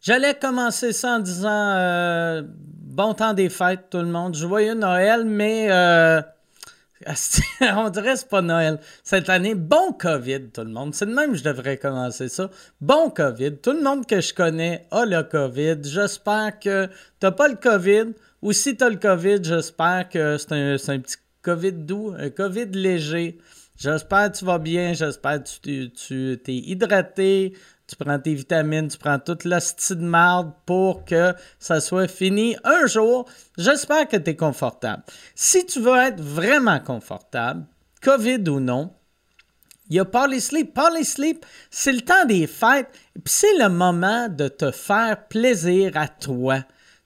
J'allais commencer ça en disant euh, bon temps des fêtes, tout le monde. Joyeux Noël, mais euh, on dirait que c'est pas Noël. Cette année, bon COVID, tout le monde. C'est de même que je devrais commencer ça. Bon COVID. Tout le monde que je connais a le COVID. J'espère que t'as pas le COVID. Ou si t'as le COVID, j'espère que c'est un, c'est un petit COVID doux, un COVID léger. J'espère que tu vas bien, j'espère que tu, tu t'es hydraté, tu prends tes vitamines, tu prends toute la de marde pour que ça soit fini un jour. J'espère que tu es confortable. Si tu veux être vraiment confortable, COVID ou non, il y a Parley Sleep. Parley Sleep, c'est le temps des fêtes, puis c'est le moment de te faire plaisir à toi.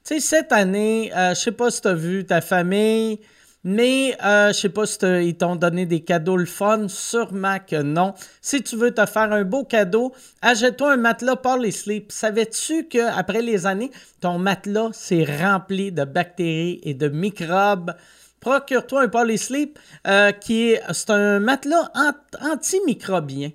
Tu sais, cette année, euh, je sais pas si tu as vu ta famille, mais euh, je sais pas si t'as- ils t'ont donné des cadeaux le fun, sûrement que non. Si tu veux te faire un beau cadeau, achète-toi un matelas Parley Sleep. Savais-tu qu'après les années, ton matelas s'est rempli de bactéries et de microbes? Procure-toi un Parley Sleep euh, qui est, c'est un matelas ant- antimicrobien.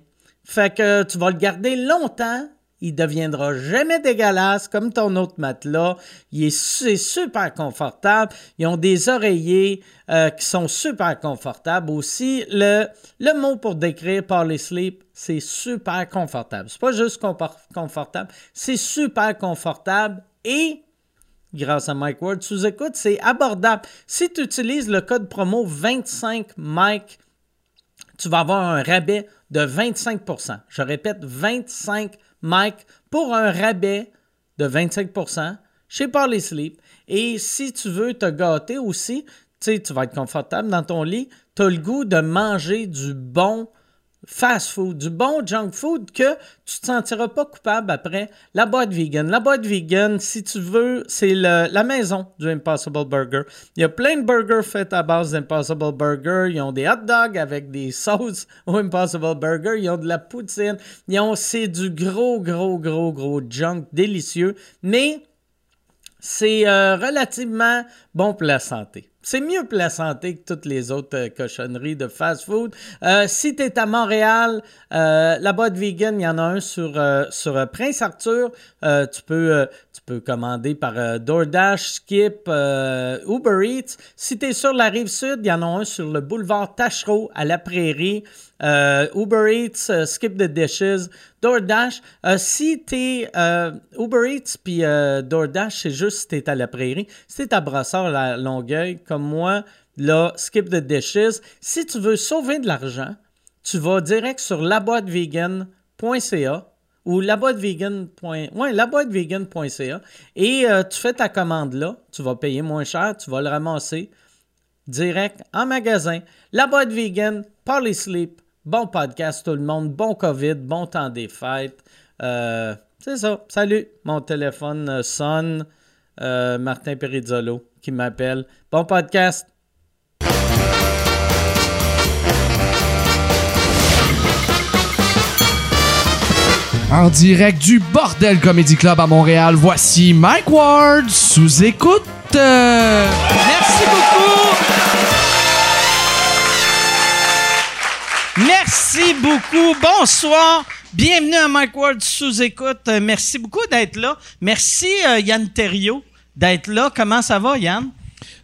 Fait que tu vas le garder longtemps. Il deviendra jamais dégueulasse comme ton autre matelas. Il est, su- c'est super confortable. Ils ont des oreillers euh, qui sont super confortables aussi. Le, le mot pour décrire Parley Sleep, c'est super confortable. C'est pas juste compor- confortable, c'est super confortable et grâce à Mike Ward sous écoute, c'est abordable. Si tu utilises le code promo 25 Mike tu vas avoir un rabais de 25 Je répète, 25 Mike pour un rabais de 25 chez Parley Sleep. Et si tu veux te gâter aussi, tu sais, tu vas être confortable dans ton lit, tu as le goût de manger du bon fast food, du bon junk food que tu te sentiras pas coupable après. La boîte vegan. La boîte vegan, si tu veux, c'est le- la maison du Impossible Burger. Il y a plein de burgers faits à base d'Impossible Burger. Ils ont des hot dogs avec des sauces au Impossible Burger. Ils ont de la poutine. Ils ont, c'est du gros, gros, gros, gros junk délicieux. Mais c'est euh, relativement bon pour la santé. C'est mieux pour la santé que toutes les autres euh, cochonneries de fast-food. Euh, si tu es à Montréal, euh, la boîte vegan, il y en a un sur, euh, sur euh, Prince Arthur. Euh, tu, peux, euh, tu peux commander par euh, DoorDash, Skip, euh, Uber Eats. Si tu es sur la rive sud, il y en a un sur le boulevard Tachereau à la Prairie. Euh, Uber Eats, euh, Skip the Dishes, DoorDash. Euh, si t'es euh, Uber Eats puis euh, DoorDash, c'est juste si t'es à la prairie. Si t'es à Brassard, la Longueuil, comme moi, là, Skip the Dishes. Si tu veux sauver de l'argent, tu vas direct sur laboitevegan.ca ou laboitevegan. point- Ouais, laboitevegan.ca et euh, tu fais ta commande là. Tu vas payer moins cher, tu vas le ramasser direct en magasin. La boîte vegan, Parley Sleep, bon podcast tout le monde, bon COVID, bon temps des fêtes. Euh, c'est ça. Salut, mon téléphone euh, sonne. Euh, Martin Perizzolo qui m'appelle. Bon podcast. En direct du Bordel Comedy Club à Montréal, voici Mike Ward sous écoute. Euh, Merci beaucoup. Merci beaucoup. Bonsoir. Bienvenue à Mike Ward sous écoute. Euh, Merci beaucoup d'être là. Merci euh, Yann Thériault d'être là. Comment ça va, Yann?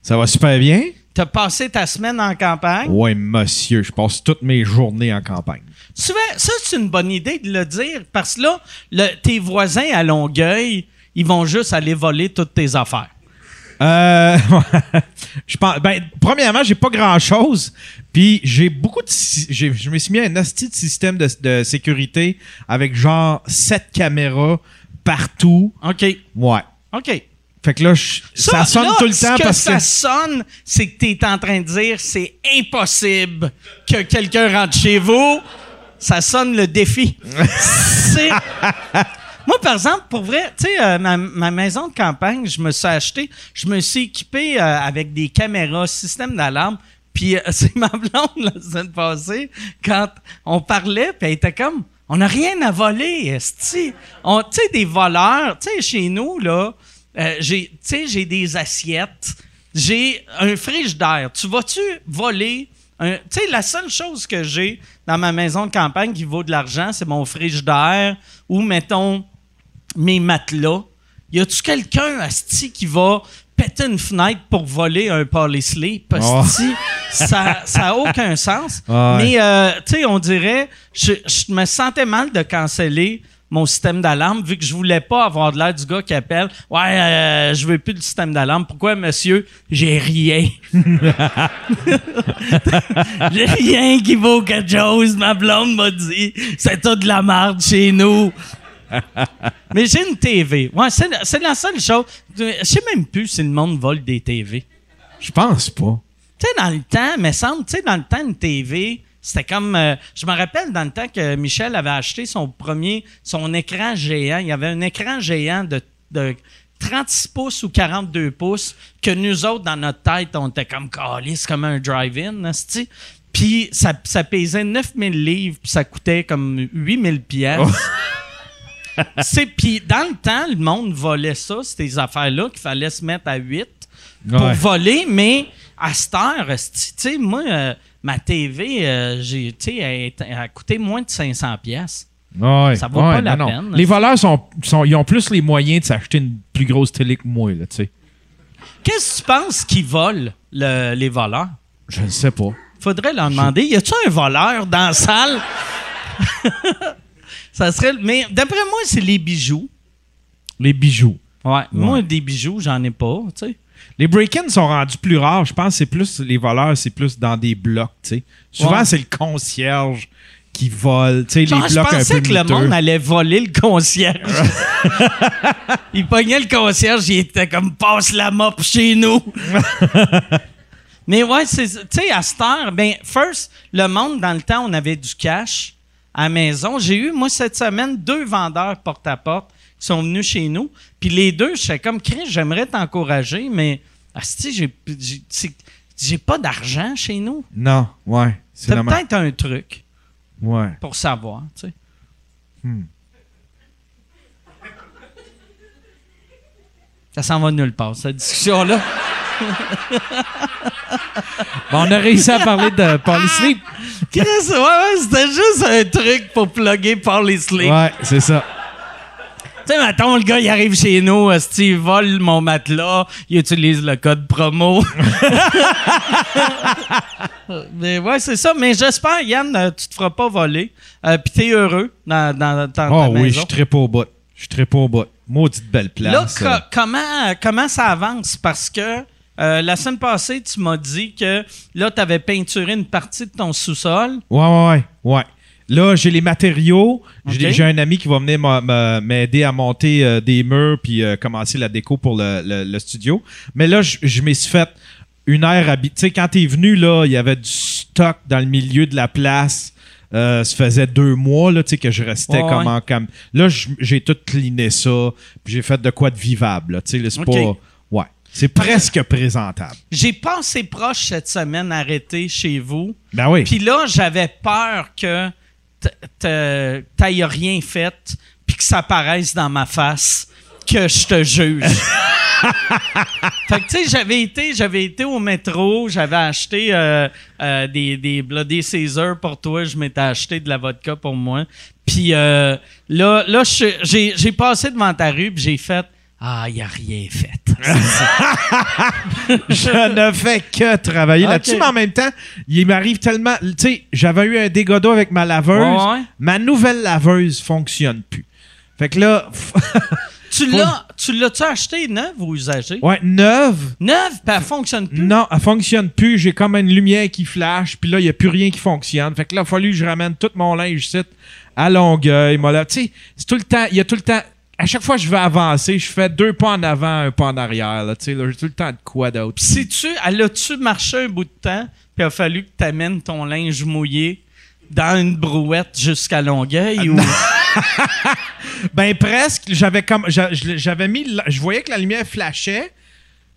Ça va super bien? T'as passé ta semaine en campagne. Ouais, monsieur, je passe toutes mes journées en campagne. Tu fais- ça, c'est une bonne idée de le dire parce que là, le- tes voisins à Longueuil, ils vont juste aller voler toutes tes affaires. Euh, je pense, ben, premièrement, j'ai pas grand chose. Puis j'ai beaucoup de. si- j'ai- je me suis mis à un hostie de système de, de sécurité avec genre sept caméras partout. OK. Ouais. OK. Fait que là, je- ça, sonne là, tout le ce temps que parce ça que. sonne, c'est que t'es en train de dire c'est impossible que quelqu'un rentre chez vous. Ça sonne le défi. c'est. Moi, par exemple, pour vrai, tu sais, euh, ma, ma maison de campagne, je me suis acheté, je me suis équipé euh, avec des caméras, système d'alarme. Puis euh, c'est ma blonde la semaine passée, quand on parlait, puis elle était comme, on n'a rien à voler, esti. On- Tu sais, des voleurs, tu sais, chez nous, là, euh, j'ai, tu sais, j'ai des assiettes, j'ai un frigidaire. Tu vas-tu voler un- Tu sais, la seule chose que j'ai dans ma maison de campagne qui vaut de l'argent, c'est mon frigidaire ou, mettons, mes matelas. y a-tu quelqu'un, Asti, qui va péter une fenêtre pour voler un Polly Sleep? Oh. Asti, ça n'a aucun sens. Ouais. Mais, euh, tu sais, on dirait, je, je me sentais mal de canceller mon système d'alarme vu que je voulais pas avoir de l'air du gars qui appelle ouais euh, je veux plus de système d'alarme pourquoi monsieur j'ai rien J'ai rien qui vaut quelque chose. Ma blonde m'a dit, c'est tout de la merde chez nous. Mais j'ai une TV. Ouais, c'est la- c'est la seule chose. Je sais même plus si le monde vole des TV. Je pense pas. Tu sais, dans le temps, me semble, tu sais, dans le temps, une TV, c'était comme. euh, je me rappelle dans le temps que Michel avait acheté son premier, son écran géant. Il y avait un écran géant de. de 36 pouces ou 42 pouces, que nous autres, dans notre tête, on était comme calé, c'est comme un drive-in, esti. Puis ça, ça pesait 9000 livres, puis ça coûtait comme 8000 pièces. C'est puis dans le temps, le monde volait ça, ces affaires-là qu'il fallait se mettre à 8 pour Ouais. voler, mais à cette heure, esti, tu sais, moi euh, ma TV, euh, j'ai tu sais elle, est- elle a coûté moins de 500 pièces. Ouais, Ça vaut ouais, pas la non, non. peine. Les voleurs sont, sont- ils ont plus les moyens de s'acheter une plus grosse télé que moi, là, tu sais. Qu'est-ce que tu penses qu'ils volent le- les voleurs Je ne sais pas. Faudrait leur demander, y a-tu un voleur dans la salle Ça serait mais d'après moi, c'est les bijoux. Les bijoux. Ouais, moi des bijoux, j'en ai pas, tu sais. Les break-ins sont rendus plus rares. Je pense que c'est plus les voleurs, c'est plus dans des blocs, tu sais. Souvent, Ouais. c'est le concierge qui vole, tu sais, les Genre, blocs Ah, je un pensais peu que le miteux. monde allait voler le concierge. il pognait le concierge, il était comme passe la mop chez nous. Mais ouais, c'est tu sais à cette heure, ben first le monde dans le temps on avait du cash à la maison. J'ai eu moi cette semaine deux vendeurs porte à porte qui sont venus chez nous, puis les deux, j'étais comme Chris, j'aimerais t'encourager mais asti, j'ai j'ai- c'est- j'ai pas d'argent chez nous. Non, ouais. C'est C'est la ma- peut-être un truc Ouais. pour savoir, tu sais. Hmm. Ça s'en va nulle part, cette discussion-là. on a réussi à parler de Polysleep. Chris, ouais, ouais, c'était juste un truc pour plugger par les sleeves. Ouais, c'est ça. Tu sais, mettons, le gars, il arrive chez nous, esti, il vole mon matelas, il utilise le code promo. mais ouais, c'est ça. Mais j'espère, Yann, euh, tu te feras pas voler. Euh, Puis t'es heureux dans, dans, dans ta Oh oui, je maison. suis très pas au bout. Je suis très pas au bout. Maudite belle Là, place. co- comment, euh, comment ça avance? Parce que euh, la semaine passée, tu m'as dit que là, tu avais peinturé une partie de ton sous-sol. Ouais, ouais, ouais. ouais. Là, j'ai les matériaux. J'ai- Ok. J'ai un ami qui va venir m'a- m'a- m'aider à monter euh, des murs puis euh, commencer la déco pour le, le- le studio. Mais là, je je m'y suis fait une heure habi- Tu sais, quand t'es venu, là, il y avait du stock dans le milieu de la place. Euh, ça faisait deux mois là, tu sais, que je restais Ouais, comme ouais. en cam. Là, je- j'ai tout cliné ça. Puis j'ai fait de quoi de vivable. là, Tu sais, là, c'est Ok. pas. Ouais. C'est presque présentable. J'ai passé proche cette semaine arrêté chez vous. Ben oui. Puis là, j'avais peur que t- t- t'ailles rien fait, puis que ça paraisse dans ma face, que je te juge. fait que, tu sais, j'avais été, j'avais été au métro, j'avais acheté euh, euh, des, des Bloody Caesar pour toi, je m'étais acheté de la vodka pour moi. Puis euh, là, là je- j'ai j'ai passé devant ta rue, puis j'ai fait « Ah, il a Hein? rien fait. je ne fais que travailler Ok. là-dessus, mais en même temps, il m'arrive tellement. Tu sais, j'avais eu un dégât d'eau avec ma laveuse. Ouais, ouais. Ma nouvelle laveuse fonctionne plus. Fait que là, f- » Tu l'as- Tu l'as-tu acheté neuve ou usagée? ouais, neuve, Neuve, puis elle fonctionne plus. non, elle fonctionne plus. J'ai comme une lumière qui flash, puis là, il n'y a plus rien qui fonctionne. Fait que là, il a fallu que je ramène tout mon linge site à Longueuil. moi, là. Tu sais, c'est tout le temps, il y a tout le temps. À chaque fois que je vais avancer, je fais deux pas en avant, un pas en arrière. là, Tu sais, là, j'ai tout le temps de quoi d'autre. Puis si tu, elle a-tu marché un bout de temps, puis a fallu que tu amènes ton linge mouillé dans une brouette jusqu'à Ah, Longueuil ou. Ben presque, j'avais comme j'a- je- j'avais mis le- je voyais que la lumière flashait.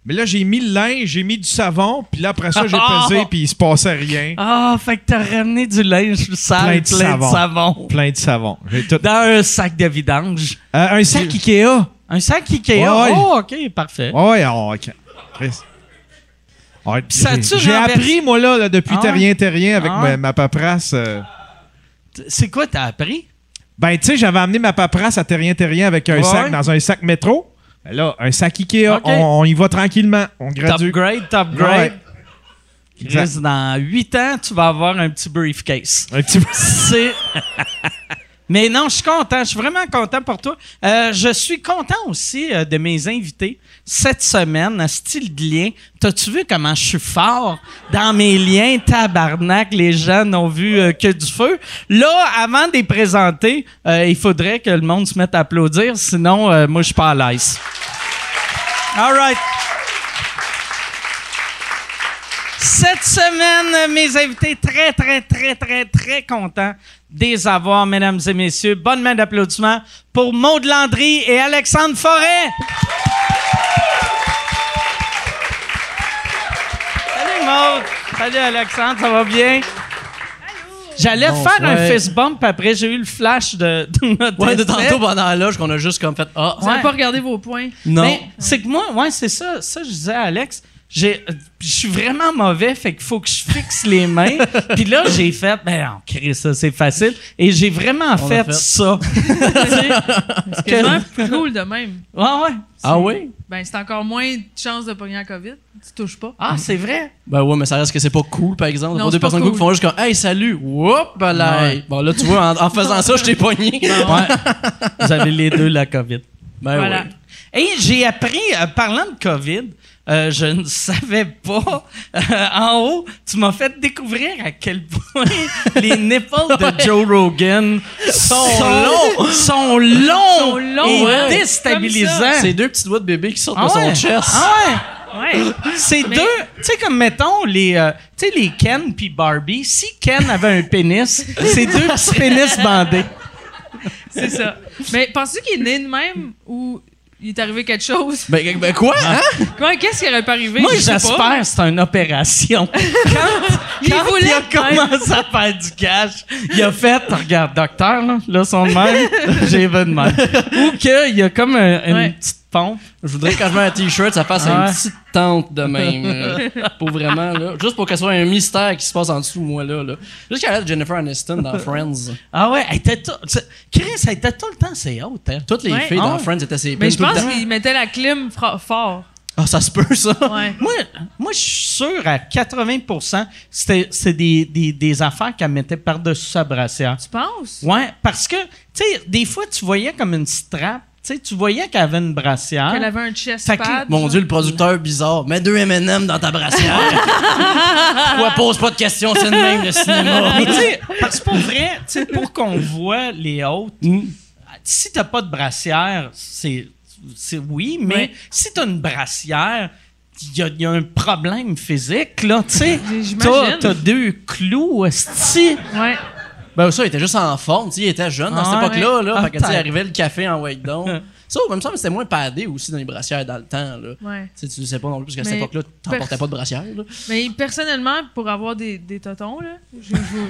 Mais là j'ai mis le linge, j'ai mis du savon, puis là après ça j'ai pesé puis il se passait rien. Ah, fait que t'as ramené du linge Plein sale, plein de de, savon. savon. Plein de savon. J'ai tout- Dans un sac de vidange. Euh, un sac Ikea. Ouais, Un sac Ikea. Ouais. Oh, OK, parfait. oh, OK. Chris. Ouais, Puis ça a-tu j'ai j'ai renversé- appris moi là, là, depuis Ah ouais. terrien terrien avec Ah ma, ouais. ma paperasse. euh, C'est quoi t'as appris? Ben tu sais, j'avais amené ma paperasse à terrien terrien avec un Ouais. sac dans un sac métro. Ben Là, un sac Ikea, Ok. on, on y va tranquillement. On Top gradue. grade, top Ouais. grade. Exact. Chris, dans 8 ans, tu vas avoir un petit briefcase. Un petit peu. C'est. Mais non, je suis content. Je suis vraiment content pour toi. Euh, je suis content aussi euh, de mes invités cette semaine. à Style de lien. T'as-tu vu comment je suis fort dans mes liens? Tabarnak, les gens n'ont vu euh, que du feu. Là, avant de les présenter, euh, il faudrait que le monde se mette à applaudir. Sinon, euh, moi, je suis pas à l'aise. All right. Cette semaine, mes invités, très, très, très, très, très contents de les avoir, mesdames et messieurs. Bonne main d'applaudissements pour Maud Landry et Alexandre Forêt. Salut Maud. Salut Alexandre, ça va bien? J'allais faire un Ouais. fist bump, après j'ai eu le flash de, de notre Ouais, de essai. tantôt pendant la loge qu'on a juste comme fait Ah, Vous n'avez Ouais. pas regardé vos points. non. Mais Ben, c'est que moi, ouais, c'est ça. Ça, je disais à Alex, j'ai- euh, je suis vraiment mauvais, fait qu'il faut que je fixe les mains. Puis là, j'ai fait, ben non, Chris, ça, c'est facile. Et j'ai vraiment On fait, l'a fait. ça. C'est quasiment plus cool de même. Ouais, ouais. Ah oui? Ben, c'est encore moins de chances de pogner la COVID. Tu touches pas. Ah, c'est vrai. Ben ouais, mais ça reste que c'est pas cool, par exemple. Pas Non, c'est deux pas personnes cool. cool qui font juste comme Hey, salut! Whoop! ben Là, Ouais. Bon, là, tu vois, en, en faisant ça, je t'ai pogné. Ouais. Vous avez les deux la COVID. Ben Voilà. ouais. Et j'ai appris, euh, parlant de COVID, euh, je ne savais pas. euh, en haut, tu m'as fait découvrir à quel point les nipples de Joe Rogan sont, longs, sont longs, Sont longs, et ouais. déstabilisants. C'est deux petits doigts de bébé qui sortent Ah de son ouais? chest. Ah ouais. C'est Mais- deux. Tu sais, comme mettons les, euh, tu sais, les Ken puis Barbie. Si Ken avait un pénis, c'est deux petits pénis bandés. C'est ça. Mais penses-tu qu'il est né de même ou il est arrivé quelque chose? Ben, ben quoi? Hein? Comment, qu'est-ce qui aurait pas arrivé? Moi, Je sais pas. j'espère que c'est une opération. Quand, Il quand voulait il a de même. commencé à faire du cash, il a fait « Regarde, docteur, là, là son de même, j'ai vu de même. » Ou qu'il y a comme un- Ah, une Ouais. petite pompe. Je voudrais que quand je mets un t-shirt, ça fasse Ah ouais. une petite tente de même. là. pour vraiment, là. Juste pour que ce soit un mystère qui se passe en dessous, moi, là. là. Juste qu'elle a Jennifer Aniston dans Friends. Ah ouais, elle était tout... tu- Chris, elle était tout le temps ses hautes, hein? Toutes les Ouais. filles Ah dans ouais. Friends étaient ses Mais pins je tout le pense temps. qu'il mettait la clim fra- fort. Ah, ça se peut, ça. Ouais. Moi, moi je suis sûr à 80 c'était c'est des, des, des affaires qu'elle mettait par-dessus sa brassière. Tu penses? Ouais, parce que, tu sais, des fois, tu voyais comme une strap. Tu sais, tu voyais qu'elle avait une brassière. Qu'elle avait un chest Fait que- pad. Mon Dieu, le producteur bizarre. Mets deux M&M dans ta brassière. Pourquoi pose pas de questions, c'est le même le cinéma. Ah, Mais tu sais, parce que pour vrai, tu sais, pour qu'on voit les autres, si t'as pas de brassière, c'est, c'est oui, mais Ouais. si t'as une brassière, il y, a- y a un problème physique, là, tu sais. J'imagine. T'as, t'as deux clous, esti. Ouais. Ben ça, il était juste en forme, tu sais, il était jeune dans Ah, cette époque-là, là, ouais. fait que, tu sais, Ah, il arrivait le café en wake down. ça, même ça, c'était moins padé aussi dans les brassières dans le temps, là. Ouais. Tu sais, tu le sais pas non plus, parce qu'à cette Mais époque-là, t'en pers- portais pas de brassière, là. Euh, Mais personnellement, pour avoir des, des totons, là, je, je vous-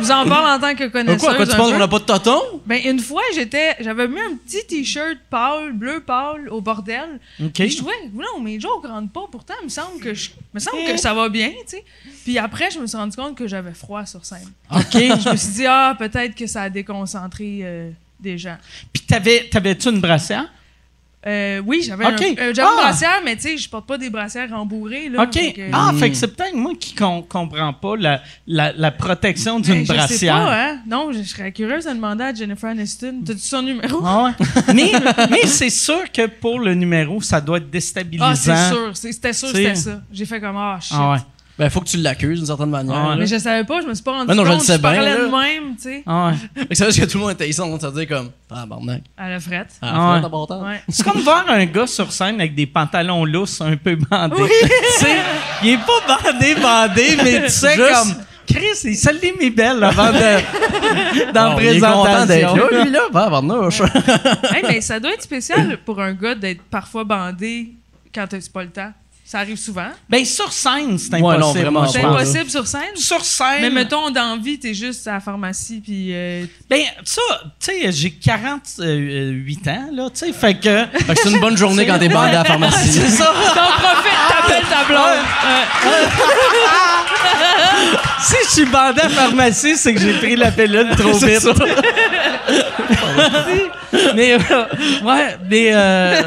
je vous en parle en tant que Ben connaisseuse. quoi, quoi, tu un penses peu. qu'on a pas de toton? Ben, une fois, j'étais, j'avais mis un petit t-shirt pâle, bleu pâle, au bordel. OK. Puis je trouvais, non, mes jokes rentrent pas. Pourtant, il me semble que je, me semble que ça va bien, tu sais. Puis après, je me suis rendu compte que j'avais froid sur scène. OK. Je me suis dit, ah, peut-être que ça a déconcentré euh, des gens. Puis t'avais, t'avais-tu une brassière? Euh, oui, j'avais Ok. un, euh, j'avais Ah! une brassière, mais tu sais, je porte pas des brassières rembourrées, là. OK. Fait que- euh, Ah, fait que c'est peut-être moi qui com- comprends pas la, la, la protection d'une Ben, je brassière. sais pas, hein? Non, je serais curieuse de demander à Jennifer Aniston. T'as-tu son numéro? Ah ouais. mais mais c'est sûr que pour le numéro, ça doit être déstabilisant. Ah, c'est sûr. c'est- C'était sûr que C'est- c'était ça. J'ai fait comme, ah, shit. Ah ouais. Ben faut que tu l'accuses d'une certaine manière. Ouais. là. Mais je savais pas, je me suis pas rendu Ben non, je compte. le sais bien, parlais là. de même, tu sais, Ah ouais. Fait que ça veut dire que tout le monde était ici, on dire comme Ah barnac. à la frette. Ah, Ah, ouais. ouais. Ouais. C'est comme voir un gars sur scène avec des pantalons lousses un peu bandés. Tu sais, il est pas bandé, bandé, mais tu sais Juste- comme Chris, il salue mes belles avant de dans la Bon, il Ah, est content d'être présentation. là, lui, là. Ben, barnac. Hey, mais ça doit être spécial pour un gars d'être parfois bandé quand t'as c'est pas le temps. Ça arrive souvent. Ben sur scène, c'est Ah, Ouais, non, impossible. vraiment, moi, je C'est pense, pense. impossible sur scène. Sur scène. Mais mettons, dans vie, t'es juste à la pharmacie, puis... euh, ben ça, tu sais, j'ai 48 ans là, tu sais, fait que Fait que c'est une bonne journée quand t'es bandé à la pharmacie. c'est ça. T'en profites, Ah! t'appelles ta blonde. Si je suis bandé à la pharmacie, c'est que j'ai pris la pilule trop vite. mais euh, ouais, mais euh,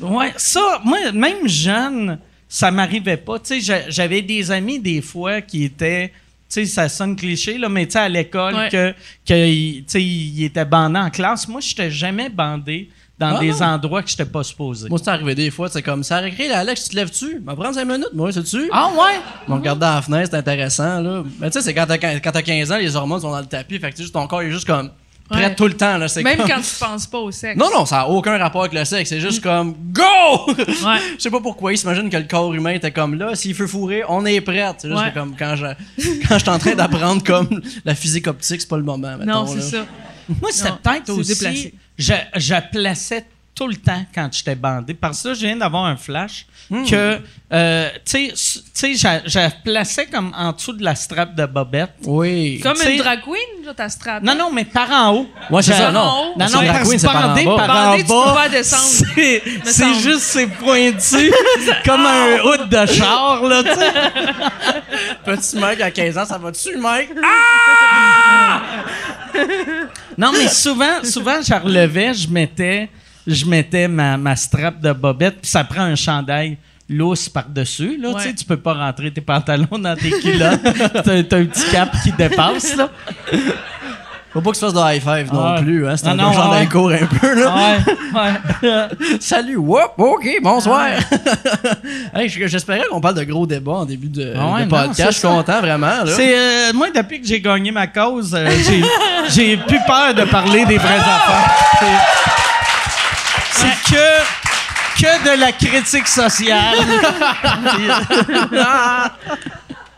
ouais, ça, moi, même jeune, ça m'arrivait pas. Tu sais, j'a- j'avais des amis des fois qui étaient. Tu sais, ça sonne cliché, là, mais tu sais, à l'école, Ouais. que, que ils- tu sais, ils étaient bandés en classe. Moi, j'étais jamais bandé dans Ah des non? endroits que j'étais pas supposé. Moi, c'est arrivé des fois, c'est comme ça. Récré, là, Alex, tu te lèves-tu? M'en prendre 5 minutes, moi, sais-tu? Ah ouais? On regarde dans la fenêtre, c'est intéressant, là. Mais tu sais, c'est quand t'as quin- quand t'as 15 ans, les hormones sont dans le tapis, fait que tu sais, ton corps est juste comme prêt Ouais. tout le temps, là. c'est Même comme- quand tu penses pas au sexe. Non, non, ça n'a aucun rapport avec le sexe. C'est juste comme GO! Ouais. Je sais pas pourquoi. Ils s'imaginent que le corps humain était comme là. S'il veut fourrer, on est prête. C'est juste Ouais. que comme quand je quand j'étais en train d'apprendre comme la physique optique, c'est pas le moment. mettons, Non, c'est là. ça. Moi, c'était Non, peut-être c'est aussi. déplacé. Je, je plaçais tout le temps quand j'étais bandé. Parce que là, je viens d'avoir un flash Hmm. que, euh, tu sais, s- tu sais, je, je plaçais comme en dessous de la strap de Bobette. Oui. Comme Tu sais- une drag queen, genre, t'as strap. Non, non, mais par en haut. Ouais, c'est Je- ça, non. non. Non, C'est non, la parce queen, que c'est par en bandé, bas. par en Bandé, tu bas, peux pas descendre, C'est c'est semble. Ah. juste ses pointus, comme un hood de char, là, tu sais. Petit mec à 15 ans, ça va dessus, mec? Non, mais souvent, souvent, je relevais, je mettais, je mettais ma, ma strap de bobette, puis ça prend un chandail lousse par-dessus. Là, Ouais. tu sais, tu peux pas rentrer tes pantalons dans tes culottes. t'as, t'as un petit cap qui dépasse, là. Faut pas que tu fasses de high five Ah. non plus. Hein? C'est Ah, un non, peu genre ouais. d'un cours un peu, là. Ouais, ouais. Salut, whoop, ok, bonsoir. Hey, j- J'espérais qu'on parle de gros débats en début de, Ah ouais, de non, c'est podcast. Je suis ça. content, vraiment. Là. C'est, euh, moi, depuis que j'ai gagné ma cause, euh, j'ai, j'ai plus peur de parler des vrais Ah! affaires. C'est, c'est que, que de la critique sociale.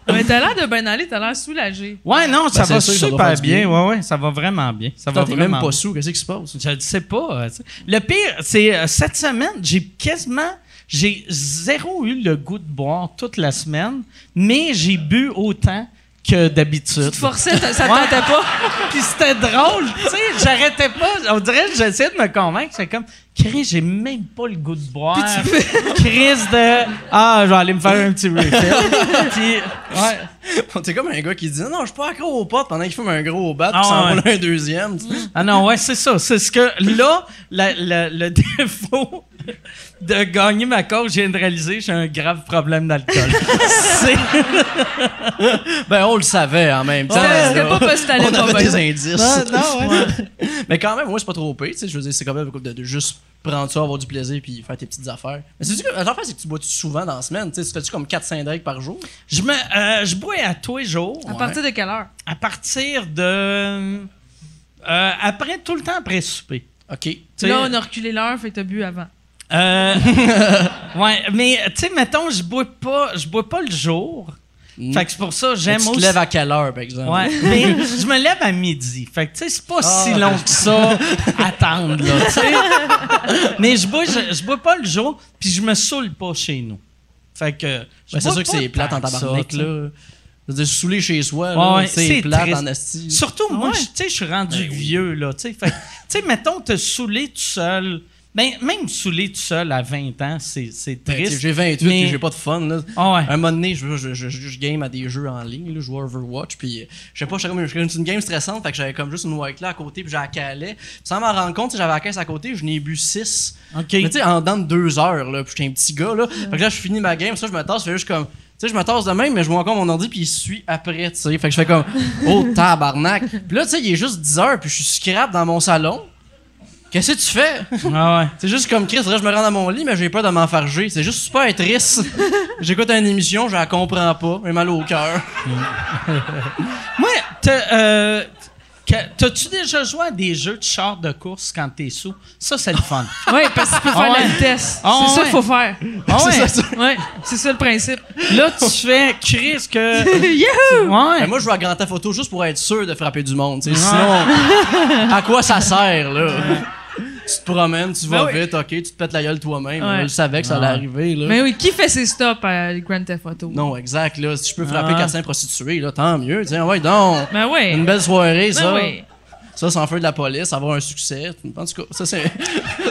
Mais t'as l'air de bien aller, t'as l'air soulagé. Ouais, non, ça Ben, c'est va sûr que ça super doit faire du bien. bien. Ouais, ouais, ça va vraiment bien. Ça Attends, va T'es vraiment même pas bien. sous, qu'est-ce qui se passe? Je ne sais pas. euh, tu sais. Le pire, c'est euh, cette semaine, j'ai quasiment. J'ai zéro eu le goût de boire toute la semaine, mais j'ai bu autant que d'habitude. Tu te forçais, ça ça Ouais. tentait pas. Puis c'était drôle, tu sais, j'arrêtais pas. On dirait que j'essayais de me convaincre. C'est comme, Chris, j'ai même pas le goût de boire. Chris de. Ah, je vais aller me faire un petit refill. Puis, ouais. T'es comme un gars qui dit non, je suis pas accro aux potes pendant qu'il fume un gros bat, Ah, puis s'en ouais. roule un deuxième. tu sais. Ah non, ouais, c'est ça. C'est ce que là, la- la- le défaut de gagner ma cause, je viens de réaliser j'ai un grave problème d'alcool. c'est ben, on le savait en même temps. C'était c'était là. pas parce que t'allais on pas avait bien. des indices. Non, Ah, non, ouais. Mais quand même, moi, c'est pas trop pire. tu sais, Je veux dire, c'est quand même cool de, de juste prendre ça, avoir du plaisir, puis faire tes petites affaires. Mais c'est-tu que l'affaire, c'est que tu bois souvent dans la semaine? tu sais, Tu fais-tu comme 4-5 decks par jour? je me euh, je bois à tous les jours À partir de quelle heure? à partir de euh, après tout le temps après souper. OK. Tu Tu sais, Là, on a reculé l'heure, fait que t'as bu avant. euh, ouais, mais tu sais mettons je bois pas je bois pas le jour. Mm. Fait que c'est pour ça j'aime te aussi lèves à quelle heure, par exemple? Ouais, mais je me lève à midi. Fait que, tu sais, c'est pas si Ah. long que ça attendre, là, tu sais. Mais je bois, je, je bois pas le jour, puis je me saoule pas chez nous. Fait que. je Ben, c'est bois sûr que pas c'est plate tant en que ça, tabarnak, tu sais. là. Je veux dire, saouler chez soi, là, Ouais, ouais, c'est c'est plate triste. en asti. Surtout, moi, Ah je- tu sais, je suis rendu Ben vieux, là, tu sais. Fait que, tu sais, mettons, te saouler tout seul. Ben, même saouler tout seul à 20 ans, c'est c'est Ben, tu triste. sais, J'ai 28 mais- et j'ai pas de fun, là. Ah ouais. Un moment donné, je, je, je, je- je game à des jeux en ligne, là, je joue à Overwatch, puis euh, je sais pas, j'étais comme- j'étais comme- c'est une game stressante, fait que j'avais comme juste une white là à côté, puis j'ai la calais. Puis Sans m'en rendre compte, tu sais, j'avais la caisse à côté, je n'ai bu 6. OK. Mais tu sais, en dedans de deux heures, là, puis j'étais un petit gars, là. Fait que là, je finis ma game, ça, je me tasse, je fais juste comme. Tu sais, je me tasse de même, mais je vois encore mon ordi, puis il suit après, tu sais. Fait que je fais comme, oh tabarnak. Puis là, tu sais, il est juste 10 heures, puis je suis scrap dans mon salon. Qu'est-ce que tu fais? Ah ouais. C'est juste comme Chris, faudrait que je me rends à mon lit, mais j'ai peur de m'enfarger. C'est juste super triste. J'écoute une émission, je la comprends pas, j'ai mal au cœur. Moi, t'as, euh, que- t'as-tu déjà joué à des jeux de char de course quand t'es sous? Ça, c'est le fun. Oui, parce que tu peux faire Ah ouais. la vitesse. Ah c'est ça ouais. qu'il faut faire. Ah C'est ouais. ça, ça. Ouais, c'est ça le principe. Là, tu fais Chris que. Yahoo! Mais Ouais. moi, je joue à Grand Theft Auto juste pour être sûr de frapper du monde. tu sais. Sinon, à quoi ça sert, là? tu te promènes, tu vas Ben oui. vite, ok, tu te pètes la gueule toi-même. Ouais. Je le savais que ça allait arriver, là. Mais oui, qui fait ses stops à Grand Theft Auto? Non, exact, là. Si je peux frapper Ah. 400 prostituées, là, tant mieux. Tiens, ouais, donc. Ben oui. Une belle soirée, Ben ça. oui. Ça, sans feu de la police, avoir un succès. En tout cas, ça, c'est.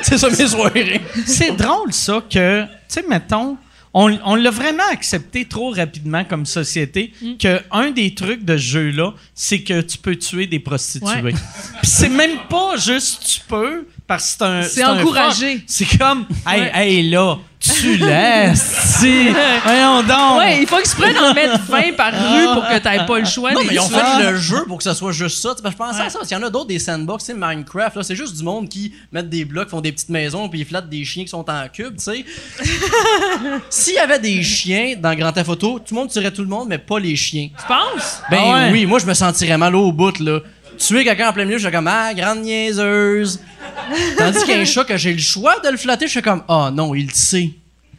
c'est ça mes soirées. C'est drôle, ça, que. Tu sais, mettons, on, on l'a vraiment accepté trop rapidement comme société que un des trucs de ce jeu-là, c'est que tu peux tuer des prostituées. Ouais. Puis c'est même pas juste tu peux, parce que c'est un. C'est un encouragé. fuck. C'est comme, hey, Ouais. hey, là, tu laisses, si. Voyons donc. Ouais, il faut qu'ils se prennent en mettre 20 par rue pour que t'aies pas le choix. Non, des mais ils ont tueurs. fait le jeu pour que ça soit juste ça. Tu sais, ben, je pensais à ça, parce qu'il y en a d'autres des sandbox, tu sais, Minecraft, là, c'est juste du monde qui mettent des blocs, font des petites maisons, puis ils flattent des chiens qui sont en cube, tu sais. S'il y avait des chiens dans Grand Theft Auto, tout le monde tuerait tout le monde, mais pas les chiens. Tu penses? Ben Ah ouais? oui, moi, je me sentirais mal au bout, là. Tuer quelqu'un en plein milieu, je suis comme, ah, grande niaiseuse. Tandis qu'un chat, que j'ai le choix de le flatter, je suis comme, ah non, il le sait.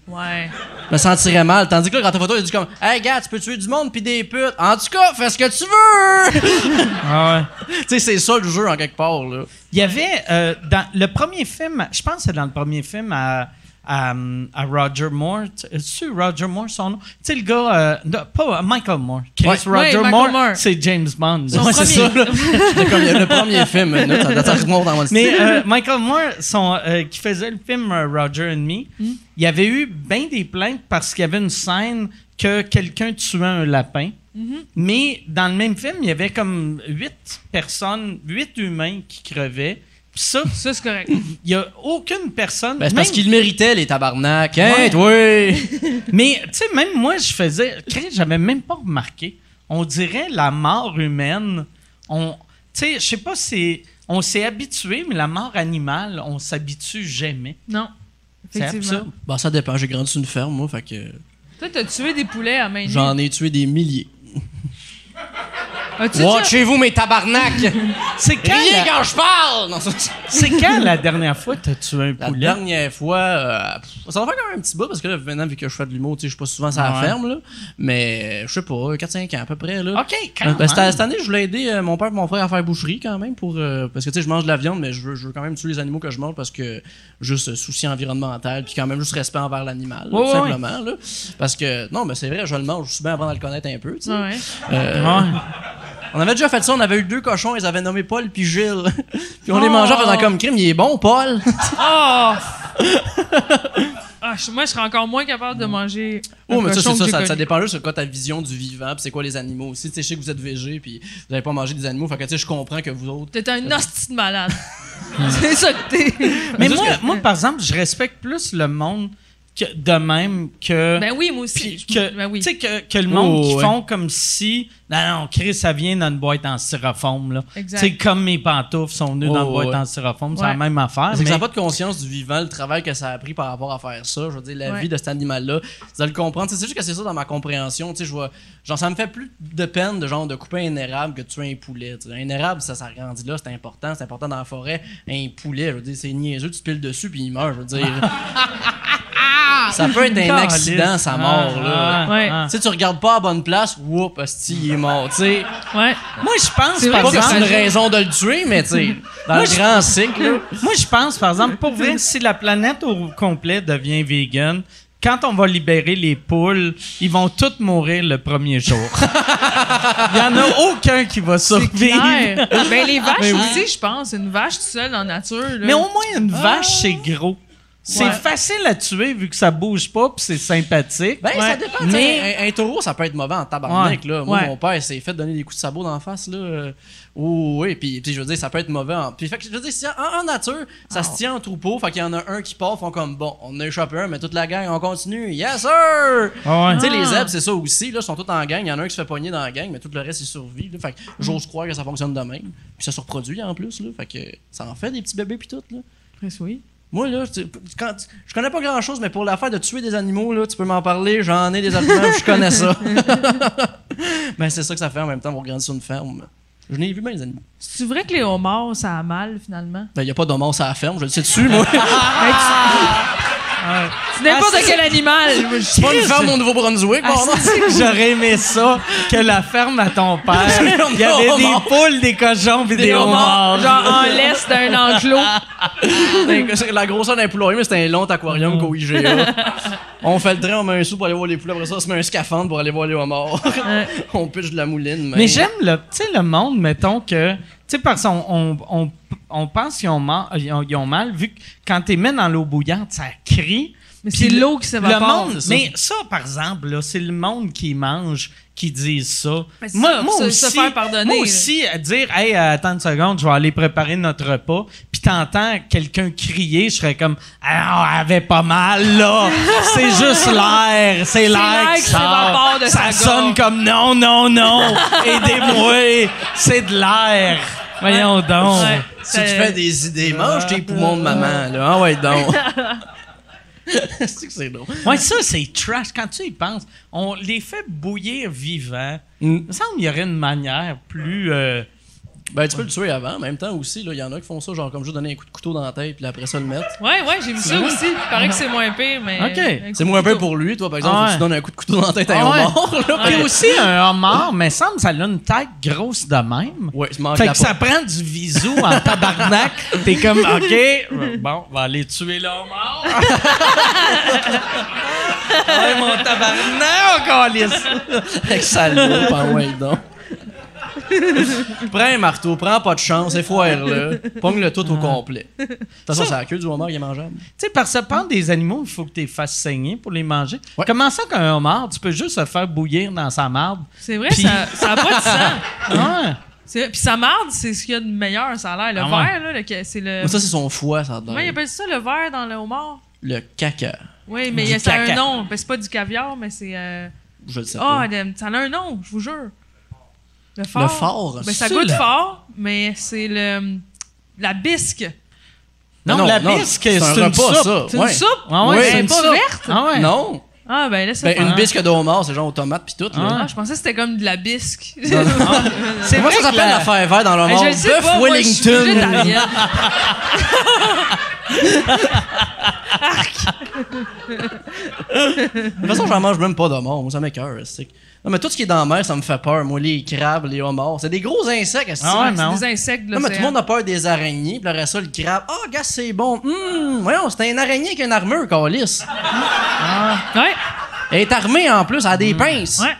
Ouais. Je me sentirais mal. Tandis que là, quand ta photo, il dit comme Hey, gars, tu peux tuer du monde pis des putes. En tout cas, fais ce que tu veux. Ah ouais. tu sais, c'est ça le jeu en quelque part, là. Il y avait, euh, dans le premier film, je pense que c'est dans le premier film à, à, à Roger Moore. C'est Roger Moore son nom? Tu sais, le gars, euh, non, pas euh, Michael Moore. Chris Ouais. Ouais, Roger Michael Moore, Moore. c'est James Bond. Son Ouais, c'est ça, premier. là. C'est comme le premier film, là, ça, ça remonte dans mon style. Mais euh, Michael Moore, son, euh, qui faisait le film euh, Roger and Me, Hmm. il y avait eu bien des plaintes parce qu'il y avait une scène que quelqu'un tuait un lapin. Hmm. Mais dans le même film, il y avait comme huit personnes, huit humains qui crevaient. Puis ça, Ça, c'est correct. il n'y a aucune personne. Ben, c'est parce même- qu'il méritait, les tabarnak. Ouais. Hein, oui. Mais tu sais, même moi, je faisais. Chris, J'avais même pas remarqué. On dirait la mort humaine. On, tu sais, je sais pas si on s'est habitué, mais la mort animale, on s'habitue jamais. Non. C'est Effectivement. absurde. Bon, Bah, ça dépend. J'ai grandi sur une ferme, moi, fait que Toi, t'as tué des poulets à main nue. j'en ai tué des milliers. As-tu déjà- Watchez-vous, mes tabarnak. C'est quand, la, Riez quand je parle. Non, ça, ça- c'est quand la dernière fois que t'as tué un La poulet? dernière fois, euh, pff, ça va faire quand même un petit bout parce que là, maintenant, vu que je fais de l'humour, tu sais, je suis pas souvent sur la Ouais. ferme, là, mais euh, je sais pas, 4-5 ans à peu près. Là. OK, quand Euh, ben, même. cette, cette année, je voulais aider euh, mon père et mon frère à faire boucherie quand même pour euh, parce que tu sais je mange de la viande mais je veux, je veux quand même tuer les animaux que je mange parce que juste euh, souci environnemental puis quand même juste respect envers l'animal là, Ouais, tout ouais, simplement là. parce que non mais c'est vrai je le mange souvent avant de le connaître un peu tu sais. Ah ouais. Euh, Ouais. on avait déjà fait ça on avait eu deux cochons ils avaient nommé Paul puis Gilles puis on les Oh. mangeait en faisant comme crime il est bon Paul Oh! Ah, je- moi, je serais encore moins capable de manger. un Oh, mais ça, cochon c'est ça, que j'ai ça, ça connu. dépend juste de quoi ta vision du vivant, puis c'est quoi les animaux aussi. Tu sais, je sais que vous êtes végé, puis vous n'avez pas mangé des animaux, fait que tu sais, je comprends que vous autres. T'es un hostie de malade. c'est ça que t'es. Mais moi, moi, par exemple, je respecte plus le monde que, de même que. Ben oui, moi aussi. Puis Je- que, ben oui. tu sais, que, que le monde Oh, qui ouais. font comme si. Non, non, Chris, ça vient dans une boîte en styrofoam. Là. Tu Exact. sais, comme mes pantoufles sont venues dans Oh, une boîte ouais. en styrofoam, c'est la Ouais. même affaire. C'est que ça mais- n'a pas de conscience du vivant, le travail que ça a pris par rapport à faire ça. Je veux dire, la Ouais. vie de cet animal-là, c'est de le comprendre. Tu sais, C'est juste que c'est ça dans ma compréhension. Tu sais, je vois, genre, ça me fait plus de peine de genre de couper un érable que de tuer un poulet. tu sais. Un érable, ça, ça grandit là, c'est important, c'est important dans la forêt. Un poulet, je veux dire, c'est niaiseux, tu te piles dessus puis il meurt. Je veux dire, ça peut être un accident, sa mort là. Ah, Ouais. ah. Si tu regardes pas à la bonne place, whoop, hostie, il est mort, tu sais. Ouais. Moi, je pense, C'est vrai par Pas que c'est une exemple. raison de le tuer, mais tu sais, dans Moi, le je- grand cycle, là. Moi, je pense, par exemple, pour vrai, si la planète au complet devient vegan, quand on va libérer les poules, ils vont toutes mourir le premier jour. Il n'y en a aucun qui va survivre. Claire. Ben les vaches aussi, je pense. Une vache toute seule en nature. là. Mais au moins, une vache, c'est gros. C'est Ouais. facile à tuer vu que ça bouge pas puis c'est sympathique. Ben, Ouais. ça dépend. tu sais, Mais- un, un taureau, ça peut être mauvais en tabarnak. Ouais. Là. Moi, Ouais. mon père s'est fait donner des coups de sabot dans la face. Là. Euh, Oh, oui, puis, puis je veux dire, ça peut être mauvais. En... Puis, fait que je veux dire, si en, en nature, ça Ah. se tient en troupeau. Fait qu'il y en a un qui part, font comme bon, on a échappé un, mais toute la gang, on continue. Yes, sir! Ah ouais. Tu sais, les Ah. zèbres, c'est ça aussi. Là, ils sont tous en gang. Il y en a un qui se fait pogner dans la gang, mais tout le reste, il survit. là. Fait que Mm. j'ose croire que ça fonctionne de même. Puis ça se reproduit en plus. Là. Fait que ça en fait des petits bébés, puis tout. Là. Chris, oui. Moi, là, tu- quand, je connais pas grand chose, mais pour l'affaire de tuer des animaux, là, tu peux m'en parler, j'en ai des arguments, je connais ça. Mais c'est ça que ça fait en même temps pour grandir sur une ferme. Je n'ai vu bien les animaux. Ben, C'est vrai que les homards, ça a mal finalement. Il n'y a pas d'homme à la ferme, je le sais dessus, moi. C'est n'importe Ah, c'est- quel animal. C'est pas une ferme au Nouveau-Brunswick, Ah, pardon. c'est que J'aurais aimé ça que la ferme à ton père. Il y avait des poules, des cochons puis des, homards. Genre en laisse d'un enclos. C'est la grosseur d'un poulailler, mais c'est un long aquarium qu'au IGA. On fait le train, on met un sou pour aller voir les poulets, après ça, on se met un scaphandre pour aller voir les homards. on pitche de la mouline. Mais j'aime le, tu sais, le monde, mettons que sais, parce qu'on on, on- on pense qu'ils ont, man- ils ont- ils ont mal, vu que quand tu les mets dans l'eau bouillante, ça crie. Mais Puis c'est le- l'eau qui Le s'évapore. monde, ça. mais ça, par exemple, là, c'est le monde qui mange qui dit ça. Mais c'est Moi, pour moi se- aussi, se faire pardonner, moi là. aussi, à dire, hey, euh, attends une seconde, je vais aller préparer notre repas. Puis t'entends quelqu'un crier, je serais comme, ah, on avait pas mal là. c'est juste l'air, c'est l'air qui l'air qui s'évapore sort. de ça sa sonne gorge. comme non, non, non. Aidez-moi, c'est de l'air. Voyons donc. Ouais. Si tu fais des idées, mange tes poumons de maman, là. Ah ouais, donc. c'est que c'est drôle. Ouais, ça, c'est trash. Quand tu y penses, on les fait bouillir vivants. Il me semble qu'il y aurait une manière plus. euh, Ben, tu peux le tuer avant, en même temps aussi, là. Il y en a qui font ça, genre, comme juste donner un coup de couteau dans la tête, puis après ça le mettre. Ouais, ouais, j'ai vu ça aussi. Il paraît que c'est moins pire, mais. Ok. Écoute, C'est moins peu pour lui, toi, par exemple, Ah faut que ouais. tu donnes un coup de couteau dans la tête à Ah un ouais. mort, là. hein. Puis aussi, un homard, mais semble ça a une tête grosse de même. Ouais, il se manque Fait la que ça peau. prend du visou en tabarnak. T'es comme, OK, bon, on va aller tuer le homard. ouais, mon tabarnak, oh, câlisse. Fait que ça loupe, ah ouais, donc. prends un marteau, prends pas de chance, effoire-le. Pogne le Ah. tout au complet. De toute façon, c'est la queue du homard, il est mangeable. Tu sais, par se prendre des animaux, il faut que tu les fasses saigner pour les manger. Ouais. Comment ça qu'un homard, tu peux juste le faire bouillir dans sa marde? C'est vrai, Puis- ça n'a Ah, pas de sang. Ouais. C'est vrai. Puis sa marde, c'est ce qu'il y a de meilleur, ça a l'air. Le Ah ouais. verre, là, le- c'est le. Euh. Mais ça, c'est son foie, ça a Comment il l'air. appelle ça, le verre dans le homard? Le caca. Oui, mais Du il y a- ça a caca. un nom. Ben, c'est pas du caviar, mais c'est. euh, Je le sais Ah, pas. de- ça a un nom, je vous jure. Le fort. Le fort. Ben, ça C'est goûte le- fort, mais c'est le. La bisque. Non, la bisque, c'est un une repas, soupe. ça. C'est ouais. une soupe? Ah ouais, Oui. Elle c'est est une pas soupe. verte? Ah ouais. Non. Ah, ben là, c'est Ben, pas. une bisque de homard, c'est genre aux tomates pis tout. Ah. là. Ah, je pensais que c'était comme de la bisque. C'est Comment vrai ça que s'appelle la- l'affaire verte dans le Hey, homard? je le sais pas, Bœuf moi, je suis Wellington. Ah, végétarienne. De toute façon, j'en mange même pas d'homard. Moi, ça m'écoeure. c'est que- Non, mais tout ce qui est dans la mer, ça me fait peur. Moi, les crabes, les homards. C'est des gros insectes. est-ce que Ah c'est- ouais, C'est non. des insectes, là. Non, mais tout le monde a peur des araignées. Puis après ça, le crabe. Ah, gars, c'est bon. Hum, voyons, c'est un araignée avec une armure, Calis. Ouais, Elle est armée en plus, elle a des pinces. Hum, ouais.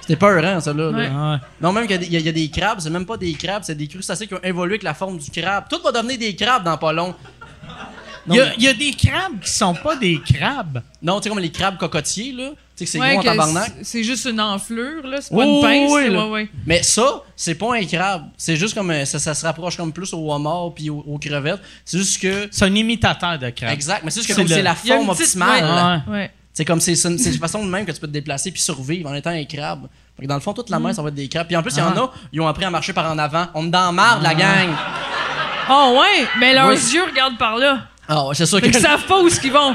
C'était peurant, ça, là. là. Ouais. Ah ouais. Non, même qu'il y a des- il y, a- il y a des crabes, c'est même pas des crabes, c'est des crustacés qui ont évolué avec la forme du crabe. Tout va devenir des crabes dans pas long. Il Non, y, a- mais- il y a des crabes qui sont pas des crabes. non tu sais, comme les crabes cocotiers, là. Tu sais que c'est Ouais, gros en que tabarnak. c'est- C'est juste une enflure, là. C'est pas Oui, une pince. oui, là, là. ouais, ouais. Mais ça, c'est pas un crabe. C'est juste comme. un- Ça, ça se rapproche comme plus au homard puis aux, aux crevettes. C'est juste que. C'est un imitateur de crabe. Exact, mais c'est juste que C'est comme le- c'est la Il y a une forme petite- optimale. Ah ouais. Ouais. C'est comme c'est c'est une c'est une façon de même que tu peux te déplacer puis survivre en étant un crabe. Fait que dans le fond, toute la mer, ça va être des crabes. Puis en plus, il y en a, ils ont appris à marcher par en avant. On est dans marre, la gang. Oh, ouais, mais leurs Oui. yeux regardent par là. Ah, ouais, c'est sûr Fait que. qu'ils savent pas où ce qu'ils vont.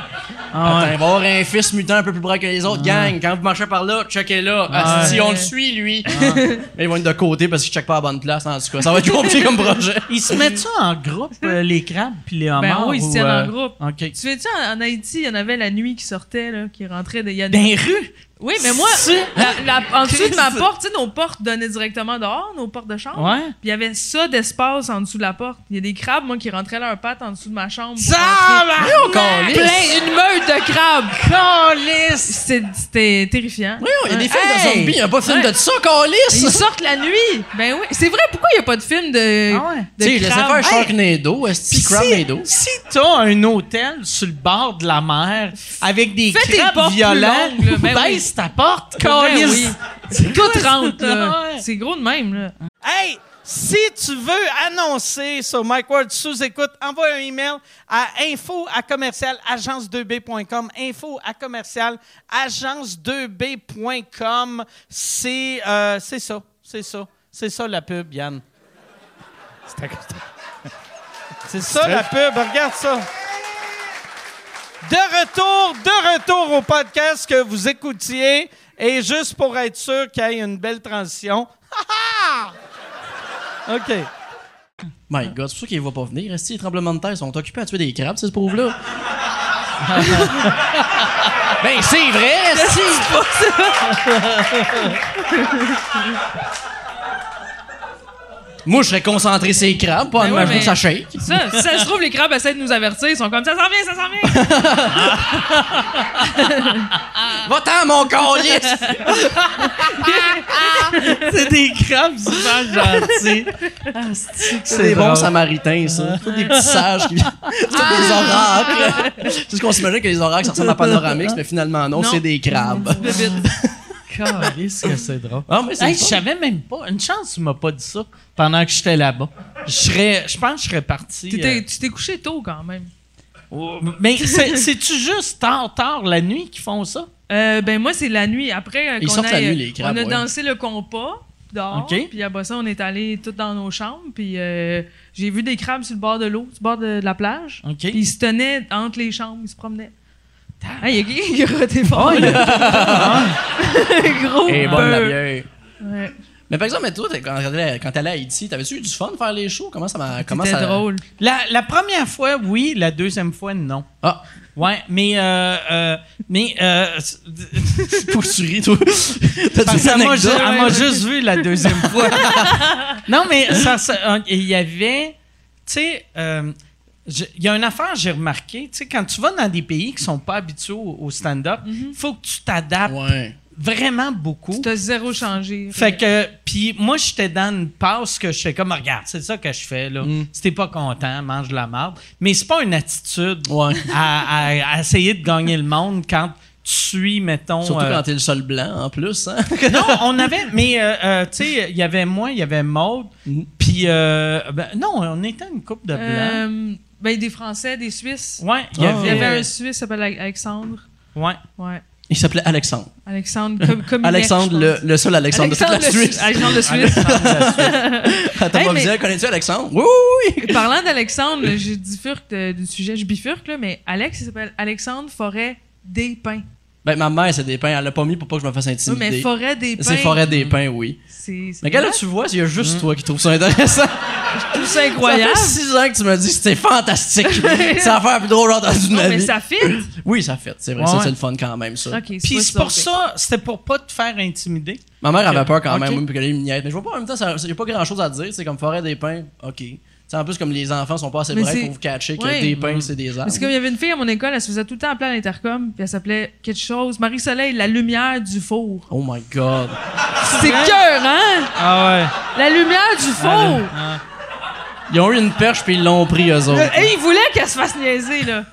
Ah ouais. Attends, il va y avoir un fils mutant un peu plus brave que les autres. Gang, quand vous marchez par là, checkez là. Ah, Si on le suit, lui. Mais ils vont être de côté parce qu'ils checkent pas à la bonne place, en tout cas. Ça va être compliqué comme projet. Ils se mettent ça en groupe, euh, les crabes puis les homards? Ben oui, ils se ou, tiennent en euh, groupe. OK. Tu sais, tu en, en Haïti, il y en avait la nuit qui sortait, là, qui rentrait. Des, il y a- Dans les rues? Oui, mais moi, Ben, C'est- la- la- en dessous de ma Christ. porte, tu sais, nos portes donnaient directement dehors, nos portes de chambre. Ouais. Puis il y avait ça d'espace en dessous de la porte. Il y a des crabes, moi, qui rentraient leurs pattes en dessous de ma chambre. pour rentrer. Calisse. Plein, une meute de crabes. Calisse! C'est- C'était terrifiant. Oui, il y a des films Hey! de zombies, il n'y a pas de film Ouais. de ça, Calis! Ils sortent la nuit. Ben oui. C'est vrai, pourquoi il n'y a pas de film de. Ah ouais. Tu de sais, laissez crabes? faire Hey, Sharknado, Esti, Crabnado. Si, si t'as un hôtel sur le bord de la mer avec des Fais tes crabes portes plus violents, longues, là, ben oui. baisse ta porte, Pour vrai, câlisse. oui. C'est tout 30, Ah là. ouais. C'est gros de même, là. Hey, si tu veux annoncer sur Mike Ward sous écoute, envoie un email à info à commercial agence2b.com. Info à commercial agence2b.com. C'est euh, c'est ça, c'est ça, c'est ça la pub, Yann. C'est ça la pub, regarde ça. De retour, de retour au podcast que vous écoutiez. Et juste pour être sûr qu'il y ait une belle transition. OK. My god, c'est pour ça qu'ils ne vont pas venir. Esti, les tremblements de terre ils sont occupés à tuer des crabes, ces pauvres-là. ben, c'est vrai, Esti! Moi, je serais concentré sur les crabes, pas en Ben ouais, imaginant mais- que ça shake. Ça, si ça se trouve, les crabes essaient de nous avertir. Ils sont comme ça s'en vient, ça s'en vient. Va-t'en, mon collier! C'est des crabes super gentils. C'est des drôle. bons samaritains, ça. Tous des petits sages qui viennent. C'est tous des oracles. C'est ce qu'on s'imagine que les oracles, ça ressemble à Panoramix, mais finalement, non, Non. c'est des crabes. Calisse que c'est drôle. Ah, mais c'est Hey, le je fun. savais même pas. Une chance, tu m'as pas dit ça pendant que j'étais là-bas. Je serais, je pense que je serais parti. T'étais- euh, Tu t'es couché tôt quand même. euh, mais c'est- c'est-tu juste tard, tard la nuit qu'ils font ça? Euh, ben moi, c'est la nuit. Après euh, Ils qu'on sortent la aille- nuit, les crabes, On a ouais. dansé le compas dehors. Ok. Puis après ça, on est allé toutes dans nos chambres. Puis euh, j'ai vu des crabes sur le bord de l'eau, sur le bord de, de la plage. Ok. Puis ils se tenaient entre les chambres, ils se promenaient. Ah, il y a quelqu'un qui a roté Oh, fort. il Gros Et bonne la beurre. bière. Ouais, Mais par exemple, mais toi, t'es- quand t'allais quand t'allais à Haïti, t'avais-tu eu du fun de faire les shows? Comment ça m'a. Comment C'était ça. drôle. La, la première fois, oui. La deuxième fois, non. Ah, Ouais, mais... euh, euh, mais... euh, c- faut que tu ris, toi. T'as-tu Parce une qu'elle m'a ju- anecdote? elle m'a juste vu la deuxième fois. non, mais ça, ça- il y avait, tu sais, euh, je- il y a une affaire j'ai remarqué, tu sais, quand tu vas dans des pays qui sont pas habitués au, au stand-up, il faut que tu t'adaptes Mhm. Ouais. vraiment beaucoup. T'as zéro changé. Fait que, puis moi, j'étais dans une passe que je fais comme, regarde, c'est ça que je fais, là. Mm. Si t'es pas content, mange de la marde. Mais c'est pas une attitude Ouais. à, à- à essayer de gagner le monde quand tu suis, mettons. Surtout euh, quand t'es le seul blanc, en plus, hein. non, on avait, mais euh, euh, tu sais, il y avait moi, il y avait Maude, puis euh, ben, non, on était une coupe de blancs. Euh, ben, des Français, des Suisses. ouais, il y Ah, avait, Il y avait un Suisse qui s'appelle Alexandre. ouais. Ouais. Il s'appelait Alexandre. Alexandre, comme, comme Alexandre, le, le seul Alexandre, de toute la Suisse. Alexandre le Suisse. Attends, Hey, hey, mais- connais-tu Alexandre? Oui, oui, oui. Parlant d'Alexandre, là, je bifurque de- du sujet, je bifurque, là, mais Alex, il s'appelle Alexandre Forêt Despins. Ben, ma mère, c'est des pains. Elle l'a pas mis pour pas que je me fasse Oui, intimider. Oh, mais Forêt Despins. c'est Forêt des Pins, oui. C'est c'est- Mais gars, là, tu vois, il y a juste toi qui trouve ça intéressant. Je trouve ça incroyable. Incroyable. Ça fait six ans que tu me dis que c'était fantastique. c'est l'affaire la plus drôle que j'ai entendue de Non, ma mais vie. ça fit. Oui, ça fait. C'est vrai, ça, Ouais. c'est le fun quand même, ça. Ok, Puis pas c'est pour ok. ça, c'était pour pas te faire intimider. Ma mère avait peur quand même, Ok. oui, puis qu'elle est mignette. Mais je vois pas en même temps, il n'y a pas grand chose à dire. C'est comme Forêt des Pins, ok. C'est en plus comme les enfants sont pas assez Mais brefs c'est- pour vous catcher que Ouais. des pins, c'est des arbres. Parce que comme il y avait une fille à mon école, elle se faisait tout le temps appeler à l'intercom, puis elle s'appelait quelque chose, Marie-Soleil, la lumière du four. Oh my god. C'est cœur, hein? Ah La lumière du four! Ils ont eu une perche puis ils l'ont pris eux autres. Et Euh, il voulait qu'elle se fasse niaiser, là.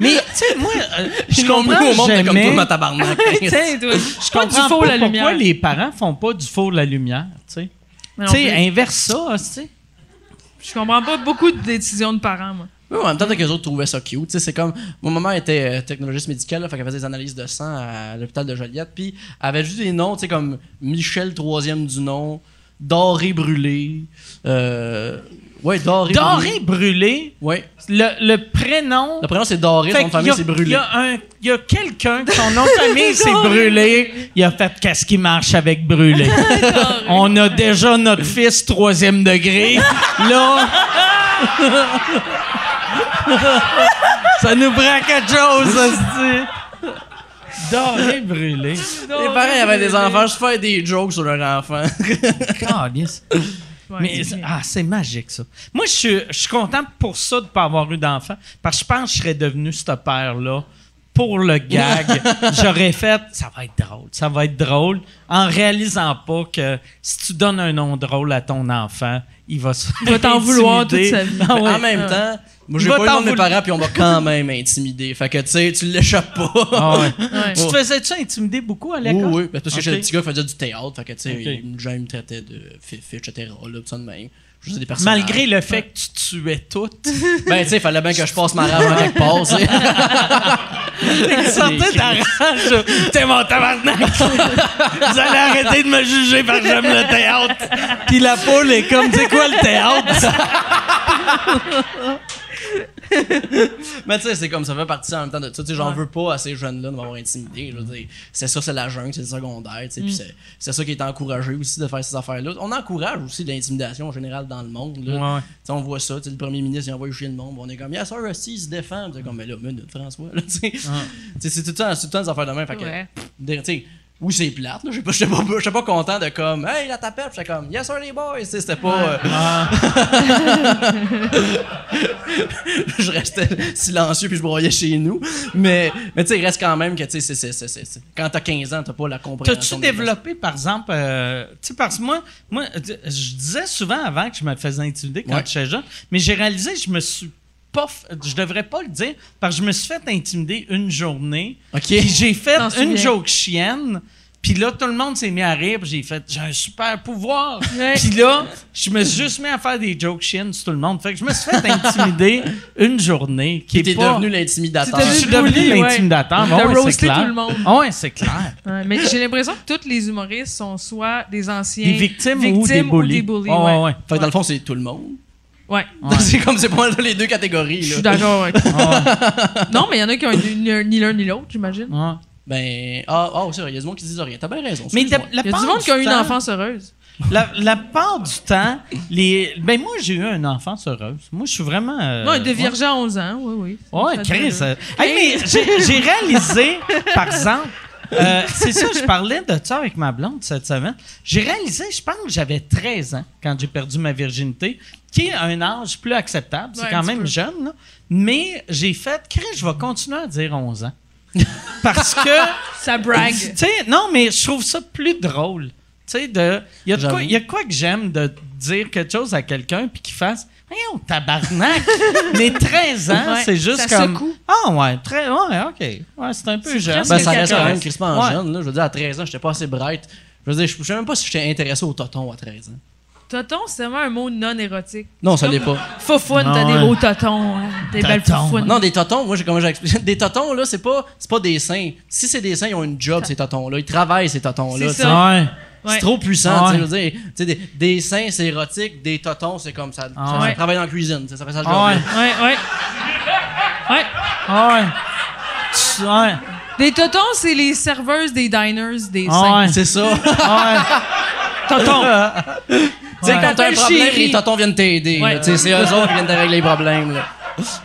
Mais tu sais, moi, euh, je Ils l'ont mis comprends au monde mais comme jamais- toi, ma tabarnak. Tiens, toi. Je Pas du comprends faux, pas la pourquoi lumière. les parents font pas du faux la lumière, tu sais. Mais Tu non sais, plus. inverse ça, tu sais. Je comprends pas beaucoup de décisions de parents, moi. Oui, en même temps, les autres trouvaient ça cute. Tu sais, c'est comme. Mon maman était euh, technologiste médicale, là, fait qu'elle faisait des analyses de sang à l'hôpital de Joliette, puis elle avait juste des noms, tu sais, comme Michel, troisième du nom, Doré Brûlé. Euh... Ouais, Doré. Doré brûlé, Ouais. le, le prénom. Le prénom, c'est Doré, Fait son qu'il nom de y famille, a- c'est Brûlé. Il y a, un- il y a quelqu'un, que son nom de famille, c'est brûlé. Il a fait qu'est-ce qui marche avec brûlé. On a déjà notre fils troisième degré. Là. Ça nous prend quelque chose, hostie. Doré brûlé. Les parents, ils avaient des enfants, je fais des jokes sur leurs enfants. Câlisse. Ouais, Mais c'est- ah, c'est magique, ça. Moi, je suis, je suis content pour ça de ne pas avoir eu d'enfant, parce que je pense que je serais devenu ce père-là pour le gag. J'aurais fait « ça va être drôle, ça va être drôle », en réalisant pas que si tu donnes un nom drôle à ton enfant, il va se Il va t'en vouloir toute intimider. sa vie. Ah ouais. en même temps, moi, j'ai Va pas eu le nom de t'en mes parents, puis on m'a quand même intimidé. Fait que, tu sais, tu l'échappes pas. Ah ouais. Ouais. Tu te faisais-tu intimider beaucoup à Oui, l'école? oui. Parce que j'étais Ok. le petit gars qui faisait du théâtre. Fait que, tu sais, Ok. il- les gens ils me traitaient de fifi, etc. Là, tout ça de même. Je faisais des personnages. Malgré le fait que tu tuais toutes. Ben, tu sais, il fallait bien que je passe ma rage en quelque part, tu sais. Il sortait d'arrange. T'es mon tabarnak. Vous allez arrêter de me juger parce que j'aime le théâtre. Puis la poule est comme, c'est quoi le théâtre? Mais, tu sais, c'est comme ça fait partie en même temps de ça. Tu sais, j'en veux pas à ces jeunes-là de m'avoir intimidé. Je veux dire, c'est ça, c'est la jungle, c'est le secondaire, tu sais. Mm. Puis c'est- c'est ça qui est encouragé aussi de faire ces affaires-là. On encourage aussi l'intimidation en général dans le monde, là. Ouais, ouais. Tu sais, on voit ça. Tu sais, le premier ministre, il envoie chier le monde. On est comme, il y a ça, aussi, il se défend. Puis t'es comme, mais là, minute, François, là, tu sais. Tu sais, c'est tout le temps, c'est tout le temps des affaires de même. Fait que, Ouais. Des- tu sais, ou c'est plate, là. Je sais pas, j'étais pas, j'étais pas content de comme, hey, là, t'appelles, Puis j'étais comme, yes, sir, les boys, Tu sais, c'était pas. euh, je restais silencieux puis je broyais chez nous. Mais, mais tu sais, il reste quand même que, tu sais, c'est- c'est- c'est- c'est- c'est- quand t'as 15 ans, t'as pas la compréhension. T'as-tu des- développé, par exemple, euh, tu sais, parce que moi, moi, d- je disais souvent avant que je me faisais intimider quand Ouais. j'étais jeune, mais j'ai réalisé que je me suis pas, f- je devrais pas le dire, parce que je me suis fait intimider une journée. Ok. Puis j'ai fait T'en souviens. une joke chienne. Puis là, tout le monde s'est mis à rire. puis J'ai fait, j'ai un super pouvoir. Ouais. Puis là, je me suis juste mis à faire des jokes chiennes sur tout le monde. Fait que je me suis fait intimider une journée. Qui Puis est t'es pas- devenu Tu l'intimidateur. t'es Je suis devenu le devenu bully, ouais. l'intimidateur. T'as Ouais, c'est roasté clair. Ah tout le monde. Ouais, c'est clair. Ouais, mais j'ai l'impression que tous les humoristes sont soit des anciens Des victimes, ou des bullies. Ouais, ouais. ouais, Ah, ouais. Fait que dans le fond, c'est tout le monde. Ouais. c'est comme, c'est pas les deux catégories, Je là. suis d'accord. ouais. Ah Ouais, non, mais il y en a qui ont ni l'un- ni l'un ni l'autre, j'imagine. ouais. Ben, ah, ah, c'est vrai, il y a du monde qui disent rien. T'as bien raison. Mais excuse-moi. la Il y a part du monde qui a eu une temps- enfance heureuse. La, la part du temps, les. Ben moi j'ai eu une enfance heureuse. Moi je suis vraiment. euh, non, il ouais. devient virgin à 11 ans, oui, oui. Ouais, Ça Chris. devient- euh, hey, mais j'ai j'ai réalisé, par exemple, euh, c'est ça, je parlais de ça avec ma blonde cette semaine. J'ai réalisé, je pense que j'avais 13 ans quand j'ai perdu ma virginité, qui est un âge plus acceptable. C'est Ouais, un quand petit même peu. jeune, là. Mais j'ai fait, Chris, je vais continuer à dire 11 ans. Parce que. Ça brague. Tu sais, non, mais je trouve ça plus drôle. Tu sais, de. Il y a de quoi- J'avoue. il y a de quoi que j'aime de dire quelque chose à quelqu'un puis qu'il fasse. Voyons, tabarnak! mais 13 ans, Ouais, c'est juste ça comme. secoue. Ah, ouais, très. Ouais, OK. Ouais, c'est un peu jeune. Ben, presque ça reste quand quelqu'un. même crispant Ouais. jeune, là. Je veux dire, à 13 ans, j'étais pas assez bright. Je veux dire, je je sais même pas si j'étais intéressé au toton à 13 ans. Toton, c'est vraiment un mot non érotique. Non, ça l'est pas. Foufoune, t'as Non, des ouais. beaux totons. hein, Des Toton. belles foufounes. Non, des totons, moi, j'ai comment j'ai expliqué. Des totons, là, c'est pas, c'est pas des seins. Si c'est des seins, ils ont une job, ces totons-là. Ils travaillent, ces totons-là. C'est tu ça. sais. Ouais. C'est Ouais. trop puissant, Ouais. tu sais, je veux dire. Tu sais, des, des seins, c'est érotique. Des totons, c'est comme ça. Ah ça, Ouais. ça travaille dans la cuisine, tu sais, ça fait ça. Ouais. Ouais, ouais. Ouais. Ouais. Tu- Ouais. Des totons, c'est les serveuses des diners des Ah Ouais. saints. C'est ça. tu Tonton. sais, quand t'as un T'appelles problème, chérie. les totons viennent t'aider. là. Ouais. Tu sais, c'est eux autres qui viennent te régler les problèmes, là.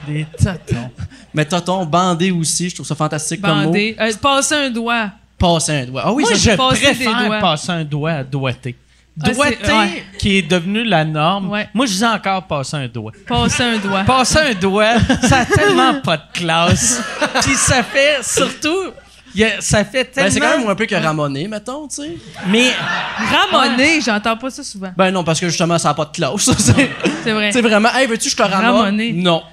Des tontons. Mais toton, bandé aussi, je trouve ça fantastique comme mot. Bandé. Euh, passer un doigt. Passer un doigt. Ah oui, Moi, ça, je passer des préfère doigts. passer un doigt à doigté. Ah, c'est- Doigté, ouais. qui est devenu la norme. Ouais. Moi, je dis encore passer un doigt. Passer un doigt. Passer un doigt, ça a tellement pas de classe. Puis ça fait surtout. y a- ça fait tellement. Ben, c'est quand même un peu que ramoner, mettons, tu sais. Mais. Ramonner, j'entends pas ça souvent. Ben non, parce que justement, ça n'a pas de classe. ça, c'est- C'est vrai. C'est vraiment, hey, veux-tu que je te ramone? Ramoner. Non.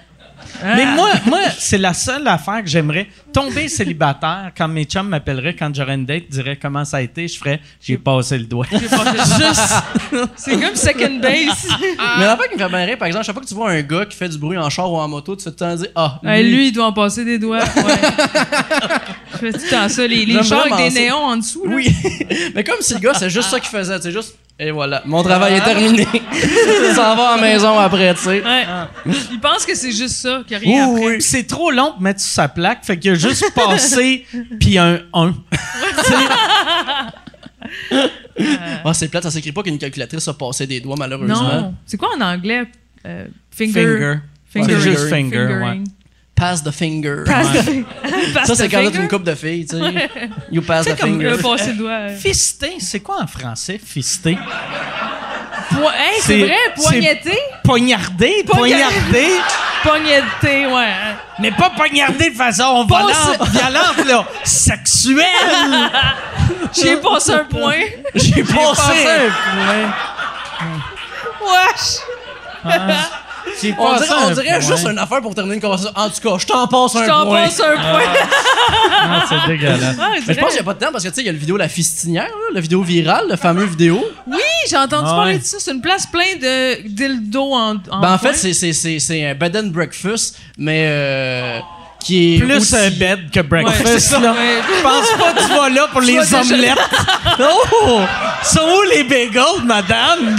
Ah. Mais moi, moi c'est la seule affaire que j'aimerais. Tomber célibataire, quand mes chums m'appelleraient, quand j'aurais une date, dirais comment ça a été, je ferais j'ai passé le doigt. J'ai pas fait ça. C'est comme second base. Mais la fois qui me fait bien rire, par exemple, chaque fois que tu vois un gars qui fait du bruit en char ou en moto, tu te temps dire, ah, Ouais, lui, il doit en passer des doigts. Ouais. Je fais tout le temps ça. Les, les J'aime chars vraiment avec des ça. néons en dessous. là. Oui. Mais comme si le gars, c'est juste ça qu'il faisait. C'est juste, et voilà, mon travail est terminé. Il s'en va à la maison après, tu sais. Ouais. Il pense que c'est juste ça, qu'il n'y a rien après. Puis C'est trop long pour mettre sur sa plaque, fait qu'il a juste passé, puis un 1. Ah, c'est plate, ça s'écrit pas qu'une calculatrice a passé des doigts, malheureusement. Non. C'est quoi en anglais? Euh, finger. Finger. Finger. C'est juste Fingering. finger, ouais. Fingering. Pass the finger. Passe Ça, le c'est quand t'as finger. une coupe de filles, tu sais. You pass C'est the comme finger. Le passer le doigt. euh. Fister, c'est quoi en français, fister? Poi- hey, c'est C'est- vrai, c'est- poignetter? Poignarder, Poignarder. poignarder. Poignetter, ouais. Mais pas poignarder de façon Pas violente, violente là, sexuelle. J'ai passé un point. J'ai passé un Wesh! J'ai On passé dirait, on un dirait point. juste une affaire pour terminer une conversation. En tout cas, je t'en passe un Je t'en point. passe un point. Ah, c'est dégueulasse. Ah, je Mais je pense qu'il n'y dirais- a pas de temps parce que tu sais, il y a le vidéo La Fistinière, là, la vidéo virale, le fameux vidéo. Oui, j'ai entendu Ah ouais. parler de ça. C'est une place pleine de dildos en, en ben, en coin. fait, c'est- c'est- c'est c'est un bed and breakfast, mais euh, qui est. Plus aussi- un bed que breakfast. Ouais, c'est ça. là. Ouais. Je pense pas que tu vas là pour les vas déjà- omelettes. oh! Sont où les bagels, madame?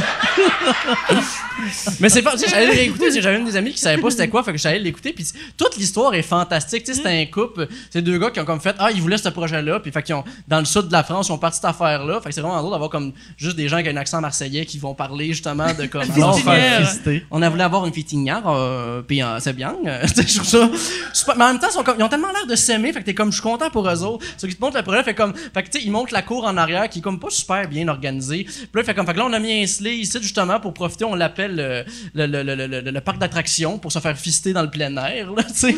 Mais c'est pas. Tu sais, j'allais le réécouter parce que j'avais une des amies qui savait pas c'était quoi, fait que j'allais l'écouter. Puis toute l'histoire est fantastique. Tu sais, c'était un couple, c'est deux gars qui ont comme fait Ah, ils voulaient ce projet-là. Puis fait qu'ils ont, dans le sud de la France, ils ont parti cette affaire-là. Fait que c'est vraiment drôle d'avoir comme juste des gens qui ont un accent marseillais qui vont parler justement de comme. Alors, Fitinière. on a voulu avoir une fitinière, euh, puis euh, c'est bien. euh, tu sais, je trouve ça. super. Mais en même temps, ils, sont comme- ils ont tellement l'air de s'aimer, fait que t'es comme, je suis content pour eux autres. Ceux qui te montrent le projet, fait comme, fait que tu sais, ils montrent la cour en arrière qui est comme pas super bien organisée. Puis là, fait comme, fait que là, on a mis un sleigh ici justement pour profiter, on l'appelle euh, le, le, le, le, le- le parc d'attractions pour se faire fister dans le plein air, là, tu sais.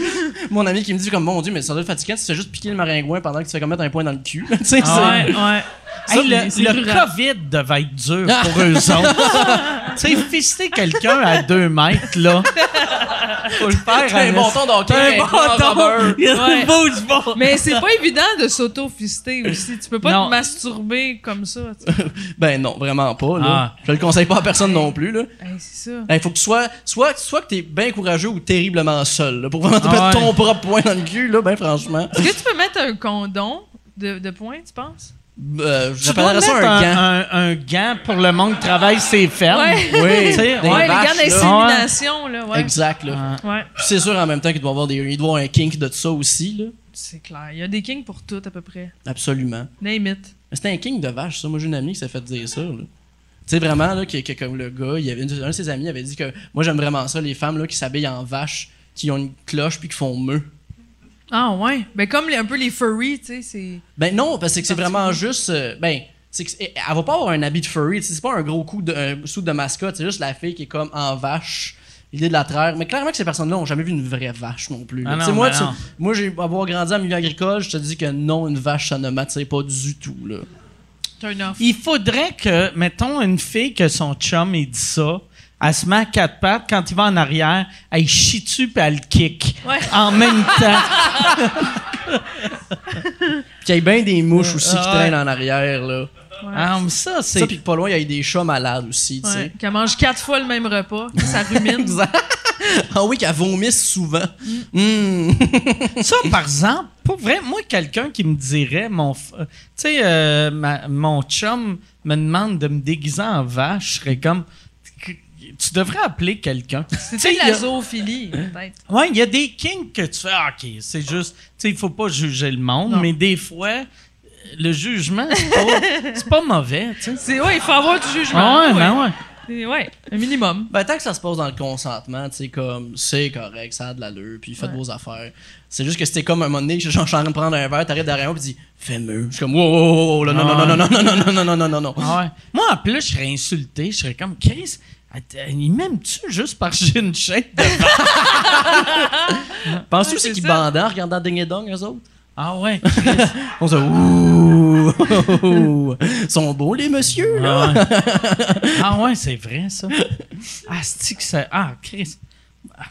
Mon ami qui me dit comme, mon dieu, mais ça doit être fatigant si tu fais juste piquer le maringouin pendant que tu fais comme mettre un point dans le cul, tu sais. Ah c'est- Ouais, ouais. Hey, Ça, c'est le le rural. COVID devait être dur pour eux autres. tu sais, fister quelqu'un à deux mètres, là. Faut le faire. T'as un en bâton de hockey, T'as un un grand bâton. rubber. Il Ouais. bouge pas. Mais c'est pas évident de s'auto-fister aussi. Tu peux pas Non. te masturber comme ça. tu Ben non, vraiment pas, là. Ah. Je le conseille pas à personne non plus, là. sais. Hey, c'est ça. Il faut que tu sois, soit, soit que t'es bien courageux ou terriblement seul. là, pour vraiment te Ah mettre ouais. ton propre poing dans le cul, là, ben franchement. Est-ce que tu peux mettre un condom de, de poing, tu penses? Euh, Tu dois J'appellerais ça mettre un gant. Un, un gant pour le monde qui travaille ses fermes. Ouais. Oui. Tu sais, Des ouais. ouais, les vaches, gants là. d'insémination, là. ouais. Exact, là. Ah. Ouais, Puis c'est sûr en même temps qu'il doit avoir des, il doit avoir un kink de ça aussi, là. c'est clair. Il y a des kings pour tout, à peu près. Absolument. Name it. Mais c'était un kink de vache, ça. Moi, j'ai une amie qui s'est fait dire ça, là. Tu sais, vraiment, là, que, que comme le gars, il y avait, une- un de ses amis avait dit que moi, j'aime vraiment ça, les femmes, là, qui s'habillent en vache, qui ont une cloche puis qui font meux. Ah, ouais. Ben, comme les- un peu les furries, tu sais, c'est. Ben non, parce que c'est vraiment juste. euh, ben, c'est que, c'est- elle va pas avoir un habit de furry. tu sais, C'est pas un gros coup de, un sou de mascotte. C'est juste la fille qui est comme en vache. L'idée de la terre. Mais clairement que ces personnes-là ont jamais vu une vraie vache non plus. là. Ah non, Tu sais, moi, ben tu- non. moi j'ai avoir grandi en milieu agricole, je te dis que non, une vache, ça ne m'attire pas du tout. Là. Turn off. Il faudrait que, mettons, une fille que son chum, il dit ça, elle se met à quatre pattes, quand il va en arrière, elle chie dessus puis elle le kick. Ouais. En même temps. Puis qu'il y ait bien des mouches aussi Ah qui ouais. traînent en arrière. Là. Ah, mais ça, Ça, c'est. puis que pas loin, il y a des chats malades aussi. tu sais. Ouais. Qu'elle mange quatre fois le même repas. Ça rumine. Ah oui, qu'elle vomisse souvent. Hmm. Ça, par exemple, pour vrai, moi, quelqu'un qui me dirait, mon, f- euh, tu sais, euh, ma- mon chum me demande de me déguiser en vache, je serais comme, tu devrais appeler quelqu'un. Tu sais, C'est de il y la a- zoophilie, peut-être. Ouais, il y a des kinks que tu fais, ah, OK, c'est juste, tu sais, il faut pas juger le monde, Non. mais des fois, euh, le jugement, c'est pas, c'est pas mauvais, tu sais. C'est, ouais, il faut avoir du jugement. Ah ouais, ben ouais. ouais. Ouais, un minimum. Ben, tant que ça se passe dans le consentement, tu sais, comme, c'est correct, ça a de l'allure, puis faites Ouais. vos affaires. C'est juste que c'était comme un moment donné, genre, je suis en train de prendre un verre, t'arrives derrière moi, puis tu dis, fais mieux. Je suis comme, wow, wow, wow, wow, là, non, non, non, non, non, non, non, non, non, non, non, non. Ah ouais. Moi, en plus, je serais insulté. Je serais comme, Chris, att- il m'aime-tu juste parce que j'ai une chaîne de vache? Penses-tu Ouais, c'est c'est qu'ils ça. bandaient en regardant Ding et Dong, eux autres? Ah ouais. On se dit, ouh, ouh, ouh. sont beaux, les messieurs, là. Ah ouais, Ah ouais, c'est vrai, ça. Ah, c'est que ça. Ah, Chris. Ah.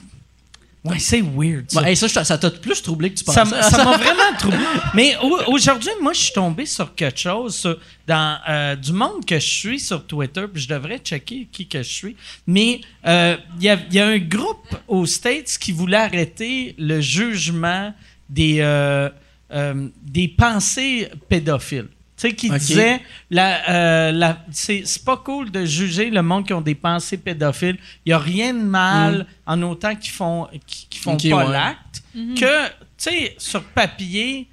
Ouais, c'est weird, ça. Ben, hey, ça, je- ça t'a plus troublé que tu pensais. Ça m'a ça m'a vraiment troublé. Mais au- aujourd'hui, moi, je suis tombé sur quelque chose sur- dans euh, du monde que je suis sur Twitter, puis je devrais checker qui que je suis. Mais euh, il y, a- il y a un groupe aux States qui voulait arrêter le jugement des, euh, euh, des pensées pédophiles. Tu sais, qui Ok. disait, la, euh, la- c'est c'est pas cool de juger le monde qui ont des pensées pédophiles. Il n'y a rien de mal Mm. en autant qu'ils font, qu'ils- qu'ils font Ok, pas ouais. l'acte Mhm. que, tu sais, sur papier,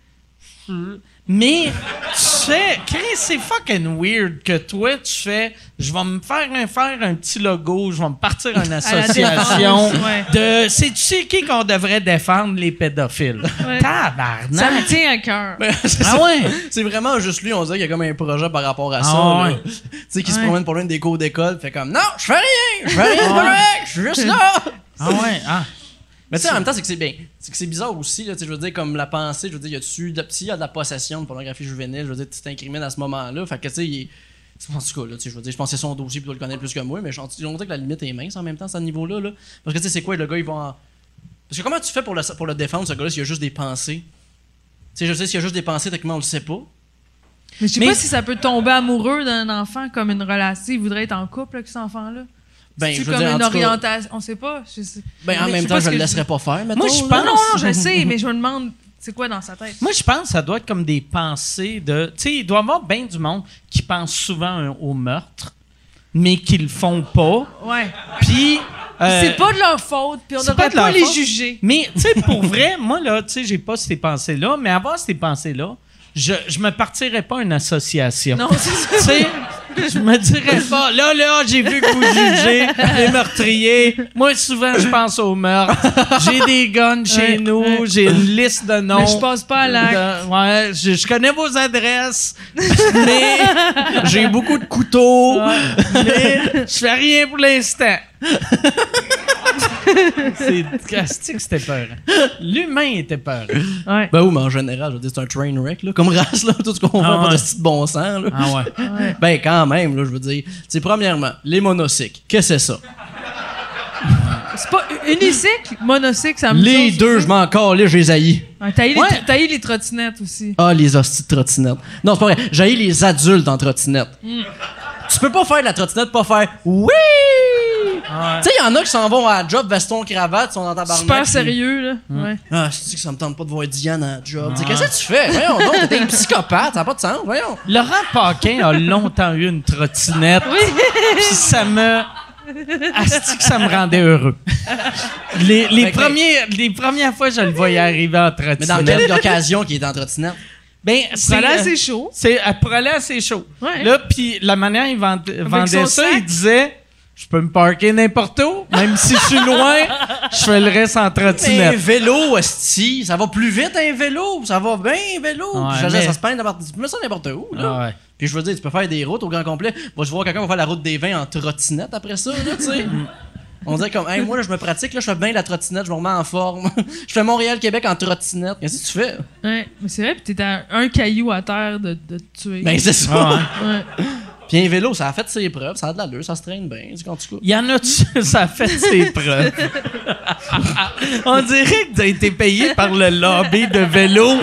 mais tu sais, Chris, c'est fucking weird que toi, tu fais, je vais me faire un, faire un petit logo, je vais me partir une À la association défense, ouais. de, c'est tu sais qui qu'on devrait défendre les pédophiles. Ouais. Ça Tabarnak! me tient à cœur. Ben, c'est Ah ça. ouais! C'est vraiment juste lui, on dirait qu'il y a comme un projet par rapport à ça. Ah là. ouais. Tu sais, qui se Ouais. promène pour l'une des cours d'école, fait comme, non, je fais rien, je fais rien, c'est correct, je suis juste là. Ah ouais, ah. Mais tu sais, en même temps, c'est que c'est bien. C'est que c'est bizarre aussi, là, tu sais, je veux dire, comme la pensée, je veux dire, y a-tu de, s'il y a de la possession de pornographie juvénile, je veux dire, tu t'incrimines à ce moment-là. Fait que, tu sais, il est- en tout cas, là, tu sais, je veux dire, je pense que c'est son dossier, puis tu dois le connaître plus que moi, mais je- on dirait que la limite est mince en même temps, à ce niveau-là. Là. Parce que, tu sais, c'est quoi, le gars, il va en- Parce que comment tu fais pour le, pour le défendre, ce gars-là, s'il y a juste des pensées? Tu sais, je sais, s'il y a juste des pensées, techniquement, on le sait pas. Mais je sais Mais- pas si ça peut tomber amoureux d'un enfant comme une relation. Il voudrait être en couple avec cet enfant-là. Ben, C'est je veux comme dire, en une tout cas- orientation. On sait pas. Je sais- Ben, en Mais même sais temps, pas je ce le que laisserais pas faire, mettons. Moi, je là. pense- Non, non, non, je le sais, mais je me demande c'est quoi dans sa tête. Moi, je pense que ça doit être comme des pensées de. Tu sais, il doit y avoir bien du monde qui pense souvent au meurtre. mais qui le font pas. Ouais. Puis. euh, c'est pas de leur faute, puis on c'est pas devrait pas, de leur les faute. juger. Mais, tu sais, pour vrai, moi, là, tu sais, j'ai pas ces pensées-là, mais avant ces pensées-là, je, je me partirais pas une association. Non, c'est ça. Tu sais, je me dirais pas, là, là, j'ai vu que vous jugez les meurtriers. Moi, souvent, je pense aux meurtres. J'ai des guns chez Ouais, nous, ouais. j'ai une liste de noms. Mais je passe pas à l'acte. Euh, ouais, je, je connais vos adresses, mais j'ai beaucoup de couteaux, mais je fais rien pour l'instant. C'est drastique, c'était peur. hein. L'humain était peur. Ouais. Ben oui, mais en général, je veux dire, c'est un train wreck, là, comme race, là, tout ce qu'on Ah voit, pas ouais. de style de bon sens, là. Ah ouais. Ben quand même, là, je veux dire. Tu sais, premièrement, les monocycles, qu'est-ce que c'est ça? C'est pas unicycle, monocycle, Ah, ça me Les deux, je m'en calais, je les haïs. Ouais, T'as eu les- Ouais. t'as eu les trottinettes aussi. Ah, les hosties de trottinettes. Non, c'est pas vrai. J'ai les adultes en trottinette. Hmm. Tu peux pas faire de la trottinette, pas faire oui! Tu sais, il y en a qui s'en vont à la job, veston, cravate, sont dans ta Super sérieux, là. Ouais. Ah, c'est que ça me tente pas de voir Diane à la job. Tu sais, Qu'est-ce que tu fais? Voyons donc, t'es un psychopathe, ça n'a pas de sens, voyons. Laurent Paquin a longtemps eu une trottinette. Puis ça me. Asti que ça me rendait heureux. Les, les Fait que- premiers, les premières fois, je le voyais arriver en trottinette. Ben, Mais dans quelle occasion qui est en trottinette? Ben, c'est. Ça là, euh, c'est chaud. C'est après là, c'est chaud. Ouais. Là, puis la manière il vend- vendait son ça, sac. il disait je peux me parker n'importe où, même si je suis loin, je fais le reste en Mais un trottinette. vélo, esti, ça va plus vite un vélo, ça va bien un vélo. Ouais, Je veux dire, mais- ça se peint n'importe- Tu peux mettre ça n'importe où, là. Ah ouais. Puis je veux dire, tu peux faire des routes au grand complet. Moi, je vois quelqu'un va faire la route des vins en trottinette après ça, là, tu sais. On dirait comme, hey, moi, là, je me pratique, là, je fais bien la trottinette, je me remets en forme. je fais Montréal-Québec en trottinette. Qu'est-ce que tu fais? Ouais. Mais c'est vrai, puis t'es à un caillou à terre de, de te tuer. Ben, c'est ça. Ah ouais. Ouais. Puis un vélo, ça a fait ses preuves, ça a de l'allure, ça se traîne bien, tu sais, quand tu coupes. Il y en a ça a fait ses preuves. On dirait que t'as été payé par le lobby de vélo.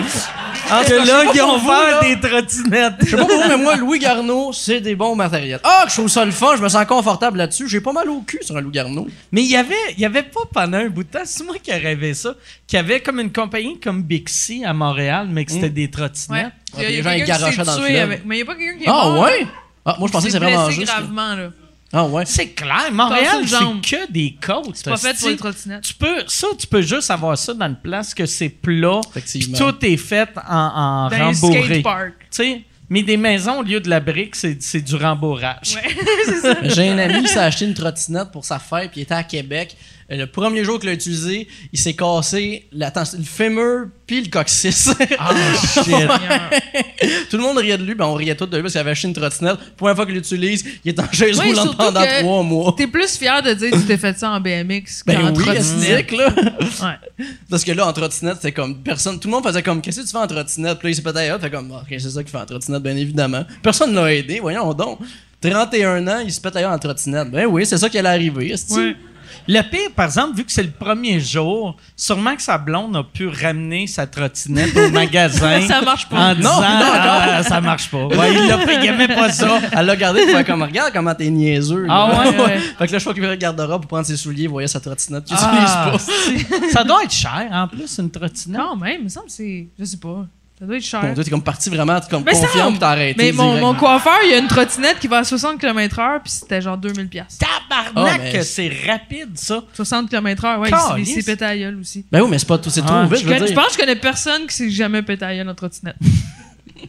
Parce que là, ils ont ouvert des trottinettes. Je sais pas pour vous, mais moi, Louis Garneau, c'est des bons matériels. Ah, que je trouve ça le fun, je me sens confortable là-dessus. J'ai pas mal au cul sur un Louis Garneau. Mais il y avait, il y avait pas pendant un bout de temps, c'est moi qui rêvais ça, qu'il y avait comme une compagnie comme Bixi à Montréal, mais que c'était des Ouais. trottinettes. Ouais, Il y a- il y a les gens, ils quelqu'un qui garochaient dans s'est le tué fleuve. avec. Mais il y a pas quelqu'un qui est Ah, mort, là, ouais? Ah, moi, je pensais qui que c'était s'est vraiment blessé juste. là. gravement, là. Ah, ouais. C'est clair, Cassé Montréal, une c'est jambe. que des côtes. C'est pas fait pour hostie. les trottinettes. tu peux, ça, tu peux juste avoir ça dans une place que c'est plat, puis Effectivement. tout est fait en, en Dans un rembourré. skate park. Tu sais, mais des maisons, au lieu de la brique, c'est c'est du rembourrage. Ouais, c'est ça. J'ai un ami qui s'est acheté une trottinette pour sa fête, puis il était à Québec. Euh, Le premier jour qu'il l'a utilisé, il s'est cassé la tens- le fémur puis le coccyx. Ah, tout le monde riait de lui, ben on riait tous de lui parce qu'il avait acheté une trottinette. Première fois qu'il l'utilise, il est en chaise Oui, roulante surtout pendant que trois mois. T'es plus fier de dire que tu t'es fait ça en BMX qu'en Ben oui, trottinette. esti, là. Ouais. Parce que là, en trottinette, c'était comme personne. Tout le monde faisait comme Qu'est-ce que tu fais en trottinette Puis là, il s'est pété à fait comme Ok, c'est ça qu'il fait en trottinette, bien évidemment. Personne l'a aidé, voyons donc. 31 ans, il se pète ailleurs en trottinette. Ben oui, c'est ça qui allait arriver. esti. Ouais. Le pire, par exemple, vu que c'est le premier jour, sûrement que sa blonde a pu ramener sa trottinette au magasin. Ça marche pas. En disant, Ah, ça marche pas. Ouais, il l'a pris, il aimait pas ça. Elle l'a regardé, elle fait comme regarde comment t'es niaiseux. Ah là. ouais, ouais. fait que là, je crois qu'il le gardera pour prendre ses souliers, voyait sa trottinette qu'il Ah, utilise c'est- ça doit être cher, en plus, une trottinette. Non, même, il me semble que c'est. Je sais pas. Ça doit être pas. Mon cher. Dieu, t'es comme parti vraiment t'es comme Mais ça- confiant, puis t'as arrêté. Mais mon, direct. mon coiffeur, il y a une trottinette qui va à 60 km/h, puis c'était genre 2000$. piastres. Tabarnak, Ah, mais- que c'est rapide, ça. 60 km/h, ouais, il s'est- il s'est Caliste. pété à la gueule aussi. Ben oui, mais c'est pas tout, c'est Ah, trop vite, Je, je veux connais- je dire. pense que je connais personne qui s'est jamais pété à la gueule en trottinette.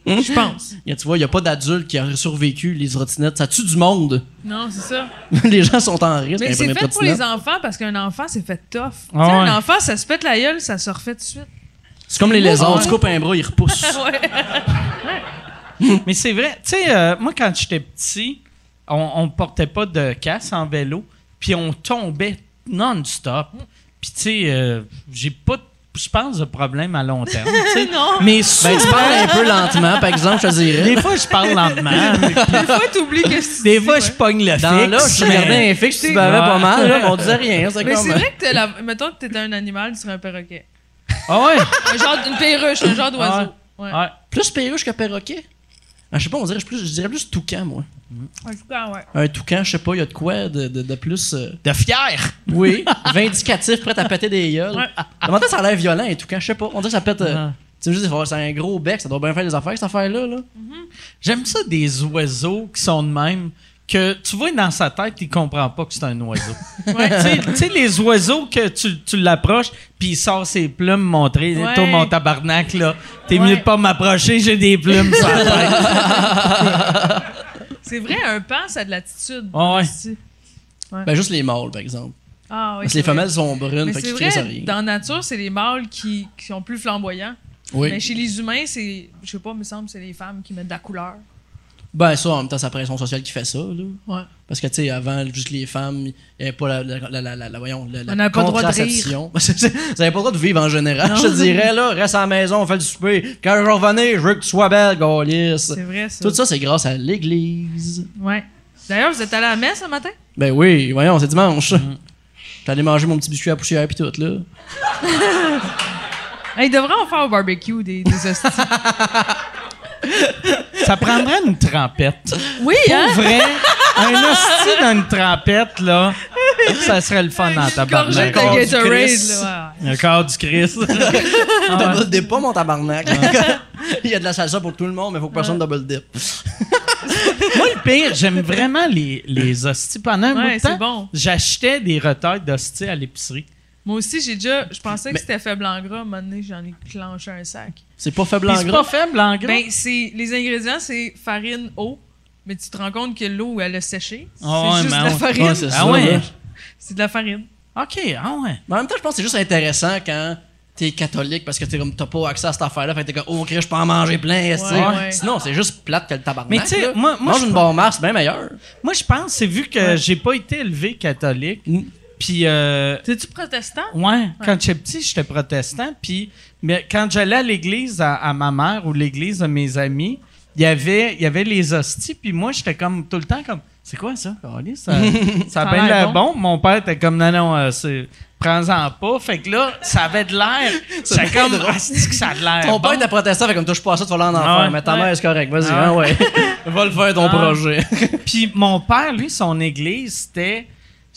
je pense. Y a- Tu vois, y a pas d'adulte qui a survécu les trottinettes. Ça tue du monde. Non, c'est ça. les gens sont en risque. Mais avec c'est première fait pour Eh ben, trottinette. les enfants parce qu'un enfant, c'est fait tough. Tu sais, Ah ouais. Un enfant, ça se pète la gueule, ça se refait tout de suite. C'est comme les lézards, Ouais. tu coupes un bras, ils repoussent. Mais c'est vrai, tu sais, euh, moi quand j'étais petit, on, on portait pas de casse en vélo, puis on tombait non-stop. Puis tu sais, euh, j'ai pas, de- je pense, de problème à long terme. tu sais. non. Mais souvent, ben, tu parles un peu lentement, par exemple, je te dirais. des fois je parle lentement, mais Des fois, t'oublies que des fois je pogne le Dans fixe. là, je mais- regardais un fixe, tu te bavais pas mal, là, mais on disait rien. C'est Mais comme- hein. c'est vrai que t'es la... mettons que t'étais un animal, tu serais un perroquet. Ah ouais? Un genre une perruche, un genre d'oiseau. Ouais. Ouais. Plus perruche que perroquet. Ah, je sais pas, on dirait, je, plus, je dirais plus toucan, moi. En tout cas, ouais. Un toucan, je sais pas, il y a de quoi de, de, de plus. euh, De fier! oui, vindicatif, prêt à péter des gueules. Ouais. Comment ça, ça a l'air violent, un toucan, je sais pas. On dirait que ça pète. euh, Ouais. Tu sais, juste, il faut avoir- ça a un gros bec, ça doit bien faire des affaires, cette affaire-là. Là. J'aime ça des oiseaux qui sont de même, que tu vois dans sa tête, il comprend pas que c'est un oiseau. Ouais. Tu sais- tu sais, les oiseaux que tu, tu l'approches, puis il sort ses plumes, montrer, Ouais. toi, mon tabarnak, là, t'es Ouais. mieux de pas m'approcher, j'ai des plumes sur la tête. C'est vrai, un pan, ça a de l'attitude. Ouais, ouais. C'est- Ben, juste les mâles, par exemple. Ah, Parce que oui, les c'est vrai. femelles sont brunes, Mais fait c'est qu'ils crient ça vrai, rien. dans la nature, c'est les mâles qui, qui sont plus flamboyants. Mais Oui. chez les humains, c'est. Je sais pas, me semble, c'est les femmes qui mettent de la couleur. Ben, ça, en même temps, c'est la pression sociale qui fait ça, là. Ouais. Parce que, tu sais, avant, juste les femmes, il n'y avait pas la, la, la, la, la- la- voyons, la, la On n'avait pas le droit de rire. contraception. Vous n'avez pas le droit de vivre en général, Non. je te dirais, là. Reste à la maison, on fait le souper. Quand je vais revenir, je veux que tu sois belle, Gaulis. C'est vrai, ça. Tout ça, c'est grâce à l'Église. Ouais. D'ailleurs, vous êtes allé à la messe ce matin? Ben oui, voyons, c'est dimanche. Mm. J'étais allé manger mon petit biscuit à poussière puis tout, là. Hey, ils devraient en faire au barbecue des, des hosties. Ça prendrait une trempette. Oui, hein? Pour vrai, un hostie dans une trempette, là, ça serait le fun en Une gorgée tabarnak. de Encore du Gatorade, Chris. là. Le corps du Christ. Ah ouais. Ah. Double dip pas, mon tabarnak. Il y a de la salsa pour tout le monde, mais faut que Ah. personne double dip. Moi, le pire, j'aime vraiment les, les hosties. Pendant un Ouais, bout de c'est temps, bon. j'achetais des retards d'hosties à l'épicerie. Moi aussi, j'ai déjà. Je pensais que Mais- c'était faible en gras. À un moment donné, j'en ai clenché un sac. C'est pas faible Puis en c'est gras. pas faible, en gras. Ben, c'est. Les ingrédients, c'est farine, eau. Mais tu te rends compte que l'eau, elle a séché. Ah ouais, c'est juste mais de la on- farine. Ouais, c'est ah ça, ouais? là. c'est de la farine. OK, ah ouais. Mais en même temps, je pense que c'est juste intéressant quand t'es catholique parce que t'es comme t'as pas accès à cette affaire-là. Fait que t'es comme, oh, ok, je peux en manger plein. est-ce que- Ouais, ouais. Sinon, c'est juste plate que le tabarnak. Mais tu sais, là. moi- moi, mange je- une bonne masse, c'est bien meilleur. Moi, je pense, c'est vu que j'ai pas été élevé catholique, Mm. puis... euh, T'es-tu protestant? Ouais, quand j'étais petit, j'étais protestant. Puis, mais quand j'allais à l'église à, à ma mère ou l'église de mes amis, il y avait, il y avait les hosties. Puis moi, j'étais comme tout le temps comme, c'est quoi ça, Carlis? Ça, ça a Ça a bien l'air l'air bon. Mon père était comme, non, non, euh, c'est- prends-en pas. Fait que là, ça avait de l'air. J'étais bien comme, drôle. ah, c'est que ça a de l'air. Ton bon. père était protestant, fait comme touche pas à ça, tu vas aller en Ah enfer. ouais. Mais ta Ouais. mère, c'est correct, vas-y, Ah hein, ouais. Va le faire ton Ah. projet. Puis mon père, lui, son église, c'était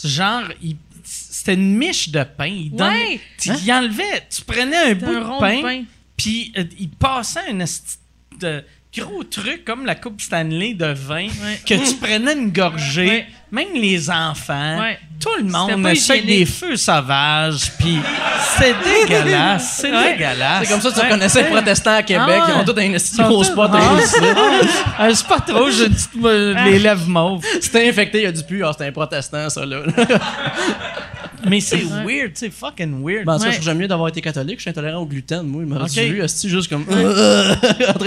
genre, il- c'était une miche de pain. Il, donnait- Ouais. tu- il enlevait, tu prenais un bout un rond de de pain. pain. Puis euh, il passait un esti de gros truc comme la coupe Stanley de vin que tu prenais une gorgée. Ouais. Même les enfants, Ouais. tout le C'était monde pas achetait hygiénique. des feux sauvages, puis c'est dégueulasse, c'est Ouais. dégueulasse. C'est comme ça que tu Ah, Ouais. connaissais les protestants à Québec. Ah. Ils ont tous un esti Ils sont gros tous- spot. Ah, Euh, c'est pas trop, j'ai une petite, euh, Ah. les lèvres mauves. C'était infecté, il y a du pu. Ah, c'était un protestant, ça, là. Ben, Mais c'est Ouais. weird, c'est fucking weird. en tout cas, Ben, Ouais. je trouve jamais mieux d'avoir été catholique. Je suis intolérant au gluten, moi. Il m'aurait Ok. dû vu, esti, juste comme. en train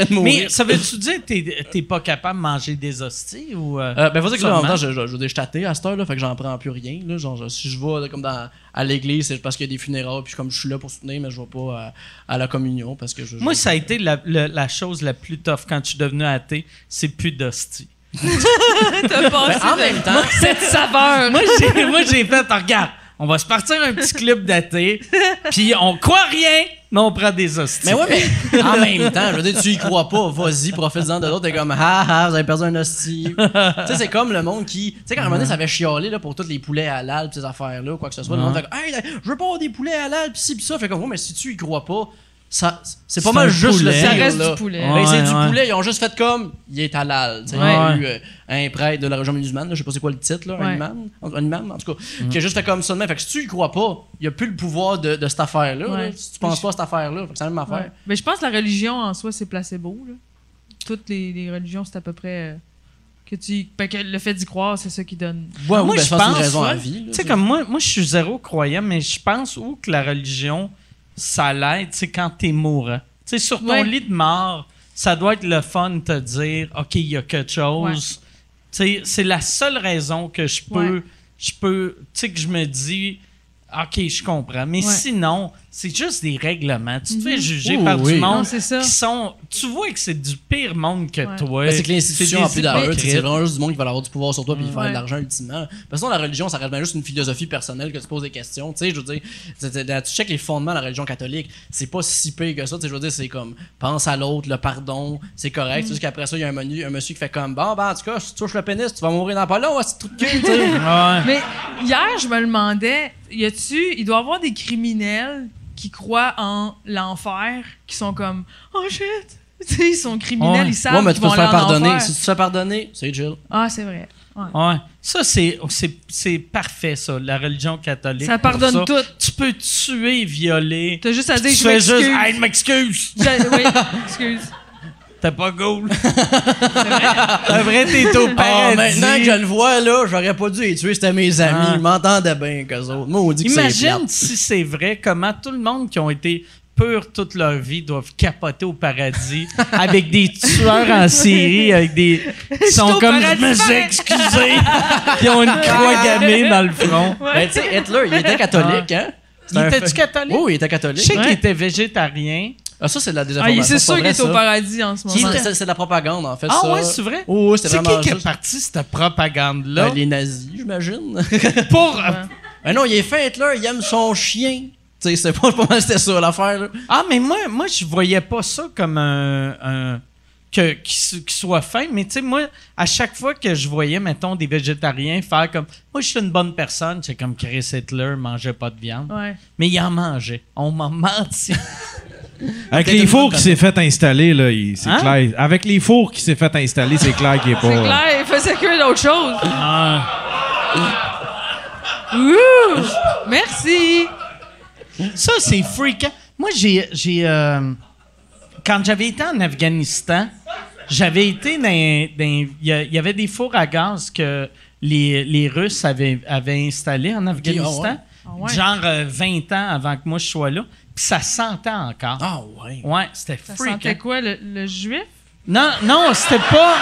de mourir. mais ça veut-tu dire que t'es- t'es pas capable de manger des hosties ou. euh, Euh, ben, faut dire que là, en Sûrement. même temps, je, je, je, je suis athée à cette heure, là, fait que j'en prends plus rien. Là, genre, je- si je vais là, comme dans, à l'église, c'est parce qu'il y a des funérailles, puis comme je suis là pour soutenir, mais je vais pas à, à la communion parce que je. je- Moi, ça a été la, le- la chose la plus tough quand je suis devenu athée, c'est plus d'hostie. T'as Ben, passé en de- même temps, Cette saveur! moi, j'ai, moi, j'ai fait, oh, regarde, on va se partir un petit club d'athées, puis on croit rien, mais on prend des hosties. mais ouais, mais en même temps, je veux dire, tu y crois pas, vas-y, profite-en de l'autre, t'es comme, ah ah, vous avez perdu un hostie. tu sais, c'est comme le monde qui. Tu sais, quand à un moment donné, ça avait chialé là, pour tous les poulets halal, pis ces affaires-là, ou quoi que ce soit, le monde fait, comme, hey, là, je veux pas avoir des poulets halal, pis ci, pis ça. Fait comme, ouais, mais si tu y crois pas, ça, c'est pas C'est mal un juste le poulet. Ça dire, reste là. du poulet. Ouais. Ben, c'est du ouais. poulet, ils ont juste fait comme il est halal. tu sais. Ouais. Il y a eu euh, un prêtre de la région musulmane, là, je sais pas c'est quoi le titre, là, un, Ouais. imam, un imam, en tout cas, qui a juste fait comme ça de même. Fait que si tu y crois pas, il n'y a plus le pouvoir de, de cette affaire-là. là. Ouais. si tu penses pas à cette affaire-là, fait que c'est la même Ouais. affaire. Mais je pense que la religion en soi, c'est placebo. Là. Toutes les, les religions, c'est à peu près. euh, que tu, ben, que le fait d'y croire, c'est ça qui donne. Ouais, moi, ben, je ça, c'est une pense, raison à ouais. vie. là, Tu sais, comme moi, moi, je suis zéro croyant, mais je pense où que la religion, ça l'aide, tu sais, quand t'es mourant. Tu sais, sur ton Ouais. lit de mort, ça doit être le fun de te dire, OK, il y a quelque chose. Tu sais, c'est la seule raison que je peux, Ouais. je peux, tu sais, que je me dis, OK, je comprends. Mais Ouais. Mhm. sinon, c'est juste des règlements. Tu te fais juger Oh, par oui. du Non, monde c'est ça. qui sont, tu vois que c'est du pire monde que Ouais. toi. Ben, c'est que l'institution C'est en des plus d'argent, hypocrites. c'est vraiment juste du monde qui va avoir du pouvoir sur toi puis faire Ouais. de l'argent ultimement. Parce que la religion, ça reste bien juste une philosophie personnelle que tu poses des questions. Tu sais, je veux dire, c'est- c'est- là, tu check les fondements de la religion catholique, c'est pas si pire que ça. Tu sais, je veux dire, c'est comme pense à l'autre, le pardon, c'est Mm. correct. C'est juste qu'après ça, il y a un menu, un monsieur qui fait comme bon, ben en tout cas, si tu touches le pénis, tu vas mourir dans pas long, ouais, c'est tout de cul. tu sais. Ouais. Mais hier, je me demandais, y a-tu, il doit y avoir des criminels qui croient en l'enfer, qui sont comme, oh shit, Tu sais, ils sont criminels, Ouais. ils savent. Ouais, mais tu qu'ils peux vont te aller faire en pardonner. enfer. Si tu te fais pardonner, c'est chill. Ah, c'est vrai. Ouais. Ouais. Ça, c'est, c'est, c'est parfait, ça, la religion catholique. Ça pour pardonne tout. Tu peux tuer, violer. T'as juste à Tu dire, je fais juste, m'excuse. hey, je m'excuse. Je- Oui, excuse. T'es pas cool. T'as vrai, t'es au Ah, paradis. maintenant que je le vois, là, j'aurais pas dû les tuer, c'était mes amis. Ah. Ils m'entendaient bien qu'eux autres. Moi, on dit que c'est Imagine plate. si c'est vrai, comment tout le monde qui ont été purs toute leur vie doivent capoter au paradis avec des tueurs en série, avec des. Ils suis sont au comme, je paradis, me suis pareil. excusé. Ils ont une croix gammée dans le front. Ben, tu sais, Hitler, il était catholique, hein? Ah. Il un était-tu fait- catholique? Oui, il était Je catholique. sais qu'il Ouais. était végétarien. Ah, ça, c'est de la Ah, désinformation. il- c'est sûr pas qu'il vrai, est au ça. paradis en ce moment. Qui- C'est c'est de la propagande, en fait. Ah ça. ouais, c'est vrai? Oh, c'est C'est vraiment qui qui a juste- parti cette propagande-là? Ben, les nazis, j'imagine. Pour... euh, ah non, il est fin, Hitler, il aime son chien. Tu sais, c'est pas pas mal, c'était ça l'affaire, là. Ah, mais moi, moi, je voyais pas ça comme un... un- que, qui, s- qui soit fin, mais tu sais, moi, à chaque fois que je voyais, mettons, des végétariens faire comme... Moi, je suis une bonne personne, c'est comme Chris Hitler mangeait pas de viande. Ouais. Mais il en mangeait. On m'a menti. Avec les fours qui s'est fait installer, là, il- c'est Hein? clair. Avec les fours qui s'est fait installer, c'est clair qu'il est pas. C'est clair, il faisait que d'autres choses. Ah. Ouh! Merci! Ça, c'est fréquent. Moi, j'ai... j'ai, euh, quand j'avais été en Afghanistan, j'avais été dans. dans- Il y, a- il y avait des fours à gaz que les, les Russes avaient, avaient installés en Afghanistan, Ah ouais. Ah ouais. genre euh, 20 ans avant que moi je sois là, puis ça sentait encore. Ah ouais. Ouais, c'était Ça freak. sentait hein. quoi, le, le juif? Non, non, c'était pas.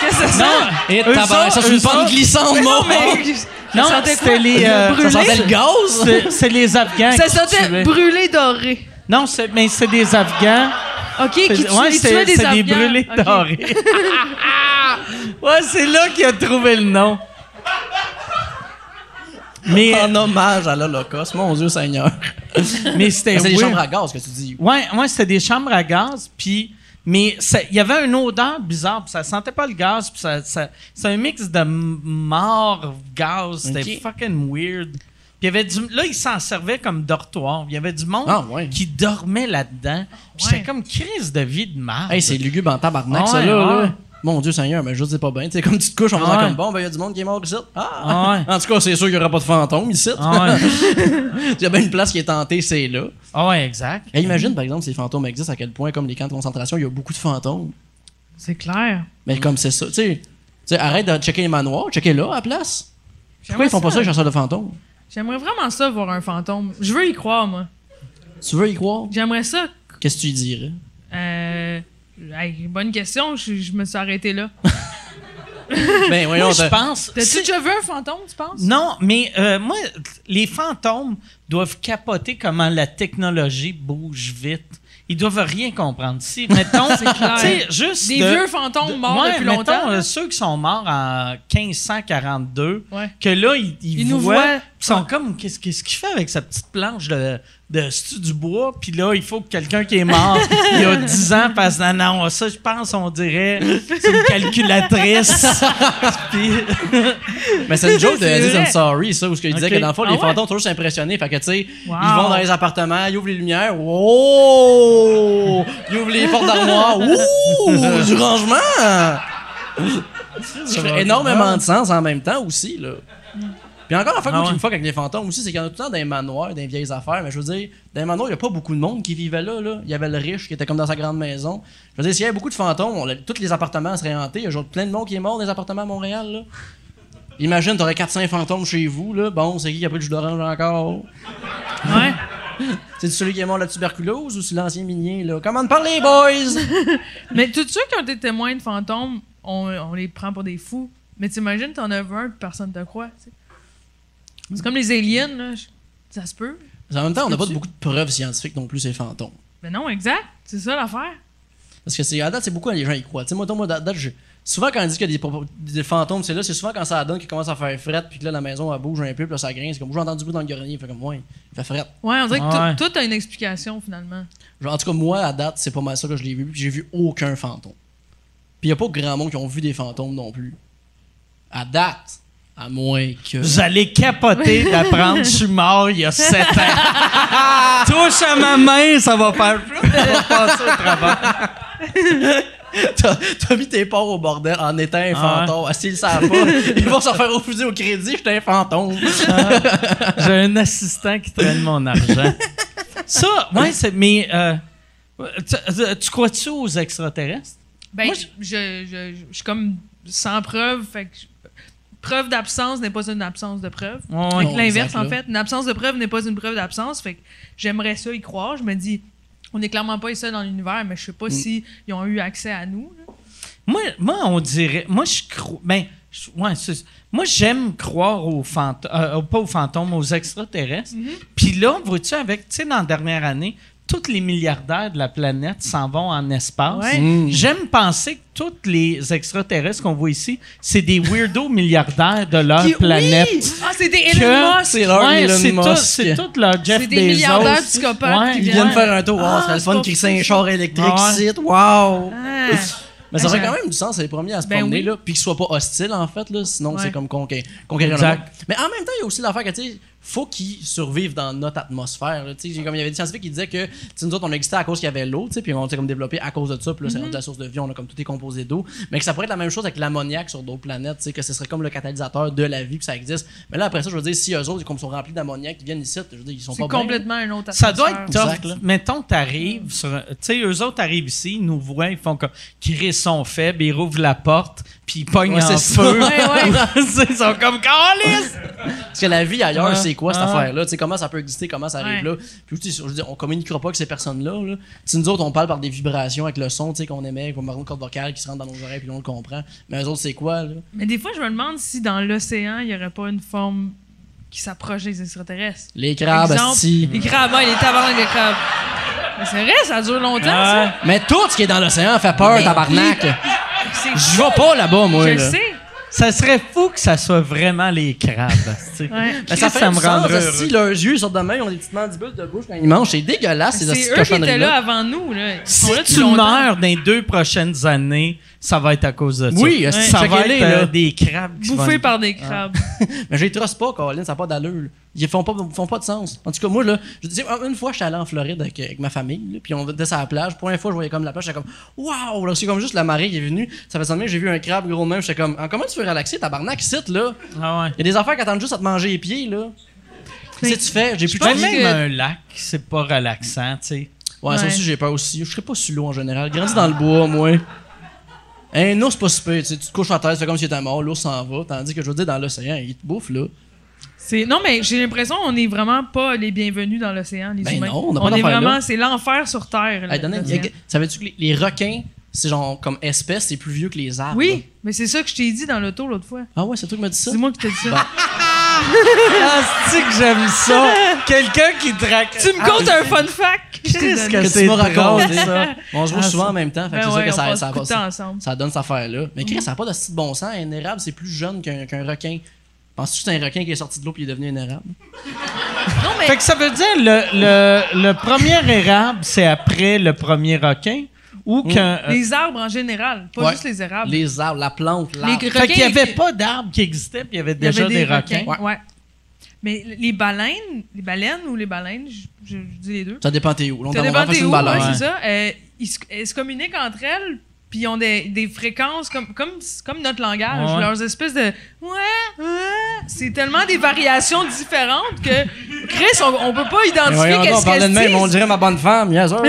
Qu'est-ce que ça Non, sent? Et eux tabarnak, ça, autres, c'est une eux autres- pente glissante, Mais mon non, mec. mais. Non, ça sentait c'était quoi? les, Le euh, Ça brûlé? sentait le gaz? C'est- C'est les Afghans. Ça qui tuaient. sentait brûlé doré. Non, c'est- mais c'est des Afghans. OK, qui C'est- tuait, ouais, il c'est- tuait des c'est des Afghans. brûlés OK. dorés. ouais, c'est là qu'il a trouvé le nom. Mais, euh, En hommage à l'Holocauste, mon Dieu Seigneur. mais c'était Mais C'est des weird. chambres à gaz que tu dis. Ouais, ouais, c'était des chambres à gaz, puis mais ça- il y avait une odeur bizarre, puis ça sentait pas le gaz, puis ça, ça- c'est un mix de m- mort gaz, c'était Ok. fucking weird. Puis il y avait du là ils s'en servaient comme dortoir, il y avait du monde Ah, ouais. qui dormait là-dedans. Puis Ouais. J'étais comme crise de vie de marde. Hey, c'est lugubre en tabarnak, Ah ça, ouais, là, ouais. là. Mon Dieu Seigneur, mais je sais pas bien. Tu sais, comme tu te couches en faisant Ah ouais. comme bon, ben, il y a du monde qui est mort ici. Ah Ah! ouais. En tout cas, c'est sûr qu'il y aura pas de fantôme ici. Ah ouais. Il y a bien une place qui est tentée, c'est là. Ah ouais, exact. Et imagine, par exemple, si les fantômes existent, à quel point, comme les camps de concentration, il y a beaucoup de fantômes. C'est clair. Mais comme c'est ça, tu sais, tu sais, arrête de checker les manoirs, checker là, à la place. Pourquoi ils font pas ça, les chasseurs de fantômes? J'aimerais vraiment ça, voir un fantôme. Je veux y croire, moi. Tu veux y croire? J'aimerais ça. Qu'est-ce que tu y dirais? Euh, hey, bonne question, je, je me suis arrêté là. ben, voyons, Moi, je t'as- pense T'as-tu si- déjà vu un fantôme, tu penses? Non, mais euh, moi, les fantômes doivent capoter comment la technologie bouge vite. Ils doivent rien comprendre. Si, mettons, tu clair. sais, juste Des de- vieux fantômes morts Ouais, depuis mettons, longtemps. euh, là. ceux qui sont morts en 1542, Ouais. que là, ils, Ils nous voient. Ils sont comme, qu'est-ce qu'est-ce qu'il fait avec sa petite planche de, de stu du bois? Puis là, il faut que quelqu'un qui est mort il y a 10 ans passe non, non, ça, je pense, on dirait, c'est une calculatrice. Puis- Mais c'est une joke de C'est Aziz vrai. Ansari, ça, où il disait Ok. que dans le fond, Ah les ouais? fantômes sont juste impressionnés. Fait que, tu sais, Wow. ils vont dans les appartements, ils ouvrent les lumières, oh! Ils ouvrent les portes d'armoire, ouh! Du rangement! Ça fait énormément de sens en même temps aussi, là. Puis encore, la fois Ah qui ouais. me fuck avec les fantômes aussi, c'est qu'il y en a tout le temps dans les manoirs, dans les vieilles affaires. Mais je veux dire, dans les manoirs, il n'y a pas beaucoup de monde qui vivait là, là. Il y avait le riche qui était comme dans sa grande maison. Je veux dire, s'il y avait beaucoup de fantômes, on- tous les appartements seraient hantés. Il y a genre plein de monde qui est mort dans les appartements à Montréal, là. Imagine, t'aurais 4-5 fantômes chez vous, là. Bon, c'est qui qui a pris le jus d'orange encore? euh, Ouais. C'est celui qui est mort de la tuberculose ou c'est l'ancien minier, là? Comment parle les boys? Mais tous ceux qui ont été témoins de fantômes, on, on les prend pour des fous. Mais t'imagines, t'en as un, puis personne te croit. tu sais. C'est comme les aliens, là. Je- Ça se peut. en même temps, on n'a pas de- beaucoup de preuves scientifiques non plus, ces fantômes. Mais non, exact. C'est ça l'affaire. Parce que c'est, à date, c'est beaucoup, les gens y croient. Tu sais, moi, donc, moi, à date, je- souvent quand on dit qu'il y a des, propos- des fantômes, c'est là, c'est souvent quand ça donne qu'il commence à faire frette, puis que là, la maison, elle bouge un peu, puis là, ça grince. C'est comme, j'ai entendu du bruit dans le grenier, fait comme, ouais, il fait frette. Ouais, on dirait Ouais. que tout- tout a une explication, finalement. Genre, en tout cas, moi, à date, c'est pas mal ça que je l'ai vu, puis j'ai vu aucun fantôme. Puis y a pas grand monde qui ont vu des fantômes non plus. À date. À moins que. Vous allez capoter d'apprendre que je suis mort il y a sept ans. Touche à ma main, ça va faire. Ça va passer au travers. T'as t'as mis tes porcs au bordel en étant un Ah ouais. fantôme. Ah, S'ils le savent pas, ils vont se faire refuser au crédit, j'étais un fantôme. J'ai un assistant qui traîne mon argent. Ça, ouais, c'est. Mais. euh, tu, tu- euh, tu crois-tu aux extraterrestres? Ben, Moi, je, je, je, je suis comme sans preuve. Fait que je- preuve d'absence n'est pas une absence de preuve. Ouais, ouais. Fait que Non, L'inverse, exact, en là. fait. Une absence de preuve n'est pas une preuve d'absence. Fait que j'aimerais ça y croire. Je me dis, on n'est clairement pas les seuls dans l'univers, mais je sais pas Mm. si ils ont eu accès à nous. là. Moi, moi, on dirait. Moi, je crois. Ben, je- ouais, c'est- moi, j'aime croire aux fantômes. pas aux fantômes, aux extraterrestres. Puis là, vois-tu, avec. Tu sais, dans la dernière année, tous les milliardaires de la planète s'en vont en espace. Ouais. Mm. J'aime penser que tous les extraterrestres qu'on voit ici, c'est des weirdos milliardaires de leur Qui- oui! planète. Ah, c'est des que- Elon Musk! c'est leur Ouais, Elon c'est Musk. tout- C'est tout leur Jeff C'est des Bezos. milliardaires psychopathes Ouais, qui Ils ouais. viennent faire un tour. Oh, Ah, c'est le c'est fun pas de crisser un fou, char électrique Ah ouais. ici. Wow! Ah. Mais ça fait Ben, quand même du sens, c'est les premiers à se Ben promener, oui. là, puis qu'ils soient pas hostiles, en fait, là, sinon Ouais. c'est comme conqué- conquérir le Exact. monde. Mais en même temps, il y a aussi l'affaire que, tu sais, faut qu'ils survivent dans notre atmosphère, là, tu sais, comme il y avait des scientifiques qui disaient que, tu sais, nous autres, on existait à cause qu'il y avait l'eau, tu sais, puis on s'est comme développé à cause de ça, puis Mm-hmm. là, c'est rendu la source de vie, on a comme tout est composé d'eau, mais que ça pourrait être la même chose avec l'ammoniac sur d'autres planètes, tu sais, que ce serait comme le catalyseur de la vie, que ça existe. Mais là, après ça, je veux dire, si eux autres, comme sont remplis d'ammoniac, ils viennent ici, je veux dire, ils sont C'est pas complètement un autre Ça doit atmosphère. être tough. Exact, là. Mettons, t'arrives sur. un- Tu sais, eux autres arrivent ici, ils nous voient, ils font comme. Chris sont faibles, ils rouvrent la porte, puis ils pognent Ouais, en c'est ça. feu. Ouais, ils sont comme. Calisse! Parce que la vie ailleurs, Ouais. c'est quoi cette Ah. affaire-là? Tu sais, comment ça peut exister? Comment ça arrive Ouais. là? Puis, tu sais, je veux dire, on communiquera pas avec ces personnes-là. Là. Tu sais, nous autres, on parle par des vibrations avec le son tu sais, qu'on émet, qu'on une corde vocale qui se rentre dans nos oreilles, puis là, on le comprend. Mais eux autres, c'est quoi? Là? Mais des fois, je me demande si dans l'océan, il n'y aurait pas une forme qui s'approche des extraterrestres. Les crabes, Exemple, asti. Les crabes, ah, il était avant les crabes. Mais c'est vrai, ça dure longtemps, Ah. ça. Mais tout ce qui est dans l'océan fait peur, tabarnak. C'est Je vais pas là-bas, moi. Je le là. sais. Ça serait fou que ça soit vraiment les crabes. tu sais. Ouais. Mais Chris, ça fait ça me me rendrait heureux. Si leurs yeux sortent de main, ils ont des petites mandibules de bouche quand ils mangent. C'est dégueulasse, ces C'est hosties eux qui étaient là cochonneries-là. avant nous. Là. Ils sont Si là depuis tu longtemps. meurs dans les deux prochaines années, ça va être à cause de ça. Oui, est-ce que ça va checkez-les, être euh, là. des crabes qui se vont- Bouffés par des crabes. Mais je les trosse pas, Colin, ça n'a pas d'allure. Ils font pas, font pas de sens. En tout cas, moi, là, je dis, une fois, je suis allé en Floride avec, avec ma famille, là, puis on était sur la plage. Pour une fois, je voyais comme la plage, j'étais comme, waouh, là, c'est comme juste la marée qui est venue. Ça fait seulement que j'ai vu un crabe gros de même, j'étais comme, Ah, comment tu veux relaxer, tabarnak, ici, là? Ah ouais. Il y a des affaires qui attendent juste à te manger les pieds, là. Qu'est-ce que tu fais? J'ai plus de Mais chance. même que- un lac, c'est pas relaxant, tu sais. Ouais, ça Ouais. aussi, j'ai peur aussi. Je serais pas sur l'eau en général. Grandis dans le bois, moi. Un ours, pas super. Tu sais, tu te couches à terre, tu fais comme si t'étais mort, l'ours s'en va. Tandis que je veux dire, dans l'océan, il te bouffe, là. C'est- Non, mais j'ai l'impression qu'on n'est vraiment pas les bienvenus dans l'océan, les Ben humains. non, on n'a pas est d'affaire là. vraiment, c'est l'enfer sur Terre. là, Hey, donnez- l'océan. Savais-tu que les, les requins, c'est genre comme espèce, c'est plus vieux que les arbres? Oui, mais c'est ça que je t'ai dit dans l'auto l'autre fois. Ah ouais, c'est toi qui m'as dit ça? C'est moi qui t'ai dit ça. Ah, c'est que j'aime ça. Quelqu'un qui Ah, drague. Tu me Ah, comptes un fun fact? Je t'ai Qu'est-ce donné. que que c'est tu m'as raconté. drôle, ça. Bon, on se voit Ah, souvent ça- en même temps, fait que Ben c'est sûr ouais, que on ça, passe ça, beaucoup de temps ça, ensemble. ça donne cette affaire-là. Mais Chris, ça n'a pas de petit bon sens. Un érable, c'est plus jeune qu'un qu'un requin. Penses-tu que c'est un requin qui est sorti de l'eau puis il est devenu un érable? Non, mais Fait que ça veut dire le, le, le premier érable, c'est après le premier requin ou qu'un. euh, les arbres en général, pas Ouais. juste les érables. Les arbres, la plante, l'arbre. Ah, ben. Les euh, fait qu'il n'y requins- avait pas d'arbre qui existait, puis il y avait Il y avait déjà des, requins. Ouais. Mais les baleines, les baleines ou les baleines, je, je- je dis les deux. Ça dépend t'es où. Là, on Ça t'en- on dépend rentre des sur où, une ouais, baleine. c'est ça. Euh, ils, se, elles se communiquent entre elles, puis ils ont des, des fréquences comme, comme, comme notre langage. Ouais. Leurs espèces de. Ouais, ouais. C'est tellement des variations différentes que, Chris, on, on peut pas Mais identifier voyons donc, qu'est-ce Ah. on parlait qu'elles de même, on disent. dirait ma bonne femme, yes, sir.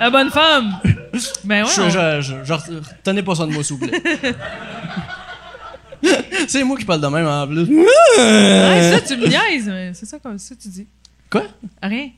La bonne femme. Ben ouais. Je, on- je, je, je- tenez pas ça de moi, s'il vous plaît. c'est moi qui parle de même en plus. Ouais, ça, tu me niaises, mais c'est ça comme ça, tu dis. Quoi? Rien.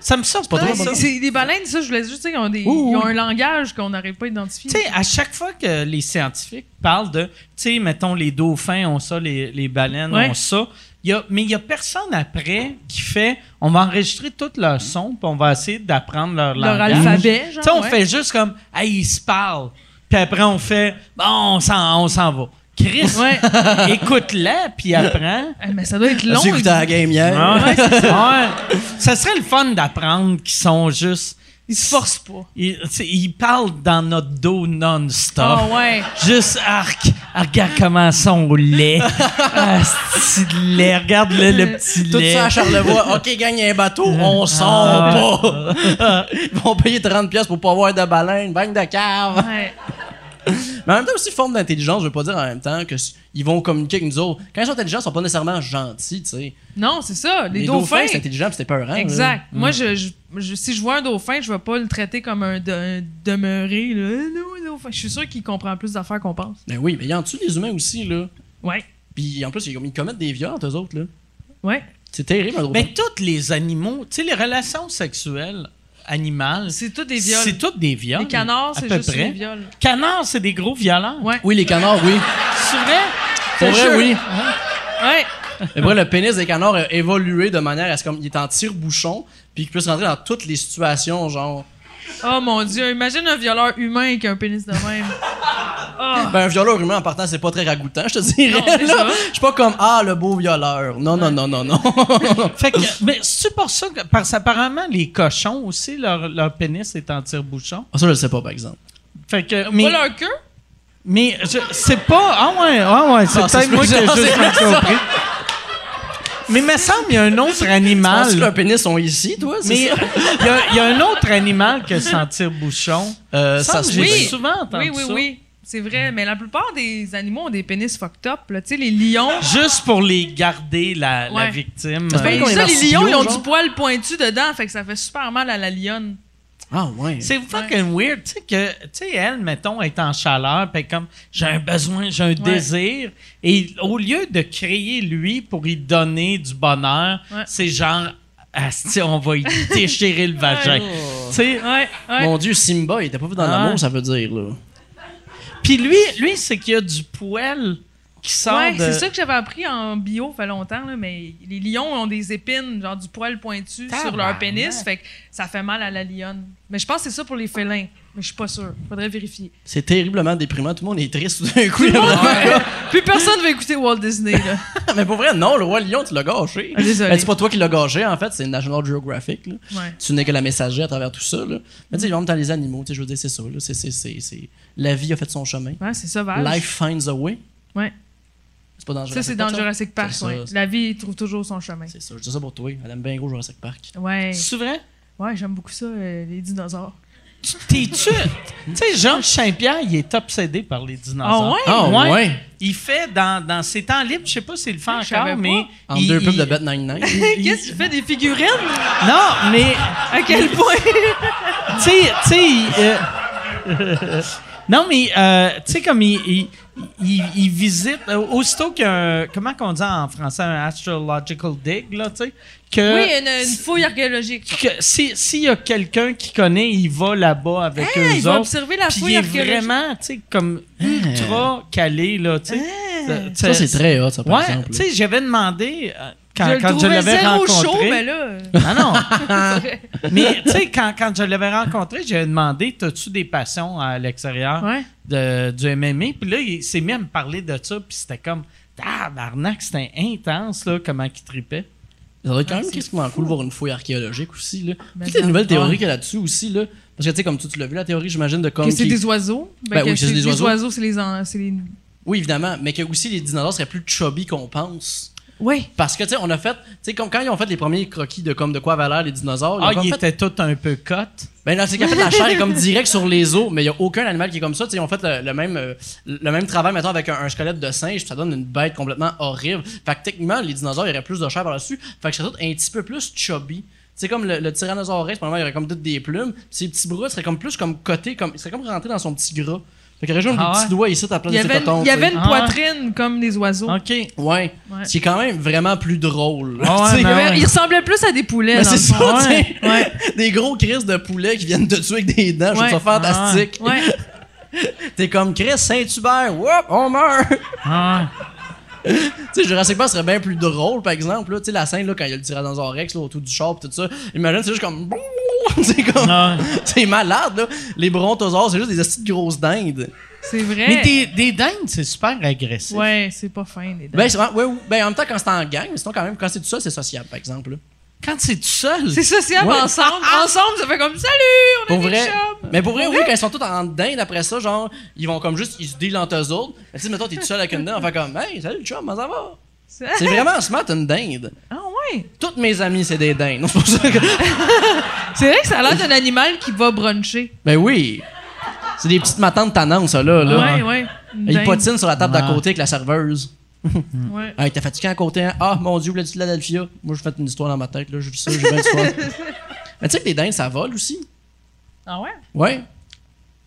Ça me sort pas pas trop. drôle, ça. C'est c'est des baleines, ça, je voulais juste dire qu'ils ont, des- Ouh, ils ont ouh. un langage qu'on n'arrive pas à identifier. Tu sais, à chaque fois que les scientifiques parlent de, tu sais, mettons, les dauphins ont ça, les, les baleines Ouais. ont ça, il y a, mais il n'y a personne après qui fait, on va enregistrer tous leurs sons, puis on va essayer d'apprendre leur, leur langage. alphabet, Tu genre. sais, on ouais. fait juste comme, hey, ils se parlent. Puis après, on fait, bon, on s'en, on s'en va. Chris, Ouais. écoute-la, puis apprends. Eh, mais ça doit être long. Ah. As-tu écouté la game hier? Ouais, c'est ça. Ouais. Ça serait le fun d'apprendre qu'ils sont juste. Ils se forcent pas. Ils, tu sais, ils parlent dans notre dos non-stop. Ah ouais. Juste arc, Ah, regarde comment sont lait. Ah, c'est de lait. Regarde le, le petit Tout lait. ça à Charlevoix. OK, gagne un bateau, on Ah. sort pas. Ils vont payer 30$ piastres pour pas avoir de baleine, bagne de cave. Ouais. Mais en même temps, aussi, forme d'intelligence, je veux pas dire en même temps que s- ils vont communiquer avec nous autres. Quand ils sont intelligents, ils sont pas nécessairement gentils, tu sais. Non, c'est ça. Les, Les dauphins. c'est intelligent, puis c'était peurant. là. exact. Moi, je, je- je- si je vois un dauphin, je vais pas le traiter comme un, de- un demeuré. là. Euh, non, un dauphin. Je suis sûr qu'il comprend plus d'affaires qu'on pense. Ben oui, mais il y en dessus des humains aussi, là. Ouais. Puis en plus, ils ils commettent des viols, eux autres, là. Ouais. C'est terrible, un drôle. Mais Ben, tous les animaux, tu sais, les relations sexuelles animales, C'est tout des viols. c'est toutes des viols. Les canards, à c'est peu juste près. des viols. Canards, c'est des gros violents. Ouais. Oui, les canards, oui. C'est vrai? Pour vrai, oui. Ouais. Mais vrai, le pénis des canards a évolué de manière à ce qu'il est en tire-bouchon, puis qu'il puisse rentrer dans toutes les situations, genre. Oh mon dieu, imagine un violeur humain avec un pénis de même. Ah. Ben, un violeur humain en partant, c'est pas très ragoûtant, je te dirais. Non, c'est là. ça. Je suis pas comme, ah, le beau violeur. Non, non, non, non, non. Fait que, mais c'est pour ça que, parce apparemment, les cochons aussi, leur, leur pénis est en tire-bouchon. Ah, ça, je le sais pas, par exemple. Fait que, mais, Pas leur queue? mais je- c'est pas, ah ouais, ah ouais, c'est Non, ça se peut-être peut moi que qui ai j'en juste sais mal compris. Mais il me semble qu'il y a un autre Ah, que animal. leurs pénis sont ici, toi? c'est Mais ça? il y, a- il y a un autre animal que sentir bouchon. Euh, Ça, ça se j'ai peut. souvent entendu Oui, oui, ça. oui. C'est vrai, mais la plupart des animaux ont des pénis fucked up. là. Tu sais, les lions. Juste pour les garder, la, la Ouais. victime. Ça se peut Ben, qu'on est ça, les lions, marsupiaux, ils ont genre? du poil pointu dedans, fait que ça fait super mal à la lionne. Ah, ouais. C'est fucking weird, tu sais, que, tu sais, elle, mettons, est en chaleur, puis comme, j'ai un besoin, j'ai un désir, et au lieu de créer lui pour y donner du bonheur, Ouais. c'est genre, asti, on va y déchirer le vagin. Tu sais, Ouais, ouais. Mon Dieu, Simba, il était pas vu dans Ah. l'amour, ça veut dire, là. Puis lui, lui c'est qu'il y a du poil qui sort Ouais, de... c'est ça que j'avais appris en bio, fait longtemps, là, mais les lions ont des épines, genre du poil pointu sur leur Tabarnak. pénis, fait que ça fait mal à la lionne. Mais je pense que c'est ça pour les félins, mais je suis pas sûre. Faudrait vérifier. C'est terriblement déprimant. Tout le monde est triste tout d'un coup. Plus personne va écouter Walt Disney, là. Mais pour vrai, non, le roi lion, tu l'as gâché. Ah, désolé. Ben, c'est pas toi qui l'as gâché, en fait, c'est National Geographic. là. Ouais. Tu n'es que la messagerie à travers tout ça. Là. Mais tu sais, même dans les animaux, tu sais, je veux dire, c'est ça. là. C'est- c'est- c'est- c'est- La vie a fait son chemin. Ouais, c'est sauvage. Life finds a way. Ouais. C'est pas dangereux. Ça, c'est dans Jurassic Park, C'est ça, ouais. c'est- La vie trouve toujours son chemin. C'est ça, je dis ça pour toi. Elle aime bien gros Jurassic Park. Ouais. C'est vrai? Ouais, j'aime beaucoup ça, euh, les dinosaures. Tu- T'es-tu... tu sais, Jean Saint-Pierre, il est obsédé par les dinosaures. Ah, ouais? Il fait, dans, dans ses temps libres, je sais pas s'il le fait Je savais encore, pas. mais... En il- deux pubs il- de Bat 99. Qu'est-ce qu'il fait des figurines? Non, mais... À quel point? tu sais, tu sais, il, euh, non, mais, euh, tu sais, comme il, il, il- il visite, euh, aussitôt qu'un, comment qu'on dit en français, un astrological dig, là, tu sais, que, Oui, une, une fouille archéologique. que si- s'il y a quelqu'un qui connaît, il va là-bas avec Ah, eux il va autres. observer la Puis fouille il est archéologique. vraiment, tu sais, comme ultra calé, là, tu sais. Hein. Hein. ça, c'est très hot, ça, par Ouais, exemple. tu là. sais, j'avais demandé euh, quand je je, le quand je trouvais l'avais zéro rencontré. chaud, mais là... euh, Ah non, c'est vrai. mais tu sais, quand, quand je l'avais rencontré, j'avais demandé T'as-tu des passions à l'extérieur Ouais. de- du MMA Puis là, il s'est mis à me parler de ça, puis c'était comme Ah, barnac, c'était intense, là, comment il tripait. Ça doit être quand même c'est quasiment cool de voir une fouille archéologique aussi. Là. Ben, Toutes les ça- nouvelles théories qu'il y a là-dessus aussi. Là. Parce que, tu sais, comme tu, tu l'as vu, la théorie, j'imagine, de comme. Que c'est qui- des oiseaux. Ben oui, que c'est des les oiseaux. c'est les... en- c'est les... Oui, évidemment, mais que aussi les dinosaures seraient plus chubby qu'on pense. Oui. Parce que, tu sais, on a fait, tu sais, comme quand ils ont fait les premiers croquis de comme de quoi avaient l'air les dinosaures, Ah, ils ont il comme fait, était tout un peu cut. ben là, c'est qu'en fait, la chair est comme direct sur les os, mais il n'y a aucun animal qui est comme ça. Tu sais, ils ont fait le, le même, euh, le même travail, maintenant avec un, un squelette de singe, puis ça donne une bête complètement horrible. Fait que techniquement, les dinosaures, il y aurait plus de chair par-dessus. Fait que ça serait tout un petit peu plus chubby. C'est comme le, le tyrannosaure rex, probablement, il aurait comme toutes des plumes. Puis ses petits bras seraient comme plus comme cotés, comme, il serait comme rentré dans son petit gras. Fait qu'il aurait juste Ah des ouais? petits doigts ici à la place Il de y ses avait, totons, une- il y tu sais. avait une Ah ouais. poitrine comme des Ah, oiseaux. OK. Ouais. Ouais. C'est quand même vraiment plus drôle. Ah ouais, mais- Tu sais, Il y avait- ouais. Il ressemblait plus à des poulets. mais dans ben c'est le fond. ça, tu ouais. sais. Des gros crises de poulet qui viennent te tuer avec des dents. Je Ouais. trouve ça fantastique. Ouais. T'es comme Chris Saint-Hubert. Whoop, on meurt. tu Ah, sais, Jurassic Park serait bien plus drôle, par exemple. là. Tu sais, la scène, là, quand il y a le Tyrannosaurus Rex là, autour du char pis tout ça. Imagine, c'est juste comme. c'est comme. ah. C'est malade, là. Les brontosaures, c'est juste des petites grosses dindes. C'est vrai. Mais des, des dindes, c'est super agressif. Ouais, c'est pas fin, les dents. Ben, c'est vraiment- ouais, ouais. ben, en même temps, quand c'est en gang, mais sinon, quand même, quand c'est tout ça, c'est sociable, par exemple. là. Quand c'est tout seul. C'est social Ouais. Ah, ensemble. Ensemble, ça fait comme salut, Pour on est des vrai. Ben, chums. Mais pour vrai, oui, quand ils sont tous en dinde après ça, genre, ils vont comme juste, ils se dealent entre eux autres. Mais tu sais, mettons, t'es tout seul avec une dinde, on fait comme, hey, salut chum, comment ça va? C'est vraiment smart une dinde. Ah ouais. Toutes mes amies, c'est des dindes. C'est pour ça que- C'est vrai que ça a l'air d'un animal qui va bruncher. Ben oui. C'est des petites matantes tannantes, ça, là. là. Ouais, ouais. Une Ils dinde. patinent sur la table d'à côté avec la serveuse. Ouais. Hey, t'es fatigué à côté, hein? Ah, mon Dieu, voulais-tu de l'Adelphia? Moi, je fais une histoire dans ma tête, là. Je vis ça, j'ai bien du fun. Mais tu sais que les dindes, ça vole aussi. Ah ouais? Ouais.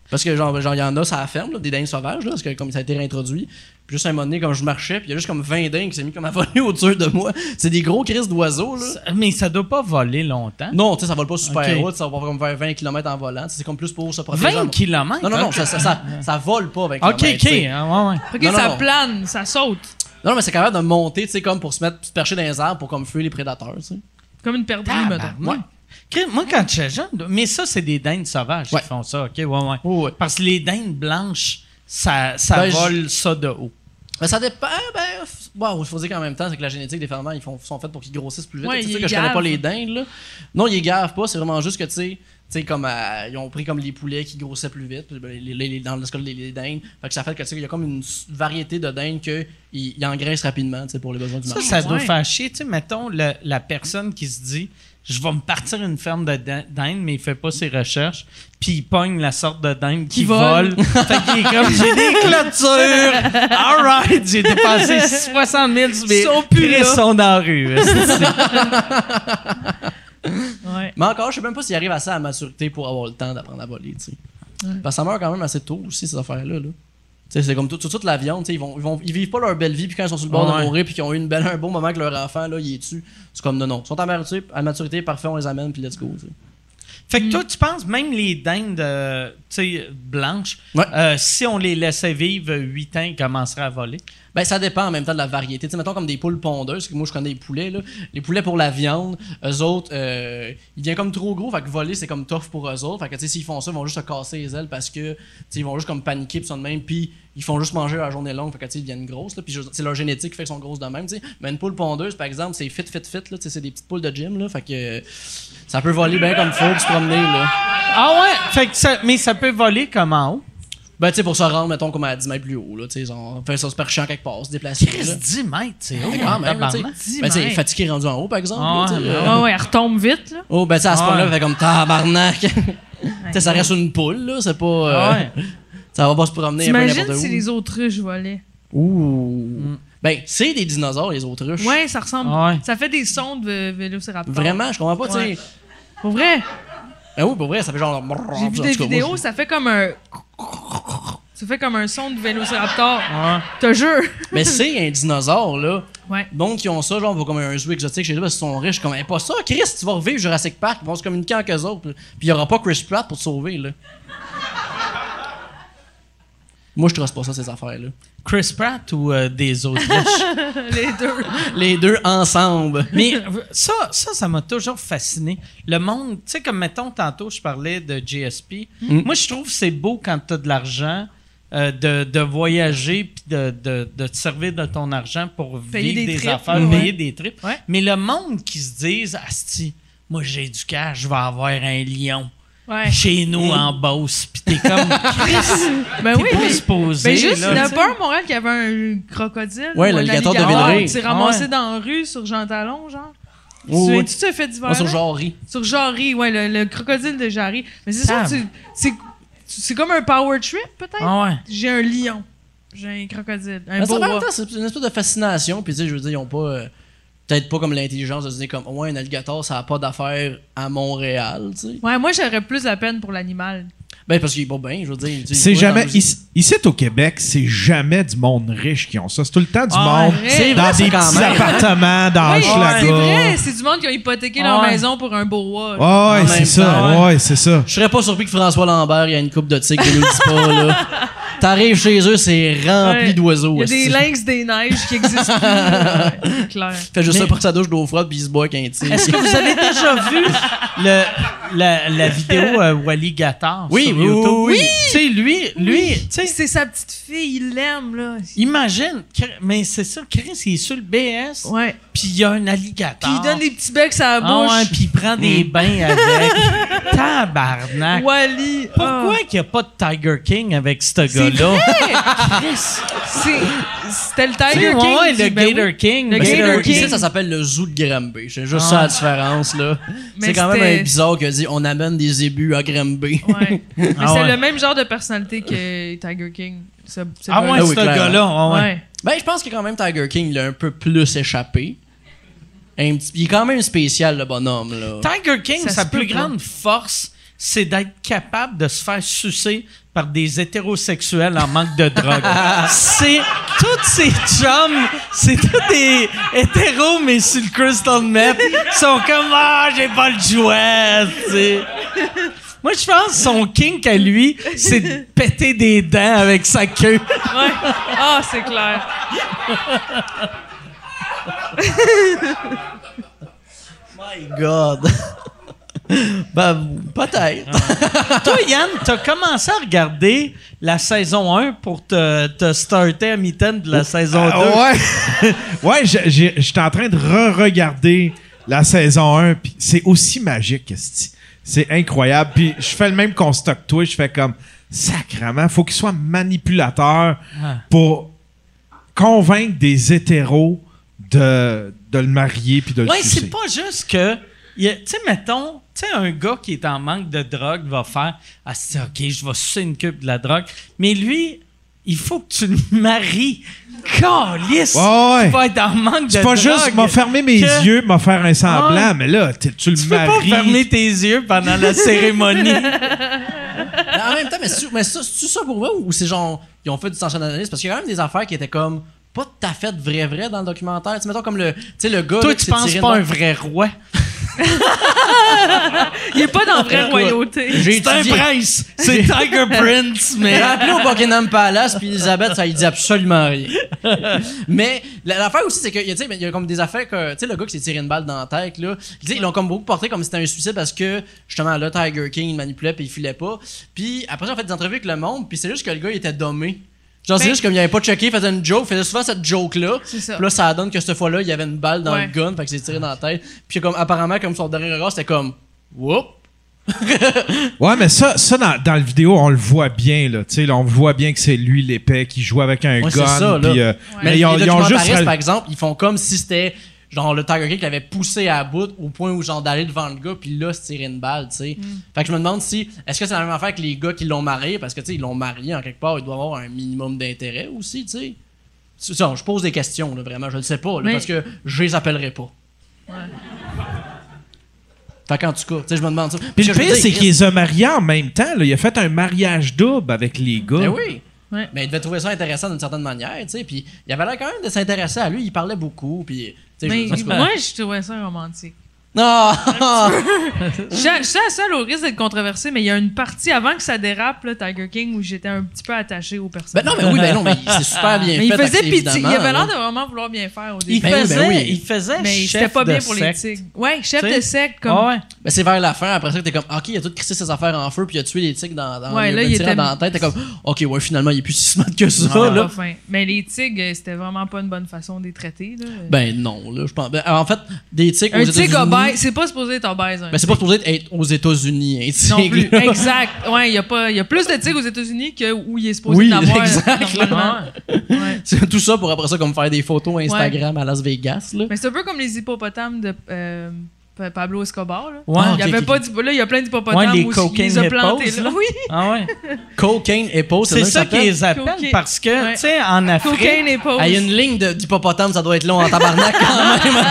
Parce que, genre, genre, il y en a, ça la ferme, là, des dindes sauvages, là, parce que comme ça a été réintroduit. Puis juste un moment donné, comme je marchais, puis il y a juste comme 20 dindes qui s'est mis comme à voler au-dessus de moi. C'est des gros crises d'oiseaux, là. Mais ça doit pas voler longtemps. Non, tu sais, ça vole pas super Ok. haut, tu sais, ça va comme vers 20 km en volant. Tu sais, C'est comme plus pour se protéger. 20 km. Non, non, non, ça, ça, ça, ça vole pas avec hein? OK, OK. km. ah, ouais, ouais. Ok, Non, non, ça non. plane, ça saute. Non, non, mais c'est capable de monter, tu sais, comme pour se mettre, se percher dans les arbres pour comme fuir les prédateurs, tu sais. Comme une Ah, perdrix, ben, Tabarnak. mettons. Crime, Moi, quand j'étais jeune, mais ça, c'est des dindes sauvages Ouais. qui font ça, OK? Ouais, ouais. Oh, ouais. Parce que les dindes blanches, ça, ça Ben, je- vole ça de haut. Mais ça dépend, ben, f- wow, faut dire qu'en même temps, c'est que la génétique des ferments, ils font, sont faits pour qu'ils grossissent plus vite. Ouais, c'est ils sûr que je connais gavent. pas les dindes, là. Non, ils gavent pas, c'est vraiment juste que, tu sais, tu sais, comme, euh, ils ont pris comme les poulets qui grossissaient plus vite, puis, ben, les, les- les- dans le cas les, les dindes. Fait que ça fait que, tu sais, il y a comme une s- variété de dindes qu'ils ils engraissent rapidement, tu sais, pour les besoins du Ça, marché. ça Ouais. doit faire chier. Tu sais, mettons, le- la personne qui se dit Je vais me partir une ferme de din- dinde, mais il fait pas ses recherches, puis il pogne la sorte de dinde qui, Qui vole. vole. fait qu'il est comme J'ai des clôtures. All right, j'ai dépensé 60 000 mais Ils sont plus Chris, là. sont dans la rue. Ouais. Mais encore, je sais même pas s'ils arrivent assez à la maturité pour avoir le temps d'apprendre à voler, tu sais. Parce que ça meurt quand même assez tôt aussi, ces affaires-là. Là. Tu sais, c'est comme tout, tout- toute la viande, tu sais, ils, vont, ils, vont, ils vivent pas leur belle vie, puis quand ils sont sur le bord Ouais. de mourir, puis qu'ils ont eu une belle, un beau moment avec leur enfant, là, ils est dessus. C'est comme non, non. Ils sont à maturité, à maturité, parfait, on les amène, puis let's go. tu sais. Fait que toi, tu penses, même les dindes euh, tu sais, blanches, Ouais. euh, si on les laissait vivre 8 ans, ils commenceraient à voler. Ben, ça dépend en même temps de la variété. Tu sais, mettons comme des poules pondeuses, que moi je connais les poulets, là. Les poulets pour la viande, eux autres, euh, ils viennent comme trop gros, fait que voler c'est comme tough pour eux autres. Fait que, tu sais, s'ils font ça, ils vont juste se casser les ailes parce que, tu sais, ils vont juste comme paniquer, pis ça de même, puis ils font juste manger la journée longue, fait que, tu sais, ils deviennent grosses, là. Puis je- c'est leur génétique qui fait qu'ils sont grosses de même, tu sais. Mais une poule pondeuse, par exemple, c'est fit, fit, fit, là. Tu sais, c'est des petites poules de gym, là. Fait que, euh, ça peut voler bien comme faut, puis se promener, là. Ah ouais? Fait que ça, mais ça peut voler comme en haut. Ben, tu sais, pour se rendre, mettons, comme à 10 mètres plus haut, là. Tu sais, ils ont fait ça se percher en quelque part, se déplacer, là. Chris, 10 mètres, c'est haut. hein, Mais Ah, quand même, là, tu sais. tabarnak. Ben, tu sais, mètres. fatigué rendu en haut, par exemple. Ah, là, tu sais, là. Ouais, ouais, elle retombe vite, là. Oh, ben, tu sais, à ce Ah, point-là, ouais. fait comme tabarnak. tu sais, ça reste une poule, là. C'est pas. euh, Ouais. Ça va pas se promener un peu T'imagines n'importe si où. les autruches volaient. Ouh. Ben, c'est des dinosaures, les autruches. Ouais, ça ressemble. Ouais. Ça fait des sons de vé- vélociraptor. Ah Vraiment, je comprends pas, tu Ouais. sais. Pour vrai, Ben oui, pour vrai, ça fait genre. j'ai vu des Ah, En tout cas, moi, vidéos, je- ça fait comme un. Ça fait comme un son de vélociraptor. Ouais. Ah Te jure. Mais c'est un dinosaure, là. Ouais. Donc, ils ont ça, genre, on va comme un zoo exotique chez eux parce qu'ils sont riches. Comme, Eh, pas ça, Chris, tu vas revivre Jurassic Park, ils vont se communiquer en eux autres. Puis il y aura pas Chris Pratt pour te sauver, là. Moi, je trace pas ça, ces affaires-là. Chris Pratt ou euh, des autruches. Les deux. Les deux ensemble. Mais euh, ça, ça, ça m'a toujours fasciné. Le monde, tu sais, comme mettons, tantôt, je parlais de GSP. Moi, je trouve que c'est beau quand tu as de l'argent. euh, de, de voyager puis de, de, de te servir de ton argent pour Payer vivre des des, trips, affaires, ouais. payer des trips. Ouais. Mais le monde qui se disent Asti, moi j'ai du cash, je vais avoir un lion Ouais. chez nous en Beauce. Puis t'es comme Chris, Ben t'es oui, pas mais. supposé. Mais juste, là, il y en tu a sais. pas un à Montréal qui avait un crocodile. Ouais, ou un l'alligator de alligator Villeray. Ah qui s'est ramassé Ouais. dans la rue sur Jean Talon, genre. Oui, tu oui. tu te fait divers? Moi, sur Jarry. Sur Jarry, ouais, le, le crocodile de Jarry. Mais c'est ça, Tam. tu- c'est c'est comme un power trip, peut-être? Ah ouais. J'ai un lion. J'ai un crocodile. Un Mais ça, en boa. même temps, c'est une espèce de fascination. Puis, tu sais, je veux dire, ils ont pas. euh, Peut-être pas comme l'intelligence de se dire comme, ouais, un alligator, ça a pas d'affaires à Montréal, tu sais. Ouais, moi, j'aurais plus la peine pour l'animal. Ben, parce qu'il est pas bien, je veux dire. tu sais, C'est il est pas jamais. dans le- Ici, ici, au Québec, c'est jamais du monde riche qui ont ça. C'est tout le temps du Ah, monde ouais, c'est dans vrai, ça, des quand petits même. appartements, dans Ouais, Schlager. c'est vrai, c'est du monde qui a hypothéqué leur Ouais. maison pour un boa. là. Ah ouais, En c'est même ça. temps, ouais, c'est ça. Je serais pas surpris que François Lambert, il y a une coupe de tigre, il nous le dit pas, là. T'arrives chez eux, c'est rempli Ouais. d'oiseaux. Il y a des esti. lynx des neiges qui existent plus. là. Ouais, c'est clair. Fait juste Mais- ça pour sa douche d'eau froide, puis il se boit qu'un tir. Est-ce que vous avez déjà vu le, la, la vidéo euh, Wally Gator Oui, sur oui, YouTube? oui, oui. Tu sais, lui, lui tu sais, C'est sa petite fille, il l'aime, là. imagine, Cr- mais c'est ça, Chris, il est sur le BS, Ouais. puis il y a un alligator. Puis il donne des Mm. petits becs à la Ah ouais, bouche. puis il prend des bains avec. Tabarnak. Wally. Pourquoi qu'il n'y a pas de Tiger King avec ce gars-là? ah. C'est- C'était le Tu sais, Tiger King. ouais, qui le dit, ben oui. Gator King. Le ben, Ben, c'est Gator le- King. Ah. ici, ça s'appelle le zoo de Granby. C'est juste ça la différence, là. Mais C'est quand même c'était- un bizarre que dit on amène des ébus à Granby. Ouais. Mais Ah c'est ouais. le même genre de personnalité que Tiger King. ce- ce Ah gars-là. ouais, Ah oui, ce clairement. gars-là. ah ouais. Ouais. Ben, je pense que quand même Tiger King, il a un peu plus échappé. Un petit- Il est quand même spécial, le bonhomme, là. Tiger King, Ça sa se plus peut grande force, c'est d'être capable de se faire sucer par des hétérosexuels en manque de drogue. c'est tous ces chums, c'est tous des hétéros, mais sur le crystal meth, ils sont comme « Ah, j'ai pas le jouet! » tu sais. Moi, je pense que son kink à lui, c'est de péter des dents avec sa queue. Ouais. Ah, c'est clair. My God! ben, peut-être. Toi, Yann, t'as commencé à regarder la saison 1 pour te, te starter à mi-temps de la saison 2. Ah, ouais. ouais, j'ai- j'ai- j'étais en train de re-regarder la saison 1, puis c'est aussi magique, esti. c'est incroyable. Puis je fais le même constat que toi, je fais comme, sacrement, faut qu'il soit manipulateur pour convaincre des hétéros de, de le marier puis de Ouais, le c'est sucer. pas juste que. il y a- Tu sais, mettons, tu sais, un gars qui est en manque de drogue va faire Ah, c'est OK, je vais sucer une cube de la drogue. Mais lui, il faut que tu le maries. Calisse! Ouais, ouais. Tu vas être en manque de C'est pas drogue. juste m'a fermé mes que- yeux, m'a faire un semblant, Ouais. mais là, t- tu Tu le peux pas maries. fermer tes yeux pendant la cérémonie. Mais en même temps, mais c'est mais ça, c'est-tu ça pour vrai ou c'est genre, ils ont fait du sensationnalisme? Parce qu'il y a quand même des affaires qui étaient comme pas tout à fait vrai vrai dans le documentaire. Tu sais, mettons comme le, tu sais, le gars. Toi, là, qui tu s'est penses tiré une pas un balle- vrai roi. Il est pas dans la vraie royauté. J'ai C'est un étudié. prince. C'est Tiger Prince, mais. J'ai appelé au Buckingham Palace, puis Elisabeth, ça lui dit absolument rien. Mais la- l'affaire aussi, c'est qu'il y, a, tu sais, il y a comme des affaires que, tu sais, le gars qui s'est tiré une balle dans la tête, là, tu sais, ils l'ont comme beaucoup porté comme si c'était un suicide parce que, justement, là, Tiger King, il manipulait, puis il filait pas. Puis après, on fait des entrevues avec le monde, puis c'est juste que le gars, il était dommé. Genre, c'est Ben- juste comme il avait pas checké, il faisait une joke, il faisait souvent cette joke-là. C'est ça. Puis là, ça donne que cette fois-là, il y avait une balle dans Ouais. le gun, fait que c'est tiré dans la tête. Puis comme, apparemment, comme son dernier regard, c'était comme, whoop. Ouais, mais ça, ça dans, dans la vidéo, on le voit bien, là. Tu sais, là, on voit bien que c'est lui l'épais qui joue avec un Ouais, c'est gun. ça, là. puis, euh, Mais Mais ils ont, les ils ont juste. documentaristes, raj- par exemple, ils font comme si c'était genre le Tiger King qui l'avait poussé à bout au point où genre d'aller devant le gars puis là se tirer une balle, tu sais. Fait que je me demande si est-ce que c'est la même affaire que les gars qui l'ont marié parce que tu sais ils l'ont marié en quelque part, il doit avoir un minimum d'intérêt aussi, tu sais. C'est ça, je pose des questions là, vraiment, je ne sais pas là, Mais- parce que je les appellerai pas. Fait qu'en tout cas, tu sais, je me demande ça. Puis Parce le que je me pire, dis, c'est Chris, qu'ils ont marié en même temps, là. Il a fait un mariage double avec les gars. Ben oui. Hmm. Ouais. Mais il devait trouver ça intéressant d'une certaine manière, tu sais. Puis il avait l'air quand même de s'intéresser à lui. Il parlait beaucoup, puis. tu sais, Mais je- en tout cas. moi, je trouvais ça romantique. Non! Je suis je suis la seule au risque d'être controversée, mais il y a une partie avant que ça dérape, là, Tiger King, où j'étais un petit peu attachée aux ben personnages. non, mais oui, ben non, mais c'est super bien fait. mais il faisait fait que, pitié. Il évidemment, avait l'air de là. vraiment vouloir bien faire au début. Il Ben oui, ben faisait, oui. il faisait mais chef c'était pas bien de pour secte. les tigres. Ouais, chef Tu sais? de secte, comme. Ah ouais. Mais Ben, c'est vers la fin, après ça, t'es comme, ok, il a tout crissé ses affaires en feu, puis il a tué les tigres dans, dans, Ouais, le- là, le il tirant était- dans la tête. T'es comme, ok, ouais, finalement, il est plus si smart que ça, C'était là. Ah, pas fin. Mais les tigres, euh, c'était vraiment pas une bonne façon de les traiter. Là. Ben non, là, je pense. ben, en fait, des tigres. un aux États-Unis- tigre obèse, c'est pas supposé être obèse. hein. Ben c'est pas supposé être aux États-Unis, un non tigre. plus. là. exact. Ouais, il y a pas, il y a plus de tigres aux États-Unis que où il est supposé Oui, en avoir. exact, là. normalement. Ouais. C'est tout ça pour après ça, comme faire des photos Instagram à Las Vegas, là. Mais c'est un peu comme les hippopotames de euh, Pa- Pablo Escobar. Là. Ouais, il y Ah, ok, avait ok, pas d'hippo- Là, il y a plein d'hippopotames Ouais, les où il les cocaine a plantés. hippos, Là. là. Oui, Ah ouais. Cocaine et pause, C'est ça qui les appelle Cocaine. parce que, Ouais. tu sais, en Afrique. cocaine et Ah, il y a une ligne de- d'hippopotame, ça doit être long en tabarnak quand même.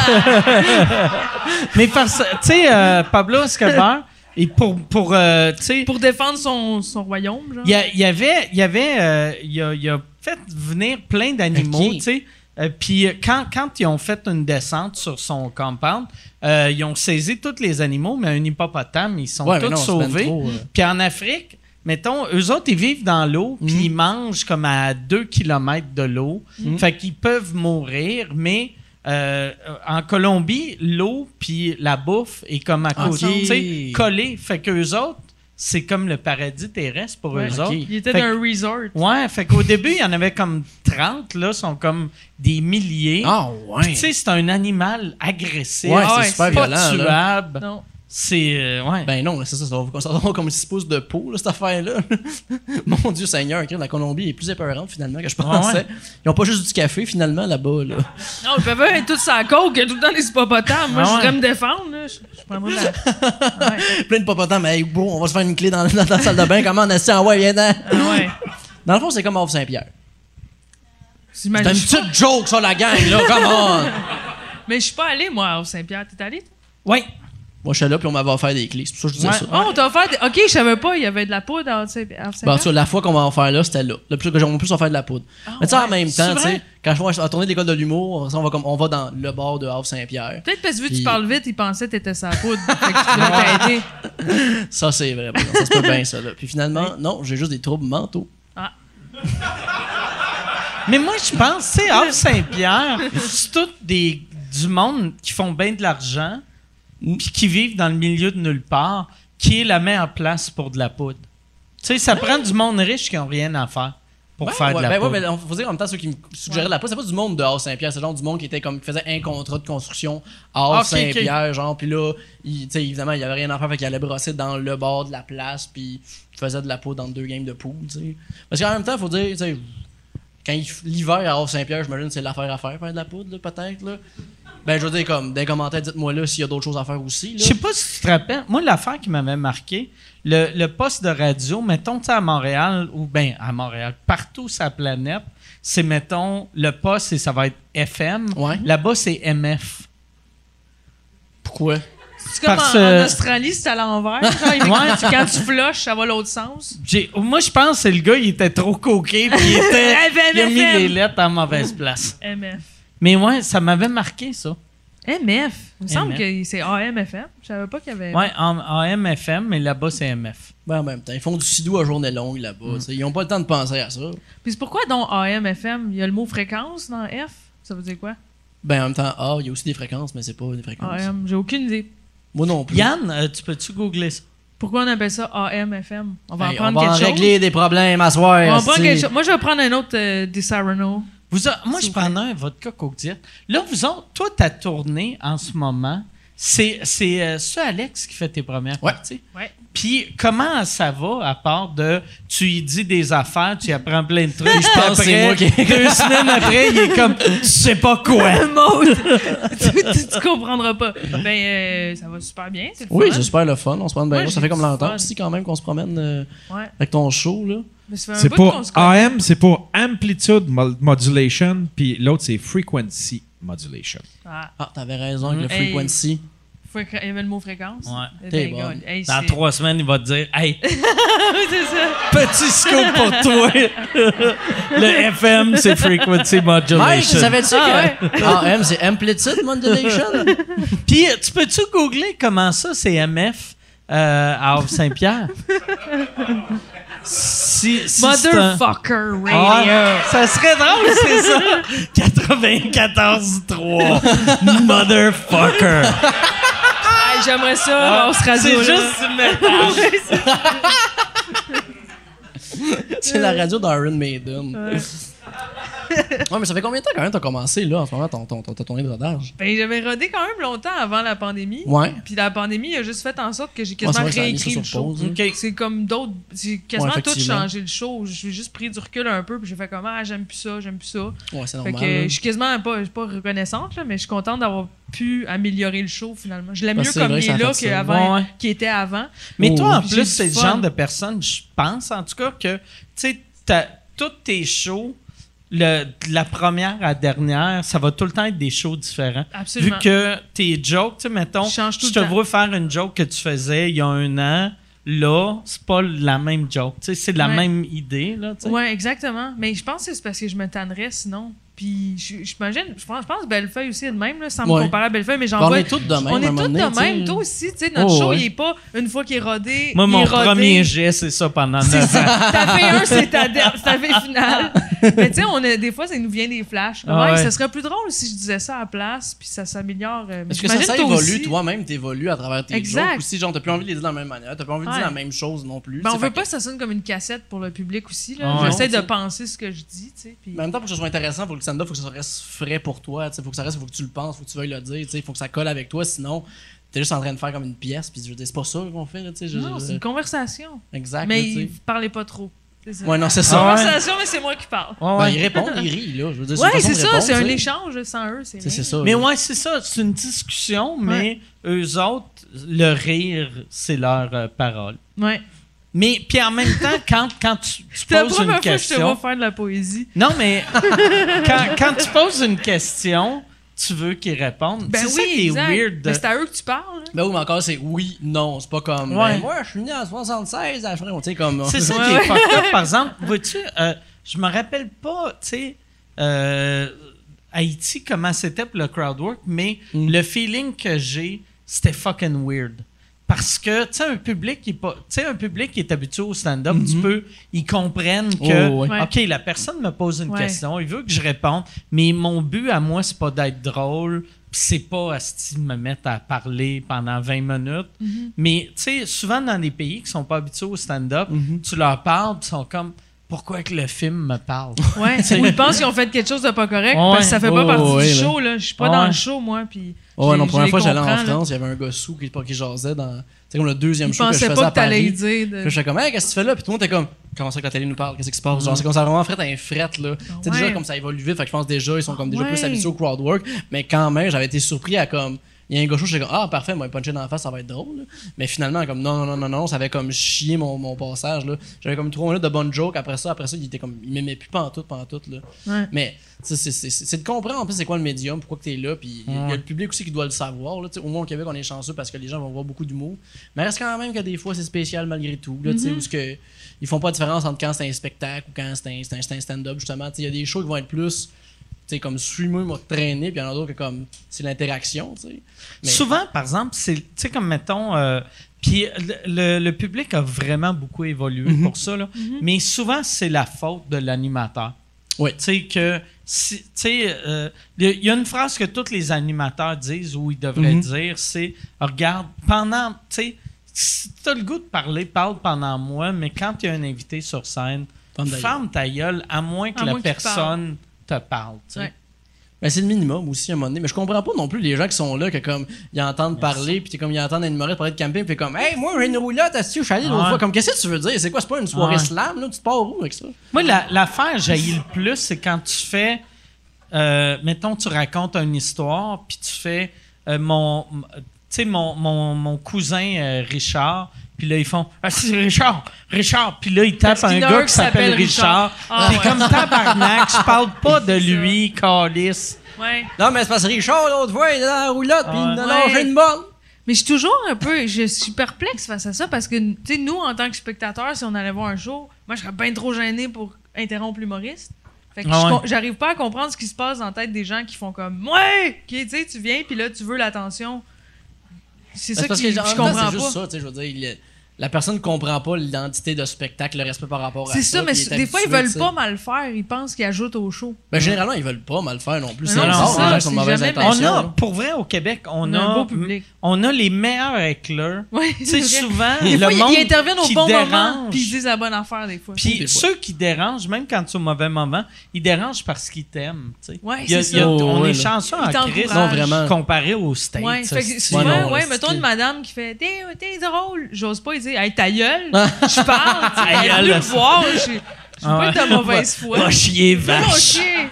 Mais parce tu sais, euh, Pablo Escobar, et pour, pour euh, tu sais, Pour défendre son, son royaume. Genre. il y, a- il y avait, il y avait, euh, il y a, il a fait venir plein d'animaux, Ok. tu sais. Euh, Puis euh, quand, quand ils ont fait une descente sur son compound, euh, ils ont saisi tous les animaux, mais un hippopotame, ils sont Ouais, mais tous non, c'est ben sauvés. trop, euh. Puis en Afrique, mettons, eux autres, ils vivent dans l'eau, puis Mhm. ils mangent comme à 2 km de l'eau. Fait qu'ils peuvent mourir, mais euh, en Colombie, l'eau puis la bouffe est comme à côté, Ah, Ok. tu sais, collée. Fait qu'eux autres, c'est comme le paradis terrestre pour Ouais, eux ok. autres. Il était Fait dans un resort. Ouais, fait qu'au début, il y en avait comme 30, là, sont comme des milliers. Ah, Puis ouais. tu sais, c'est un animal agressif. Ouais, Ah ouais, c'est super c'est pas violent. là. tuable. Non. C'est. euh, ouais. Ben non, c'est ça, ça va ça va comme 6 pouces de peau, là, cette affaire-là. Mon Dieu Seigneur, la Colombie est plus épeurante finalement que je pensais. ouais. Ils ont pas juste du café finalement là-bas. Là. Non, le papa est tout sa coke, il y a tout le temps des hippopotames. Moi, Ah je ouais. voudrais me défendre, là. Je, je prendrais la. Ouais. Plein de popotames, mais hey, bro, on va se faire une clé dans, dans la salle de bain, comment on assis en ouais, viens dans. Ah ouais. Dans le fond, c'est comme Off Saint-Pierre. C'est J'imagine- une petite joke sur la gang, là, come on! Mais je suis pas allé, moi, au Saint-Pierre. T'es allé? toi? Ouais. Moi, je suis là, puis on m'avait offert des clés, c'est pour ça que je disais Ouais. ça. Oh, on t'a offert. des- Ok, je savais pas, il y avait de la poudre à Saint-Pierre. à Bah, Saint-Pierre. en tout cas, la fois qu'on m'a offert là, c'était là. Le plus que j'en plus offert de la poudre. mais tu sais, en ouais, même Ah c'est temps, tu sais, vrai? quand je vais à tourner de l'école de l'humour, on va comme on va dans le bar de Havre Saint-Pierre. Peut-être parce que vu que Puis- tu parles vite, il pensait que t'étais sa poudre. fait que tu aidé. Ça, c'est vrai. par exemple. Ça se peut bien, ça. Là. Puis finalement, non, j'ai juste des troubles mentaux. Mais moi, je pense, tu sais, Havre Saint-Pierre, c'est tout des, du monde qui font bien de l'argent, puis qui vivent dans le milieu de nulle part, qui est la meilleure place pour de la poudre. Tu sais, ça prend du monde riche qui n'a rien à faire pour Ouais, faire de ouais, la ben, poudre. ouais, mais on- faut dire en même temps, ceux qui me suggéraient de la poudre, c'est pas du monde de Havre Saint-Pierre, c'est genre du monde qui était comme, qui faisait un contrat de construction à Havre Ah, Ok, Saint-Pierre, genre, puis là, il, tu sais, évidemment, il y avait rien à faire, fait qu'il allait brosser dans le bord de la place, puis il faisait de la poudre dans deux games de poule, tu sais. Parce qu'en même temps, faut dire, tu sais, quand il f- l'hiver à Havre Saint-Pierre, j'imagine que c'est l'affaire à faire, faire de la poudre, là, peut-être, là. Ben, je veux dire, comme, dans les commentaires, dites-moi là s'il y a d'autres choses à faire aussi, Je là. sais pas si tu te rappelles, moi, l'affaire qui m'avait marqué, le, le poste de radio, mettons, tu sais, à Montréal, ou bien à Montréal, partout sur la planète, c'est, mettons, le poste, c'est- ça va être FM. Ouais. Là-bas, c'est MF. Pourquoi? C'est comme Parce en, en que- Australie, c'est à l'envers. genre, il- Ouais. tu- Quand tu flushes, ça va l'autre sens. J'ai- moi, je pense que c'est le gars, il était trop coqué, puis il, était, il a mis FMFM. les lettres à mauvaise place. MF. Mais ouais, ça m'avait marqué, ça. MF. Il me semble MF. que c'est AMFM. Je savais pas qu'il y avait. Ouais, en, en MFM, mais là-bas, c'est MF. Ben, en même temps, ils font du sidou à journée longue Hmm. là-bas, tu sais, ils ont pas le temps de penser à ça. Puis c'est pourquoi dans AMFM, il y a le mot fréquence dans F Ça veut dire quoi Ben, en même temps, ah, il y a aussi des fréquences, mais c'est pas des Ah, fréquences. AM. J'ai aucune idée. Moi non plus. Yann, euh, tu peux-tu googler ça? Pourquoi on appelle ça AMFM On va Hey, en on prendre va en quelque régler des problèmes à soir. chose. On va en asti. prendre quelque chose. Moi, je vais prendre un autre euh, des Sarano. Vous a- moi, S'il je vous plaît. prends un vodka coke diète. Là, vous autres, toi, ta tournée en ce moment, c'est c'est euh, ça, Alex, qui fait tes premières Ouais. parties. Ouais. Puis comment ça va à part de tu y dis des affaires, tu y apprends plein de trucs. Je puis pense que c'est après, moi qui- deux semaines après, il est comme tu sais pas quoi. Maud, tu, tu- tu comprendras pas. Ben, euh, ça va super bien. c'est le Oui, fun. c'est super le fun. On se prend bien. Moi, gros. Ça j'ai fait comme du longtemps fun. aussi, quand même, qu'on se promène euh, Ouais. avec ton show, là. Mais ça fait un C'est bout pour qu'on se connaît. AM, c'est pour Amplitude Mod- Modulation, puis l'autre, c'est Frequency Modulation. Ah, Ah, t'avais raison avec le Mm. Hey. frequency. faut écrire- il y avait le mot fréquence. Ouais. Eh T'es ben, bonne. God. Hey, Dans c'est- trois semaines, il va te dire Hey, Oui, c'est ça. petit scoop pour toi. Le FM, c'est Frequency Mike, tu Modulation. savais-tu Ah, que AM, c'est Amplitude Modulation? Puis, euh, tu peux-tu googler comment ça, c'est MF euh, à Havre-Saint-Pierre? si, si c'est un- Motherfucker Ah, radio. ça serait drôle, c'est ça. 94-3. Motherfucker. Hey, J'aimerais ça, Ah, on se C'est radio. juste du métal. c'est la radio d'Iron Maiden. ouais, mais ça fait combien de temps quand même t'as commencé, là, en ce moment, ton, ton, ton, ta tournée de rodage? Ben, j'avais rodé quand même longtemps avant la pandémie. Ouais. Puis la pandémie a juste fait en sorte que j'ai Ouais, c'est quasiment vrai que ça a mis ça réécrit sur le show. pause, hein. OK. C'est comme d'autres. J'ai quasiment Ouais, tout effectivement. changé le show. J'ai juste pris du recul un peu, puis j'ai fait comme Ah, j'aime plus ça, j'aime plus ça. Ouais, c'est Fait normal. hein. que là. je suis quasiment pas, je suis pas reconnaissante, là, mais je suis contente d'avoir pu améliorer le show finalement. Je l'aime Ah, mieux c'est comme vrai que il ça est a là fait ça. qu'avant- Ouais, ouais. qu'il était avant. Mais toi, en J'ai plus, du c'est le fun. genre de personne, je pense, en tout cas, que, tu sais, t'as- toutes tes shows, le, de la première à la dernière, ça va tout le temps être des shows différents. Absolument. Vu que tes jokes, tu sais, mettons, Je change tout je le te temps. vois faire une joke que tu faisais il y a un an, là, c'est pas la même joke, tu sais, c'est la Ouais. même idée, là, tu sais. Ouais, exactement. Mais je pense que c'est parce que je me tannerais sinon. Puis je- j'imagine, je pense, je pense que Bellefeuille aussi est de même, là, sans me Ouais. comparer à Bellefeuille, mais j'en Ben, on vois. est tous de même. On à un est moment tous donné, de tu sais. même, toi aussi, tu sais, notre Oh, show, ouais. il est pas une fois qu'il est rodé. Moi, il mon est rodé. premier jet, c'est ça pendant C'est 9 ans. ça. Ta V1, c'est ta, der- ta V finale. Mais tu sais, on a- des fois, ça nous vient des flashs. Comme, Ah Hey, ouais. ça serait plus drôle si je disais ça à la place, puis ça s'améliore. euh, mais Parce que ça, ça j'imagine toi évolue, aussi. toi-même, t'évolues à travers tes Exact. jokes. Aussi, genre, t'as plus envie de les dire de la même manière, t'as pas envie de Ouais. dire la même chose non plus. Ben, tu sais, on veut fait pas que ça sonne comme une cassette pour le public aussi. là. Ah ouais. J'essaie de Non, Ben, penser ce que je dis. tu sais, puis- que- En même temps, pour que ce soit intéressant, pour que le stand-up, faut que ça reste frais pour toi, tu sais, faut que ça reste, faut que tu le penses, faut que tu veuilles le dire, tu sais, faut que ça colle avec toi, sinon, t'es juste en train de faire comme une pièce, puis je dis, c'est pas ça qu'on fait, là, tu sais. je- Non, je- c'est une conversation. Exact, là, Mais tu sais. vous parlez pas trop. C'est ça. Ouais, non, c'est C'est une ça. Ah ouais. conversation, mais c'est moi qui parle. Ouais, Ben, ouais. ils répondent, ils rient, là. Je veux dire, une Ah, Ouais, façon c'est de ça, répondre, c'est tu un sais. échange sans eux. C'est Tu sais, rien. C'est ça. Mais là. ouais, c'est ça, c'est une discussion, mais eux autres, le rire, c'est leur euh, parole. Ouais. Mais puis en même temps, quand, quand tu, tu C'est la poses première une fois que je te vois question, faire de la poésie. non mais quand, quand tu poses une question, tu veux qu'ils répondent. Ben c'est oui, ça qui est exact. weird. Mais c'est à eux que tu parles. hein. Ben oui, mais encore, c'est oui, non. C'est pas comme. Ouais. ben, moi, je suis né en 76, à Chambéry, tu sais, comme. C'est ça qui est fucked up, par exemple. Vois-tu, euh, je me rappelle pas, tu sais, euh, Haïti, comment c'était pour le crowdwork, mais Mm. le feeling que j'ai, c'était fucking weird. Parce que, tu sais, un public qui est pas- tu sais, un public qui est habitué au stand-up, tu peux, ils comprennent que, Mm-hmm. Oh, ouais. Ouais. OK, la personne me pose une Ouais. question, il veut que je réponde, mais mon but à moi, c'est pas d'être drôle, puis c'est pas asti, de me mettre à parler pendant 20 minutes. Mhm. Mais, tu sais, souvent dans des pays qui sont pas habitués au stand-up, Mhm. tu leur parles, puis ils sont comme, pourquoi que le film me parle? Ouais. Ou ils pensent qu'ils ont fait quelque chose de pas correct Ouais. parce que ça fait pas Oh, partie ouais, du là. show. Là. Je suis pas Ouais. dans le show, moi. Puis Oh, Ouais, je- non, je première les fois, j'allais en comprends, là. France, il y avait un gars sous qui, qui jasait dans. C'est comme le deuxième Ils show que je pensaient faisais pas à que t'allais y Paris. dire. Puis de- là, j'étais comme, hey, qu'est-ce que tu fais là? Puis tout le monde était comme, comment ça que la télé nous parle? Qu'est-ce qui se passe? Genre, c'est comme ça vraiment fret, un fret, là. Tu sais, Ouais. déjà, comme ça évolue vite. Fait que je pense déjà, ils sont comme déjà Ouais. plus habitués au crowd work. Mais quand même, j'avais été surpris à comme, il y a un gars chaud, j'étais comme, ah, parfait, moi, puncher dans la face, ça va être drôle. là. Mais finalement, comme, non, non, non, non, non, ça avait comme chié mon, mon passage, là. J'avais comme trois minutes de bonnes jokes après ça. Après ça, il était comme, il m'aimait plus pantoute, pantoute, là. Ouais. Mais tu sais, c'est c'est- c'est- c'est de comprendre en plus c'est quoi le médium, pourquoi que t'es là, puis il y a- il y a le public aussi qui doit le savoir. là, tu sais, au moins au Québec, on est chanceux parce que les gens vont voir beaucoup d'humour. Mais reste quand même que des fois c'est spécial malgré tout. Là, tu sais, où ce que, ils font pas la différence entre quand c'est un spectacle ou quand c'est un, c'est un- c'est un stand-up, justement. Tu sais, Il y a des shows qui vont être plus tu sais, comme suis-moi, m'a traîné, puis il y en a d'autres que comme c'est l'interaction. tu sais. Mais- Souvent, par exemple, c'est, tu sais, comme mettons, euh, puis le, le- le public a vraiment beaucoup évolué pour ça, là. mais souvent, c'est la faute de l'animateur. Ouais. Tu sais, que, si- tu sais, euh, il y a une phrase que tous les animateurs disent ou ils devraient dire, c'est, regarde, pendant, tu sais, si t'as le goût de parler, parle pendant moi, mais quand il y a un invité sur scène, Ferme ta gueule. ferme ta gueule, à moins que À la moins qu'il personne te parle, tu sais. Ouais. Ben, c'est le minimum aussi à un moment donné. Mais je comprends pas non plus les gens qui sont là, que comme ils entendent parler, puis t'es comme ils entendent une morette parler de camping, puis comme Hey, moi j'ai une roulotte, assis au chalet l'autre Ouais. fois. Comme qu'est-ce que tu veux dire C'est quoi C'est pas une soirée Ouais. slam, là Tu te pars où avec ça Moi, la- l'affaire que j'haïs le plus, c'est quand tu fais. euh, mettons, tu racontes une histoire, puis tu fais. euh, mon, m- tu sais, mon, mon, mon cousin euh, Richard, puis là, ils font. Ah, c'est Richard! Richard! Puis là, ils tapent qu'il un y en a un gars qui qui s'appelle s'appelle Richard. Richard. Ah, T'es ouais. comme tabarnak, je parle pas de lui, Calis. Ouais. Non, mais c'est parce que Richard, l'autre fois, il est dans la roulotte, puis il Ouais. nous a Ah, Ouais. lâché une balle. Mais je suis toujours un peu, je suis perplexe face à ça parce que, tu sais, nous, en tant que spectateurs, si on allait voir un show, moi, je serais bien trop gêné pour interrompre l'humoriste. Fait que Ah je ouais. com- j'arrive pas à comprendre ce qui se passe dans la tête des gens qui font comme Ouais, ok, tu sais, tu viens, puis là, tu veux l'attention. C'est Ben, C'est ça que parce je que en même je temps, comprends c'est juste pas. ça, tu sais, je veux dire, il- la personne comprend pas l'identité de spectacle, le respect par rapport à ça. C'est ça, mais puis il est des fois, ils habitué, veulent tu sais. pas mal faire. Ils pensent qu'ils ajoutent au show. Ben, généralement, ils veulent pas mal faire non plus. Mais C'est non, rare, les c'est ça, gens qui ont de c'est mauvaises jamais- intentions, On a, là. pour vrai, au Québec, on, On a un a, beau public. on a les meilleurs éclairs. Ouais, Tu sais, c'est vrai. souvent, Des le fois, ils- monde ils interviennent au qui bon moment, dérange- puis ils disent la bonne affaire, des fois. Puis Des fois. ceux qui dérangent, même quand tu es au mauvais moment, ils dérangent parce qu'ils t'aiment. tu sais. Ouais, Il y a- c'est il y a- ça. on Oh, ouais, est là. chanceux Ils en Christ t'encouragent. Non, vraiment. comparé aux States. Ouais, fait que c'est- souvent, Ouais, non, ouais, c'est- mettons une madame qui fait T'es, t'es drôle. J'ose pas, il dit Hey, ta gueule, je parle, tu sais, Ta elle gueule. Ah veut me voir, je je veux pas être de mauvaise foi. Va chier, Va Oh, vache. chier.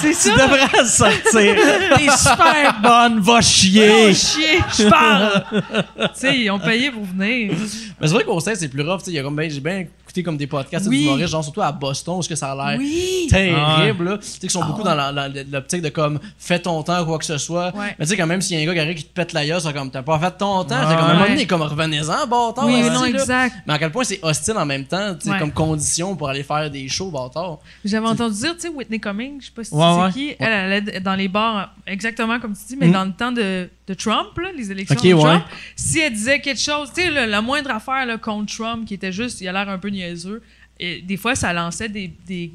C'est Tu ça, devrais sortir. T'es super bonne, va va chier. chier, je parle. tu sais, ils ont payé pour venir. Mais c'est vrai qu'au sein, c'est plus rough. tu sais, il y a comme ben- J'ai bien écouté comme des podcasts Oui. d'humoristes, genre surtout à Boston, où est-ce que ça a l'air Oui. terrible. là. Tu sais, qu'ils sont beaucoup dans la- la- l'optique de comme fais ton temps, quoi que ce soit. Ouais. Mais tu sais, quand même, s'il y a un gars qui arrive qui te pète la gueule, c'est comme t'as pas fait ton temps. Ah, c'est comme à un ouais. moment donné, comme revenez-en, bâtard. Oui, hostie, non, là. exact. Mais à quel point c'est hostile en même temps, tu sais, Ouais. comme condition pour aller faire des shows, bâtard. J'avais entendu dire, tu sais, Whitney Cummings, je sais pas si tu Ouais, sais ouais. qui. Elle, elle allait dans les bars, exactement comme tu dis, mais Mm. dans le temps de, de Trump, là, les élections Ok, de ouais. Trump, si elle disait quelque chose, tu sais, le- la moindre affaire là, contre Trump qui était juste, il a l'air un peu niaiseux, et des fois, ça lançait des, des,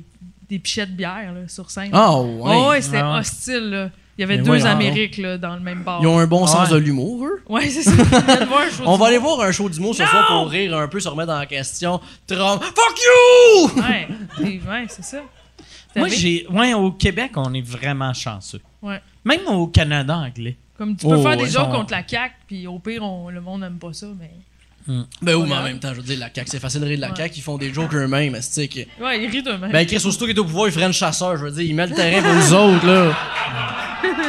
des pichets de bière là, sur scène. Oh, Oh, ouais. ouais, c'était Ah ouais. hostile. là. Il y avait Mais deux voyons Amériques là, dans le même bar. Ils ont un bon Ah sens ouais. de l'humour, eux. Ouais, c'est ça. Je viens de voir un show On du va aller monde. voir un show d'humour ce Non! soir pour rire un peu, se remettre en question. Trump, fuck you! Ouais, Et- ouais, c'est ça. Moi, T'avais- j'ai. Ouais, au Québec, on est vraiment chanceux. Ouais. Même au Canada anglais. Comme tu peux Oh, faire des ouais, jokes sont- contre la CAQ, puis au pire, on- le monde n'aime pas ça, mais... Ben oui, mais en même temps, je veux dire, la CAQ, c'est facile de rire de la Ouais. CAQ, ils font des jokes eux-mêmes, c'est que... Ouais, il rit d'eux-mêmes. Ben Chris, aussitôt qu'il est au pouvoir, il ferait une chasseur, je veux dire, il met le terrain pour les autres, là.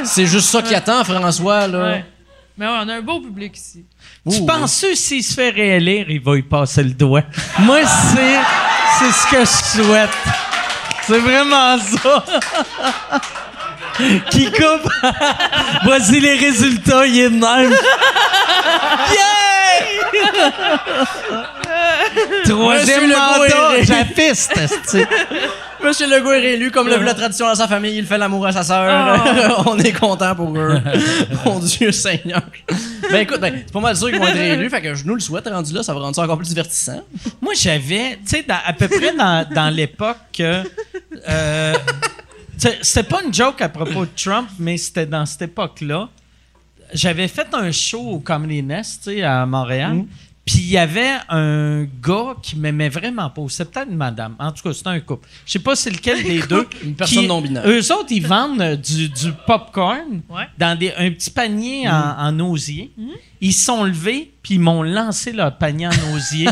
C'est juste ça qui attend, François, là. Ouais. Mais ouais, on a un beau public ici. Tu Ouh. penses-tu, s'il se fait réélire, il va y passer le doigt? Moi, c'est, c'est ce que je souhaite. C'est vraiment ça. Qui coupe. Voici les résultats, il est de même. Yeah! Troisième Monsieur Legault mandat, est- j'affiste. esti. Monsieur Legault est réélu, comme le veut la tradition à sa famille, il fait l'amour à sa sœur. On est content pour eux. Mon Dieu Seigneur. Ben écoute, ben, c'est pas mal sûr qu'ils vont être réélus, fait que je nous le souhaite rendu là, ça va rendre ça encore plus divertissant. Moi, j'avais, tu sais, dans- à peu près dans, dans l'époque que. euh, tu sais, c'était pas une joke à propos de Trump, mais c'était dans cette époque-là. J'avais fait un show au Comedy Nest, tu sais, à Montréal. Puis il y avait un gars qui m'aimait vraiment pas. C'était peut-être une madame. En tout cas, c'était un couple. Je sais pas c'est lequel des deux. Une personne qui- non-binaire. Eux autres, ils vendent euh, du, du popcorn Ouais. Mm. dans des, un petit panier en, en Mm. osier. Ils se sont levés, puis ils m'ont lancé leur panier en osier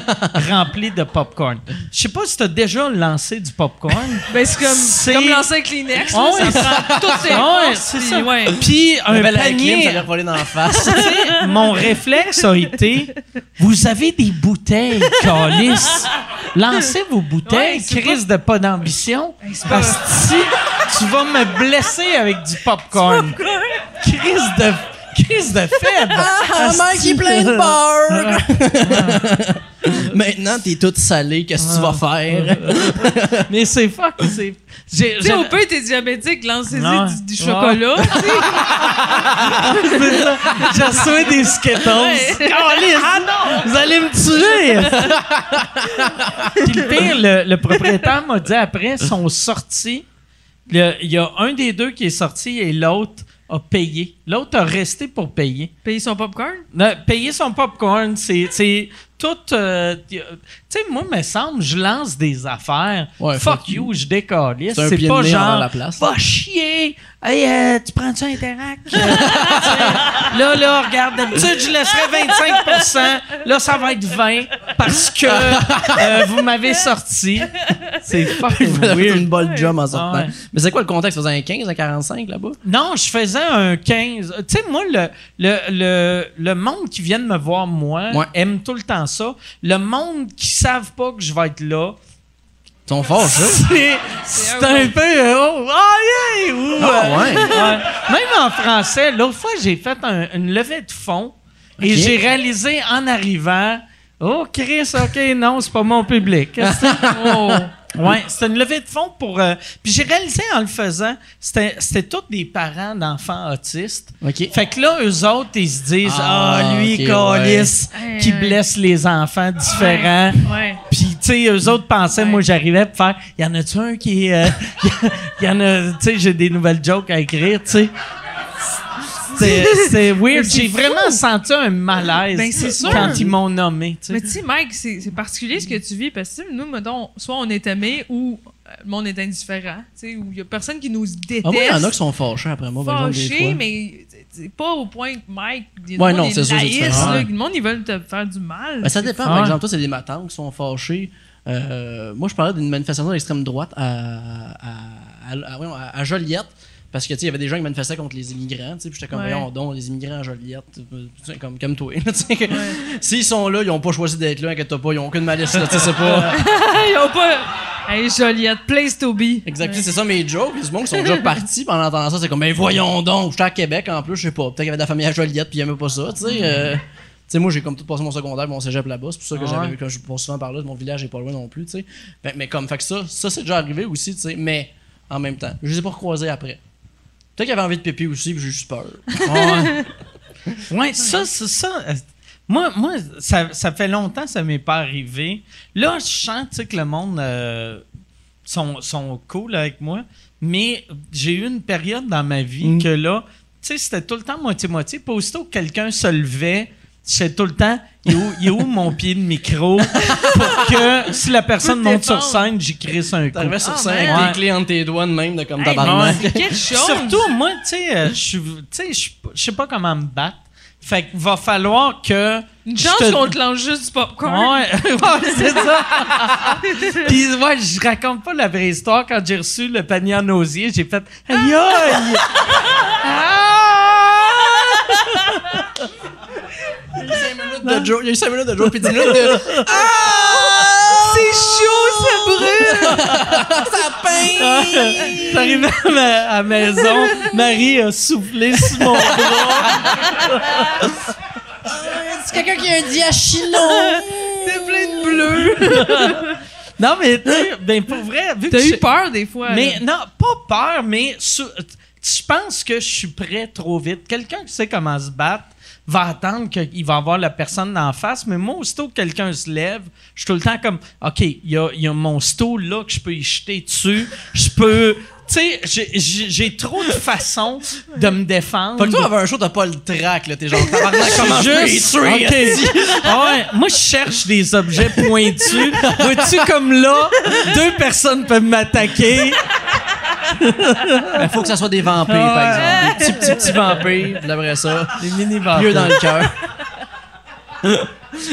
rempli de popcorn. Je sais pas si tu as déjà lancé du popcorn. Ben, c'est comme, C'est- comme lancer un Kleenex, Ah là, ouais, ça prend toutes ses Ah ouais, forces, c'est puis ça. ouais. Puis un Ben, la clim, ça panier. Ah, leur volait dans la face. Tu sais, Mon réflexe a été vous avez des bouteilles, calice. Lancez vos bouteilles, Ouais, c'est crise de pas d'ambition. Hey, c'est pas- Parce que si tu vas me blesser avec du popcorn. Crise de crise de faible. Ah, Mike, il plein de beurre! Maintenant, t'es toute salée, qu'est-ce que tu vas faire? Mais c'est fuck, c'est j'ai- Tu sais, au j'avais- peu, t'es diabétique, lancez-y Ouais. du, du chocolat. J'ai reçu des Skittles. Ouais. ah non! Vous allez me tuer! Puis le pire, le, le propriétaire m'a dit après, sont sortis. Le- Il y a un des deux qui est sorti et l'autre a payé. L'autre a resté pour payer. Payer son popcorn. Non, payer son popcorn, c'est, c'est tout. euh, y a- tu sais, moi, me semble, je lance des affaires. Ouais, fuck fuck you, je décolle. C'est un C'est pied de pas nez envers genre. la place. Va chier! Hey, euh, tu prends-tu un Interac? Euh, tu sais, là, là, regarde, d'habitude, je laisserais 25 Là, ça va être 20 parce que euh, vous m'avez sorti. C'est fucking Voilà, weird. une bonne job en sortant. Ah ouais. Mais c'est quoi le contexte? Tu faisais un 15, un 45 là-bas? Non, je faisais un 15. Tu sais, moi, le, le, le, le monde qui vient de me voir, moi, Ouais. aime tout le temps ça. Le monde qui savent pas que je vais être là, Ils sont forts, ça? c'est c'est un un peu... euh, Oh, ah, yeah! Ou, euh, Ah, ouais! ouais. Même en français, l'autre fois, j'ai fait un- une levée de fond et Ok. j'ai réalisé en arrivant... Oh, Chris, OK, non, c'est pas mon public. Qu'est-ce que c'est? Oh. Ouais, c'était une levée de fonds pour. euh, puis j'ai réalisé en le faisant, c'était c'était tous des parents d'enfants autistes. Ok. Fait que là, eux autres, ils se disent Ah, Ah, lui, ok, calice, ouais. qui Ouais, ouais. blesse les enfants différents. Ouais. Puis, tu sais, eux autres pensaient, Ouais. moi, j'arrivais pour faire, y en a-tu un qui est. euh, y en a, tu sais, j'ai des nouvelles jokes à écrire, tu sais. C'était- C'était weird. J'ai vraiment senti un malaise Ben, c'est sûr. quand ils m'ont nommé, tu Mais sais. tu sais, Mike, c'est c'est particulier ce que tu vis, parce que tu sais, nous, mettons, soit on est aimé ou euh, le monde est indifférent, tu sais, ou il y a personne qui nous déteste. Ah, moi, il y en a qui sont fâchés après moi, par exemple, des fâché, fois. mais c'est pas au point que Mike, il y a Ouais, du non, monde c'est est sûr, c'est laïque, différent. là, Ouais. le monde, ils veulent te faire du mal. Ben, ça dépend. Par Ouais. exemple, toi, c'est des matins qui sont fâchés. Euh, moi, je parlais d'une manifestation d'extrême droite à, à, à- à- voyons, à- à Joliette. Parce que, tu sais, il y avait des gens qui manifestaient contre les immigrants, tu sais, puis j'étais comme, Ouais. voyons donc, les immigrants à Joliette, euh, tu sais, comme, comme toi, tu sais, que- S'ils sont là, ils ont pas choisi d'être là, inquiète pas, ils ont aucune malice, là, tu sais, c'est pas... Ils ont pas. Hey, Joliette, place to be. Exactement, c'est ça mes jokes. Les gens qui sont déjà partis pendant entendant ça, c'est comme, ben voyons donc, j'étais à Québec en plus, je sais pas. Peut-être qu'il y avait de la famille à Joliette, puis ils aimaient pas ça, tu sais. euh, tu sais, moi, j'ai comme tout passé mon secondaire, mon cégep là-bas. C'est pour ça que Ah j'avais, Mm. ouais. comme je Ben, passe souvent par là, mon village est pas loin non plus, tu sais. Fait- mais comme, fait que ça, ça c'est déjà arrivé aussi, tu sais. Mais en même temps. Je les ai pas recroisés après. Peut-être qu'il avait envie de pipi aussi, puis j'ai juste peur. Ah, Ouais. ouais, ça, c'est ça. euh, Moi, moi ça, ça fait longtemps que ça m'est pas arrivé. Là, je sens tu sais, que le monde euh, sont, sont cool avec moi, mais j'ai eu une période dans ma vie que là, tu sais, c'était tout le temps moitié-moitié. Puis aussitôt que quelqu'un se levait, c'est tout le temps, il est où, il est où mon pied de micro pour que si la personne Tout monte sur dépend. scène, j'y crisse un coup. T'arrivais sur Ah, scène man. avec Ouais. des clés entre tes doigts de même, de comme Hey, tabarnak. c'est quelque chose. Surtout, moi, tu sais, Hmm? euh, je suis- tu sais, je suis pas- je sais pas comment me battre. Fait qu'il va falloir que. Une je chance te- qu'on te lance juste du popcorn. Ouais, ouais, c'est ça. Puis, ouais, je raconte pas la vraie histoire. Quand j'ai reçu le panier en osier, j'ai fait Aïe, aïe! Ah! De Joe- Il y a eu 5 minutes de Joe, puis 10 minutes de. C'est chaud, ça brûle! ça peint! T'arrives à ma à maison, Marie a soufflé sur mon bras. C'est quelqu'un qui a un diachylon! T'es plein de bleu. Non, mais tu sais, ben, pour vrai, vu que T'as je- eu peur des fois. Mais là. non, pas peur, mais sou- je pense que je suis prêt trop vite. Quelqu'un qui sait comment se battre va attendre qu'il va avoir la personne d'en face, mais moi, aussitôt que quelqu'un se lève, je suis tout le temps comme, OK, il y a, il y a mon stool là que je peux y jeter dessus, je peux... Tu sais, j'ai- j'ai j'ai trop de façons de me défendre. Fait que toi, avant un show, t'as pas le track, là. T'es genre tabarnak, comment Je suis juste. juste- Ok. Ah ouais, moi, je cherche des objets pointus. Vois-tu comme là, deux personnes peuvent m'attaquer. Il faut que ça soit des vampires, Ah par exemple. Des petits, petits, petits vampires, puis après ça, Les mini pieux dans le cœur.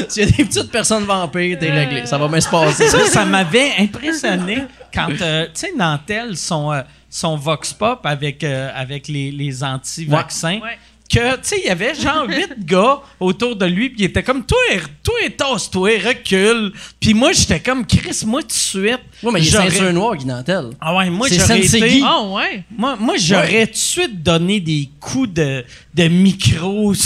S'il y a des petites personnes vampires, t'es réglé. Ça va bien se passer. ça, ça m'avait impressionné quand, euh, tu sais, Nantel, son, euh, son Vox Pop avec, euh, avec les, les anti-vaccins, Ouais. que, tu sais, il y avait genre huit gars autour de lui, puis il était comme, toi, toi, tasse-toi, recule. Puis moi, j'étais comme, Chris, moi, tout de suite. Ouais, mais il est j'aurais- ceinture noire, Guy Nantel. Ah ouais, moi, C'est j'aurais Sensei été- Guy. Ah ouais. moi, moi j'aurais tout de suite donné des coups de, de micro. Tu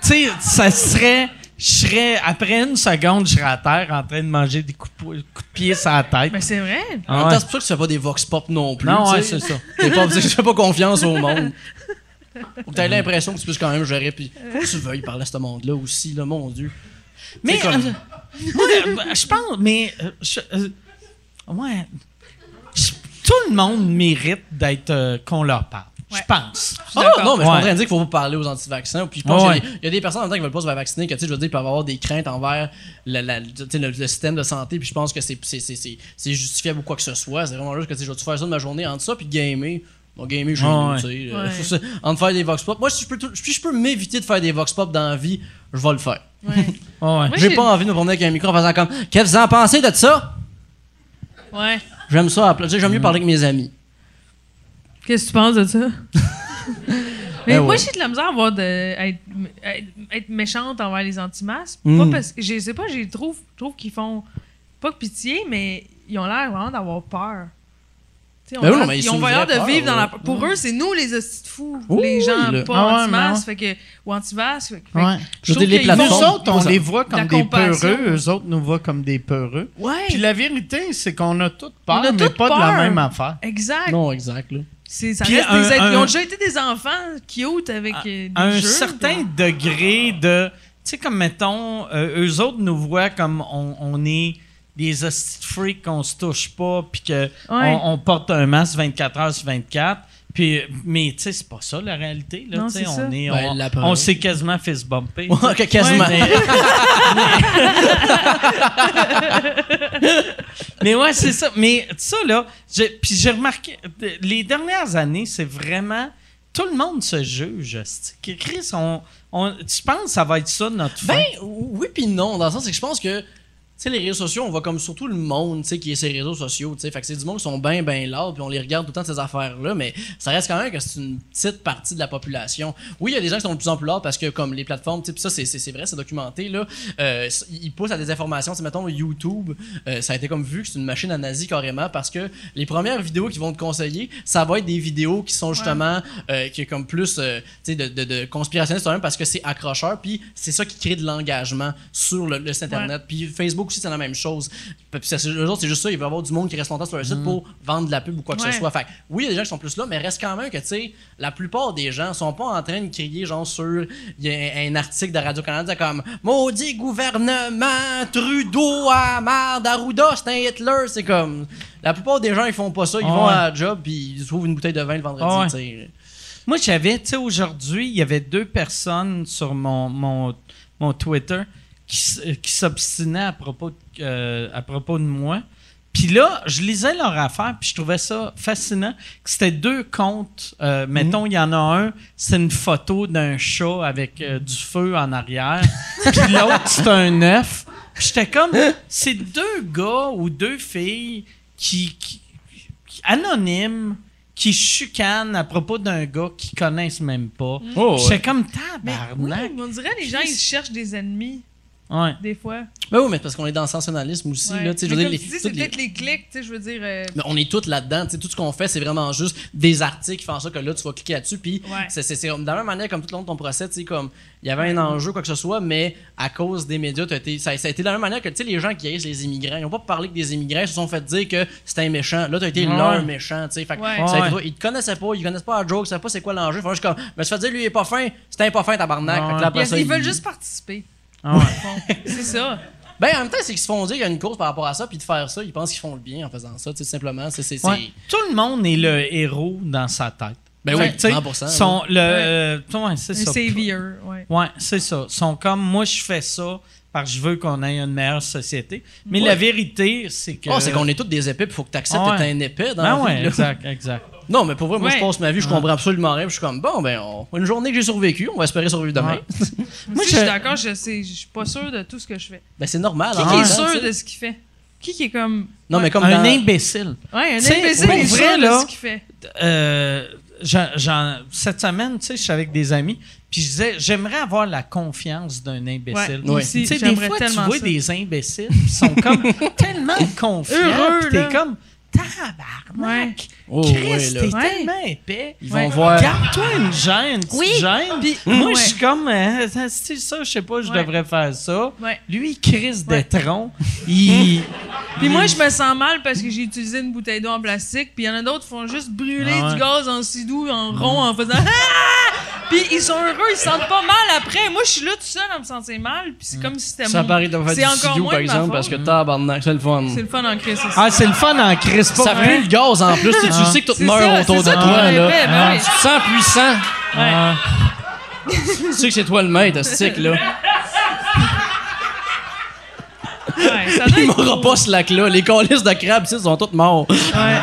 sais, ça serait. Je serais. Après une seconde, je serais à terre en train de manger des coups, de po- coups de pied sur la tête. Mais Ben, c'est vrai. En même Ah ouais. temps, c'est pour ça que tu fais pas des vox pop non plus. Non, tu ouais, sais. c'est ça. T'es pas, je fais pas confiance au monde. Faut que t'aies l'impression que tu puisses quand même gérer. Puis, faut que tu veuilles parler à ce monde-là aussi, là, mon Dieu. Mais C'est comme- euh, moi, euh, bah, je pense, mais euh, je- euh, ouais, Je- tout le monde mérite d'être euh, qu'on leur parle. Je Ouais. pense. Ah d'accord. non, mais je suis en Ouais. train de dire qu'il faut vous parler aux anti-vaccins. Puis je pense Ouais. qu'il y a des- il y, a des personnes en même temps qui veulent pas se faire vacciner, que tu sais, je veux dire, ils peuvent avoir des craintes envers la- la- tu sais, le, le système de santé. Puis je pense que c'est c'est- c'est- c'est- c'est justifiable ou quoi que ce soit. C'est vraiment juste que tu sais, je vais faire ça de ma journée entre ça puis gamer. Bon, gamer, je Ouais. tu sais. euh, Ouais. ça, c'est- Entre faire des vox pop. Moi, si je peux, tout- si je peux m'éviter de faire des vox pop dans la vie, je vais le faire. Ouais. Ah Ouais. Moi, J'ai j'ai- pas envie de me promener avec un micro en faisant comme Qu'est-ce que vous en pensez de ça? Ouais. J'aime ça à pla- tu sais, J'aime mieux parler avec mes amis. Qu'est-ce que tu penses de ça? Mais Ben moi, ouais. j'ai de la misère à avoir de, à être, à être- à être méchante envers les anti-masques. Mm. Pas parce que, je sais pas, je les trouve, je trouve qu'ils font pas pitié, mais ils ont l'air vraiment d'avoir peur. Tu sais, on Ben oui, a- mais ils c'est ont une l'air vraie de vivre peur, dans la ouais. Pour eux, c'est nous les hosties de fous. Oui, les gens là. pas Ah ouais, anti-masques fait que, ou anti-vasques. fait que- Ouais. Je veux trouve dire, les qu'ils vont- Nous plateformes. autres, on les voit La comme des compassion. peureux, eux autres nous voient comme des peureux. Ouais, Puis la vérité, c'est qu'on a toutes peur, On a mais toutes pas de la peur. même affaire. exact. Non, exact. Là. C'est, ça Puis reste un- des êtres. Ils un- ont déjà été des enfants cute avec euh, des à un jeux, certain puis- degré de. Tu sais, comme mettons, euh, eux autres nous voient comme on, on est des hosties de freaks qu'on se touche pas, puis que on, on porte un masque 24 heures sur 24. Puis, mais tu sais, c'est pas ça la réalité. Là, Non, tu sais, c'est ça. on est, Ben, on, la preuve. on s'est quasiment fait se bumper. Ouais, que quasiment. Mais ouais, c'est ça. Mais ça, là, j'ai- puis j'ai remarqué, euh, les dernières années, c'est vraiment. Tout le monde se juge. hostie. Chris, on, on, tu penses que ça va être ça notre fin? Ben, oui puis non, dans le sens c'est que je pense que tu sais les réseaux sociaux, on voit comme surtout le monde, tu sais qui est ces réseaux sociaux, tu sais, fait que c'est du monde qui sont bien ben là puis on les regarde tout le temps ces affaires là, mais ça reste quand même que c'est une petite partie de la population. Oui, il y a des gens qui sont de plus en plus lards parce que comme les plateformes, tu sais, puis ça c'est c'est c'est vrai, c'est documenté là, euh, c- ils poussent à des informations, tu sais, mettons YouTube, euh, ça a été comme vu que c'est une machine à nazi carrément parce que les premières vidéos qu'ils vont te conseiller, ça va être des vidéos qui sont justement euh, qui est comme plus euh, tu sais, de, de, de conspirationniste quand même parce que c'est accrocheur puis c'est ça qui crée de l'engagement sur le, le site internet puis Facebook aussi, c'est la même chose. Puis c'est- eux autres, c'est juste ça, il va y avoir du monde qui reste longtemps sur leur site pour vendre de la pub ou quoi que Ouais. ce soit. Fait que, oui, il y a des gens qui sont plus là, mais reste quand même que, tu sais, la plupart des gens sont pas en train de crier, genre, sur il y a un article de Radio-Canada comme Maudit gouvernement, Trudeau, Amar, Daruda, c'est un Hitler. C'est comme. La plupart des gens, ils font pas ça. Ils Ah vont ouais. à la job, puis ils trouvent une bouteille de vin le vendredi, Ah ouais. tu sais. Moi, j'avais, tu sais, aujourd'hui, il y avait deux personnes sur mon, mon, mon Twitter qui, s- euh, qui s'obstinaient à propos, de, euh, à propos de moi. Puis là, je lisais leur affaire, puis je trouvais ça fascinant. que C'était deux comptes. Euh, mettons, il y en a un, c'est une photo d'un chat avec euh, du feu en arrière. puis l'autre, c'est un œuf. Puis j'étais comme, c'est deux gars ou deux filles qui- qui, qui- anonymes qui chicanent à propos d'un gars qu'ils connaissent même pas. Oh, J'étais comme Mais oui, tabarnak. on dirait les gens, ils se cherchent des ennemis, Ouais. des fois. Mais oui, mais c'est parce qu'on est dans le sensationnalisme aussi, Ouais. là, tu sais. je Mais veux dire, comme les- tu dis, c'est toutes les- peut-être les clics, tu sais, je veux dire. euh, Mais on est tous là-dedans. tu sais, Tout ce qu'on fait, c'est vraiment juste des articles qui font ça que là, tu vas cliquer là-dessus. Puis Ouais. c'est c'est- c'est de la même manière comme tout le long de ton procès, tu sais, comme il y avait un enjeu, quoi que ce soit, mais à cause des médias, t'as été- ça, ça a été de la même manière que tu sais, les gens qui haïssent les immigrants, ils n'ont pas parlé que des immigrants, ils se sont fait dire que c'était un méchant. Là, tu as été Ouais. leur méchant. tu sais. Fait que Ouais. ça a été- Ouais. Ils te connaissaient pas, ils connaissent pas la joke, ils savaient pas c'est quoi l'enjeu. Fait que je suis comme, mais se fait dire, lui, il est pas fin, c'était un pas fin, tabarnak. Ouais. Fait que là, après ils- ça, ils ils- veulent juste participer. Ah ouais. Bon, c'est ça. Ben, en même temps, c'est qu'ils se font dire qu'il y a une cause par rapport à ça, puis de faire ça, ils pensent qu'ils font le bien en faisant ça, tu sais, simplement. C'est. c'est- c'est- Ouais. Tout le monde est le héros dans sa tête. Ben oui, Fait que, tu sais, 100%, Sont le, Ouais. euh, ouais, c'est Un ça. savior, ouais. Ouais, c'est ça. Sont comme moi, je fais ça parce que je veux qu'on ait une meilleure société. Mais Ouais. la vérité, c'est que. Ah, c'est qu'on est tous des épées, puis faut que tu acceptes Ah ouais. d'être un épée dans Ah la vie, ouais, là. exact, exact. Non, mais pour vrai, moi, Ben Ouais. je passe ma vie, je comprends absolument rien. puis Je suis comme, bon, ben, on- une journée que j'ai survécu, on va espérer survivre demain. Ouais. Moi, Moi, aussi, je suis je- d'accord, je sais, je suis pas sûr de tout ce que je fais. Ben, c'est normal. Qui, en qui même temps, est tu sais. sûr de ce qu'il fait? Qui qui est comme. Non, mais comme Un dans- imbécile. Ouais, un Tu sais, imbécile pour est sûr vrai, de là, ce qu'il fait. Euh, j'en- j'en- cette semaine, tu sais, je suis avec des amis, puis je disais, j'aimerais avoir la confiance d'un imbécile. Ouais, moi Ouais. aussi, Tu sais, des j'aimerais fois, tu tellement vois ça. des imbéciles qui sont comme tellement confiants, Heureux, puis t'es là. comme tabarnak, Oh, Christ, ouais, là. t'es Ouais. tellement épais. Ils Ouais. vont voir. Garde-toi une gêne, une Oui. petite gêne. Puis- moi, Ouais. je suis comme, euh, Ah, c'est ça, je sais pas, je Ouais. devrais faire ça. Ouais. Lui, il crisse Ouais. des troncs. Il... Puis moi, je me sens mal parce que j'ai utilisé une bouteille d'eau en plastique, puis il y en a d'autres qui font juste brûler Ah ouais. du gaz en sidou, en rond, en faisant Ah! Puis ils sont heureux, ils se sentent pas mal après. Moi, je suis là tout seul à me sentir mal, puis c'est Mm. comme si c'était Ça mon- paraît de faire C'est du encore studio, moins par de ma exemple, parce que faute. tabarnak, c'est le fun. C'est le fun en crise. Ah, c'est le fun en crisse pas. Ça Ouais. pue le gaz en plus. tu sais, Tu sais que tout Ah. C'est ça, meurt autour de c'est ça qu'on toi, avait là. fait, ben Ah, oui. Tu te sens puissant. Ah. Tu sais que c'est toi le maître, ce stick, là. Ouais, ça doit Il être m'aura pas ce lac-là. Les colistes de crabes, ici, sont toutes morts. Pas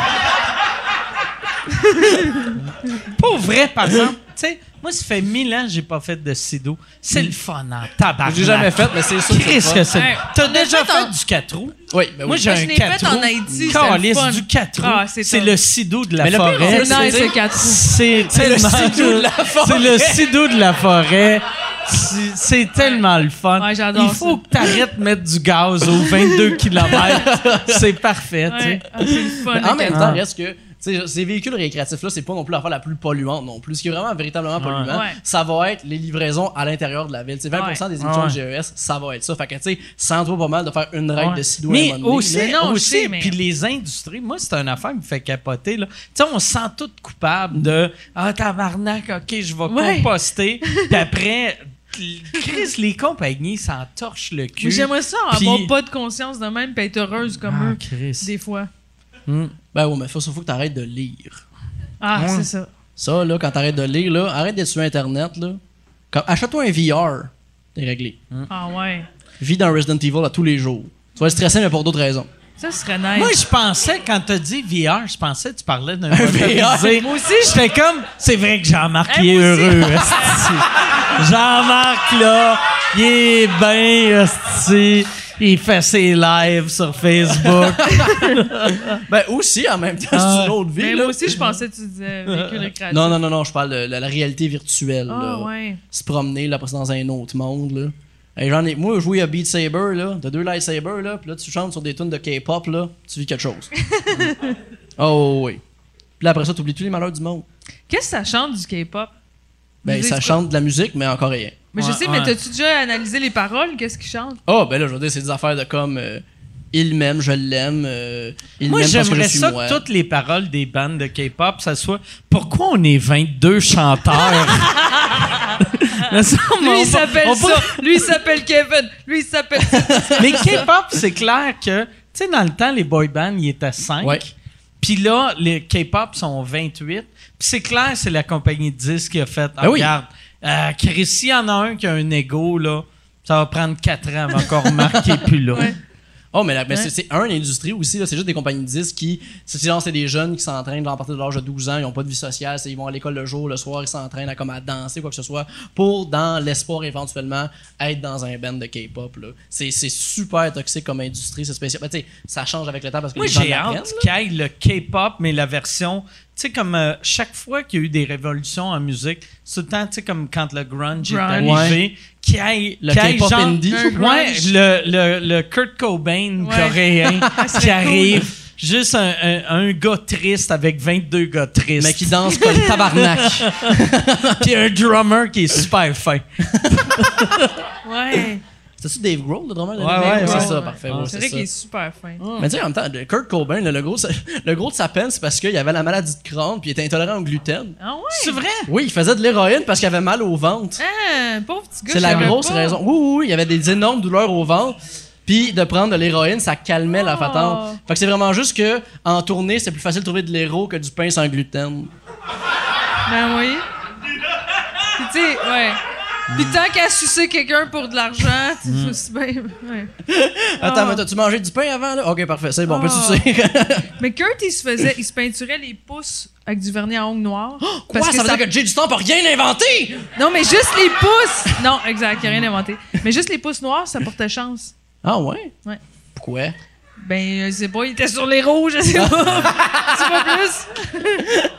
vrai, par exemple. tu sais, moi, ça fait mille ans que j'ai pas fait de sido. C'est le fun en tabac. J'ai jamais fait, mais c'est sûr. que c'est Qu'est-ce que le fun. c'est? Ouais. T'as On a déjà fait fait, en- du 4 roues? Oui, ben oui. Moi, j'ai Moi, Ah un je l'ai 4 fait roues. en Haïti, c'était le Calice fun. du 4 roues. Ah, c'est c'est top. le sidou de la Mais le pire, forêt. c'est- C'est nice, c'est- le 4 roues. C'est tellement. sidou de la forêt. C'est le sidou de la forêt. C'est- C'est tellement le fun. Ouais, j'adore Il faut ça. que t'arrêtes de mettre du gaz aux 22 km. c'est parfait, tu sais. Ouais, ah, c'est le fun. En même Ah. temps, reste que tu sais, ces véhicules récréatifs-là, c'est pas non plus l'affaire la plus polluante non plus. Ce qui est vraiment véritablement polluant, Ouais. ça va être les livraisons à l'intérieur de la ville. C'est 20% des émissions de GES, ça va être ça. Fait que, tu sais, ça en doit pas mal de faire une règle Ouais. de sidou à un mais moment donné. aussi, Mais non, je aussi, sais, mais- puis les industries, moi, c'est une affaire qui me fait capoter. là. Tu sais, on se sent tout coupable de Ah, tabarnak, OK, je vais Ouais. composter. puis après, Chris, les compagnies s'en torchent le cul. Mais J'aimerais ça Puis- avoir pas de conscience de même, puis être heureuse comme Ah, eux, Chris. des fois. Ben oui, mais faut, faut que t'arrêtes de lire. Ah, Ouais. c'est ça. Ça, là, quand t'arrêtes de lire, là, arrête d'être sur Internet, là. Comme, achète-toi un VR, t'es réglé. Ah ouais. Vis dans Resident Evil à tous les jours. Tu vas être stressé, mais pour d'autres raisons. Ça serait nice. Moi, je pensais, quand t'as dit VR, je pensais que tu parlais d'un VR. motorisé. Moi aussi, j'étais comme, c'est vrai que Jean-Marc, Hey, il est Hein, moi aussi. heureux. esti. Jean-Marc, là, il est bien, esti. il fait ses lives sur Facebook. Ben aussi, en même temps, Ah. c'est une autre vie, mais là. moi aussi, je pensais que tu disais véhicule récréatif. Non, non, non, non, je parle de la, la réalité virtuelle, Ah là. ouais. se promener là, après c'est dans un autre monde là. Hey, j'en ai, moi, je jouais à Beat Saber, là. T'as deux lightsabers, là. Puis là, tu chantes sur des tunes de K-pop, là. Tu vis quelque chose. oh, oui. Puis là, après ça, t'oublies tous les malheurs du monde. Qu'est-ce que ça chante du K-pop? Ben, Musique, ça quoi? chante de la musique, mais en coréen. Mais je Ouais, sais, ouais. mais t'as-tu déjà analysé les paroles? Qu'est-ce qu'ils chantent? Ah, ben là, je veux dire, c'est des affaires de comme. euh, il m'aime, je l'aime. euh, il Moi, m'aime parce que je j'aimerais suis ça moi. que toutes les paroles des bandes de K-pop, ça soit Pourquoi on est 22 chanteurs Me semble, Lui, on il va- s'appelle on ça. va- Lui, il s'appelle Kevin. Lui, il s'appelle. Mais K-pop, c'est clair que, tu sais, dans le temps, les boy bands, ils étaient 5. Ouais. Puis là, les K-pop sont 28. Puis c'est clair, c'est la compagnie de disques qui a fait. Ah, Ben oui. Regarde, euh, Chris, s'il y en a un qui a un ego, là, ça va prendre 4 ans avant qu'on remarque qu'il est plus là. Ouais. Oh, mais, la- mais c'est- Ouais. c'est un industrie aussi, là, c'est juste des compagnies de disques qui. C'est genre, c'est des jeunes qui s'entraînent genre, à partir de l'âge de 12 ans, ils n'ont pas de vie sociale, c'est- ils vont à l'école le jour, le soir, ils s'entraînent à, comme, à danser, quoi que ce soit, pour, dans l'espoir éventuellement, être dans un band de K-pop. là. C'est c'est super toxique comme industrie, c'est spécial. Ben, tu sais, ça change avec le temps parce que Moi, les gens j'ai l'apprennent, hâte qu'il y ait le K-pop, mais la version. Tu sais, comme euh, chaque fois qu'il y a eu des révolutions en musique, c'est tout le temps, tu sais, comme quand le grunge, est Grunge. arrivé, qu'il y ait Le qu'il y ait K-pop genre- indie. Un grunge. Ouais, le, le, le Kurt Cobain Ouais. coréen serait qui cool. arrive. Juste un, un- un gars triste avec 22 gars tristes. Mais qui dansent comme tabarnak. Puis un drummer qui est super fin. Ouais. C'était-tu Dave Grohl, le drummer de Ouais, Dave ouais, Grohl? ouais. C'est ça, Ouais. parfait. Ah, ouais, C'est c'est vrai ça. Oh. qu'il est super fin. Mais tu sais, en même temps, le Kurt Cobain, là, le, gros, de- le gros de sa peine, c'est parce qu'il avait la maladie de Crohn puis il était intolérant au gluten. Ah ouais? C'est vrai? Oui, il faisait de l'héroïne parce qu'il avait mal au ventre. Ah, pauvre petit gars. C'est je la savais grosse pas. raison. Oui, oui, oui, il y avait des énormes douleurs au ventre. Puis de prendre de l'héroïne, ça calmait la Oh. patente. Fait que c'est vraiment juste que en tournée, c'est plus facile de trouver de l'héro que du pain sans gluten. Ben oui. Puis tu sais, ouais. Puis tant qu'à sucer quelqu'un pour de l'argent, tu Mm. sais bien. ouais. Attends, Ah. mais t'as-tu mangé du pain avant, là? Ok, parfait, c'est bon, on peut Ah. sucer. Mais Kurt, il se faisait, il se peinturait les pouces avec du vernis à ongles noirs. Oh, Quoi? Ça veut dire que Jay du temps n'a rien inventé! Non, mais juste les pouces. Non, exact, il a rien inventé. Mais juste les pouces noirs, ça portait chance. Ah ouais? Ouais. Pourquoi? Ben, je sais pas, il était sur les rouges, je sais pas. c'est pas plus.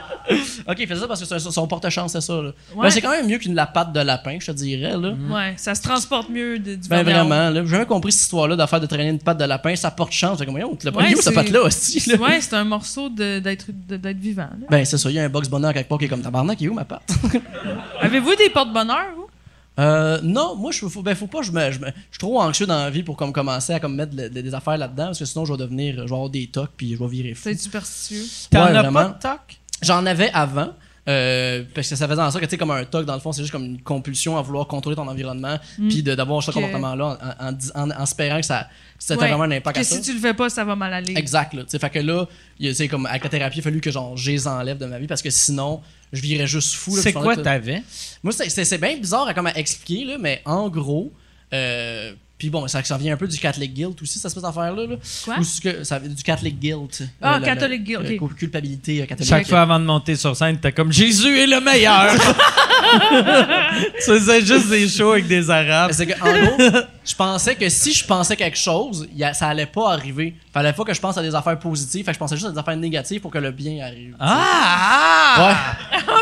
Ok, il faisait ça parce que c'est son- son porte-chance, c'est ça. Là. Ouais. Mm. Ben, c'est quand même mieux qu'une la pâte de lapin, je te dirais. Là. Ouais, ça se transporte mieux de- du Ben vernis à ongles. vraiment, là, j'ai jamais compris cette histoire-là d'affaire de traîner une pâte de lapin, ça porte chance. Fait comme, voyons, tu l'as pas Ouais, mis où, cette c'est- pâte-là, hostie? là? Ouais, c'est un morceau de- d'être de- d'être vivant. là. Ben c'est ça, il y a un box bonheur quelque part qui est comme tabarnak, il est où ma pâte? Avez-vous des porte-bonheur, vous? Euh, non, moi, je faut, ben, faut pas, je, me, je, me- je suis trop anxieux dans la vie pour comme, commencer à comme, mettre le- des affaires là-dedans, parce que sinon, je vais devenir, je vais avoir des tocs, puis je vais virer fou. C'est superstitieux. T'en Ouais, as vraiment. pas de toc? J'en avais avant. euh, parce que ça faisait en sorte que, tu sais, comme un TOC, dans le fond, c'est juste comme une compulsion à vouloir contrôler ton environnement, Mm. puis de- d'avoir ce Que- comportement-là en, en, dis- en- en espérant que ça, ça Ouais, avait vraiment un impact Que à ça. si tu le fais pas, ça va mal aller. Exact, là. Tu sais, fait que là, il y a- tu sais, comme avec la thérapie, il a fallu que genre, je les enlève de ma vie parce que sinon, je virais juste fou. là, C'est puis je quoi parlais de- t'avais? Moi, c'est- c'est c'est bien bizarre à, comme à expliquer, là, mais en gros, euh, puis bon, ça, ça vient un peu du Catholic Guilt aussi, cette espèce d'affaire-là. là. Quoi? Ou ce que, ça, du Catholic Guilt. Euh, Ah, la- la- Catholic Guilt, la ok. Culpabilité euh, catholique. Chaque fois avant de monter sur scène, t'es comme Jésus est le meilleur! tu faisais juste des shows avec des Arabes. C'est que, en gros, je pensais que si je pensais quelque chose, il y a- ça allait pas arriver. Fallait pas que je pense à des affaires positives. Fait que je pensais juste à des affaires négatives pour que le bien arrive. Ah! ah!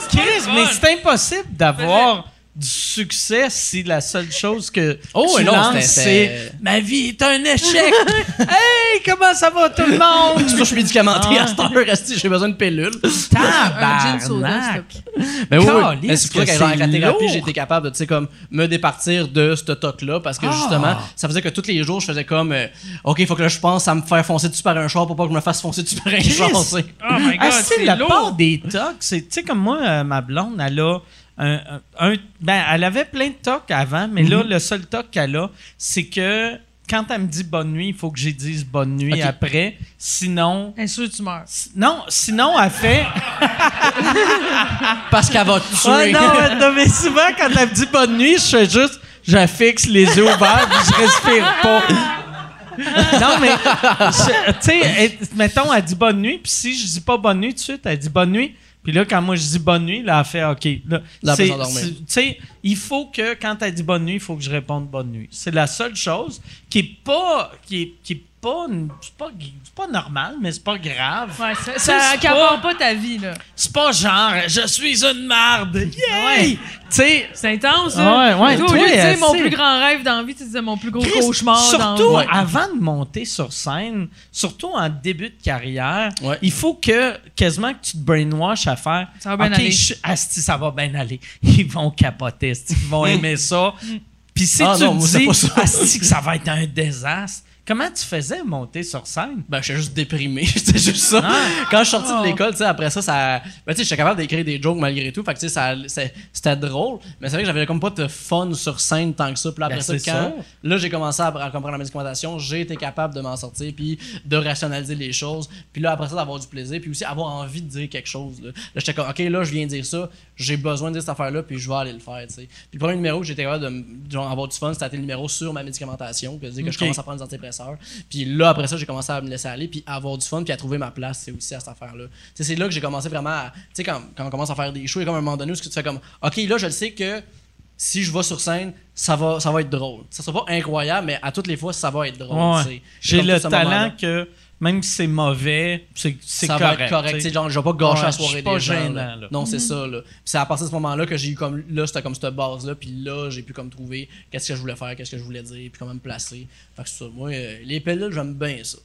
Chris, fun. mais c'est impossible d'avoir du succès si la seule chose que Oh, tu non, lances, c'était- c'est c'était- ma vie est un échec. hey, comment ça va tout le monde? C'est pour ça que je suis médicamenté Ah. à cette heure. esti, J'ai besoin de pilule. Un gin soda, s'il Tabarnak! te plaît. Mais oui, oui. Caliste Mais c'est pour que ça que, genre, avec la c'est thérapie, lourd. j'ai été capable de, tu sais, comme, me départir de ce toc-là parce que, Ah. justement, ça faisait que tous les jours, je faisais comme, euh, OK, faut que là, je pense à me faire foncer dessus par un char pour pas que je me fasse foncer dessus par un char, tu sais. Oh my Ah, god, c'est c'est la lourd. part des tocs, c'est tu sais comme moi euh, ma blonde elle a un, un- ben elle avait plein de tocs avant mais Mhm. là le seul toc qu'elle a c'est que quand elle me dit bonne nuit, il faut que j'y dise bonne nuit Ok. après, sinon Hey, sûr, tu meurs. si- non, sinon elle fait Parce qu'elle va te tuer. Ouais, Ah non, ouais, non, mais souvent quand elle me dit bonne nuit, je fais juste je fixe les yeux ouverts, puis je respire pas. Non, mais, je- tu sais, elle- mettons, elle dit bonne nuit, puis si je dis pas bonne nuit tout de suite, elle dit bonne nuit. Puis là, quand moi je dis bonne nuit, là, elle fait OK. Là, Là, elle peut c'est- s'endormir. c'est- Tu sais, il faut que quand elle dit bonne nuit, il faut que je réponde bonne nuit. C'est la seule chose qui est pas. qui est, qui est pas, une- c'est pas, c'est pas normal, mais c'est pas grave. Ouais, Tu ça, sais, ça c'est accapare pas- pas ta vie, là. C'est pas genre, je suis une marde. Yay! Ouais. Tu sais, C'est intense, là. Ouais, ouais, Toi, au lieu toi, de dire euh, mon c'est- plus grand rêve dans la vie, tu disais mon plus gros Chris, cauchemar dans la Surtout vie. avant de monter sur scène, surtout en début de carrière, Ouais. il faut que quasiment que tu te brainwashes à faire. Ça va bien OK, aller. je- asti, ça va bien aller. Ils vont capoter, asti, ils vont aimer ça. Puis si Ah tu non, te moi, c'est dis pas ça. asti, que ça va être un désastre, comment tu faisais monter sur scène? Ben, j'étais juste déprimé. C'était juste ça. Ah! Quand je suis sorti de l'école, tu sais, après ça, ça. Ben, tu sais, j'étais capable d'écrire des jokes malgré tout. Fait que, tu sais, ça- c'est- c'était drôle. Mais c'est vrai que j'avais comme pas de fun sur scène tant que ça. Puis là, après Ben, ça, c'est quand. ça. Là, j'ai commencé à, à comprendre la médication. J'ai été capable de m'en sortir. Puis de rationaliser les choses. Puis là, après ça, d'avoir du plaisir. Puis aussi, avoir envie de dire quelque chose. Là, Là, j'étais comme, OK, là, je viens de dire ça. J'ai besoin de dire cette affaire-là. Puis je vais aller le faire, tu sais. Puis le premier numéro que j'étais capable de, m- genre, avoir du fun, c'était le numéro sur ma médicamentation. Puis de dire que je Ok. commence à prendre des antidépresseurs. Puis là, après ça, j'ai commencé à me laisser aller, puis à avoir du fun, puis à trouver ma place, c'est aussi à cette affaire-là. Tu sais, c'est là que j'ai commencé vraiment à. Tu sais, quand, quand on commence à faire des shows, il y a comme un moment donné où ce que tu fais comme, OK, là, je le sais que si je vais sur scène, ça va, ça va être drôle. Ça sera pas incroyable, mais à toutes les fois, ça va être drôle. Ouais. tu sais. J'ai Comme le tout ce moment-là, talent que même si c'est mauvais, c'est c'est ça correct. va être correct. tu sais. tu sais, genre, je vais pas gâcher Ouais, la je suis soirée pas des gens, gênant, là. là. Non, c'est ça, là. Puis c'est à partir de ce moment-là que j'ai eu comme. Là, c'était comme cette base-là. Puis là, j'ai pu comme trouver qu'est-ce que je voulais faire, qu'est-ce que je voulais dire, puis comment me placer. Fait que c'est ça. Moi, euh, les pellules, j'aime bien ça.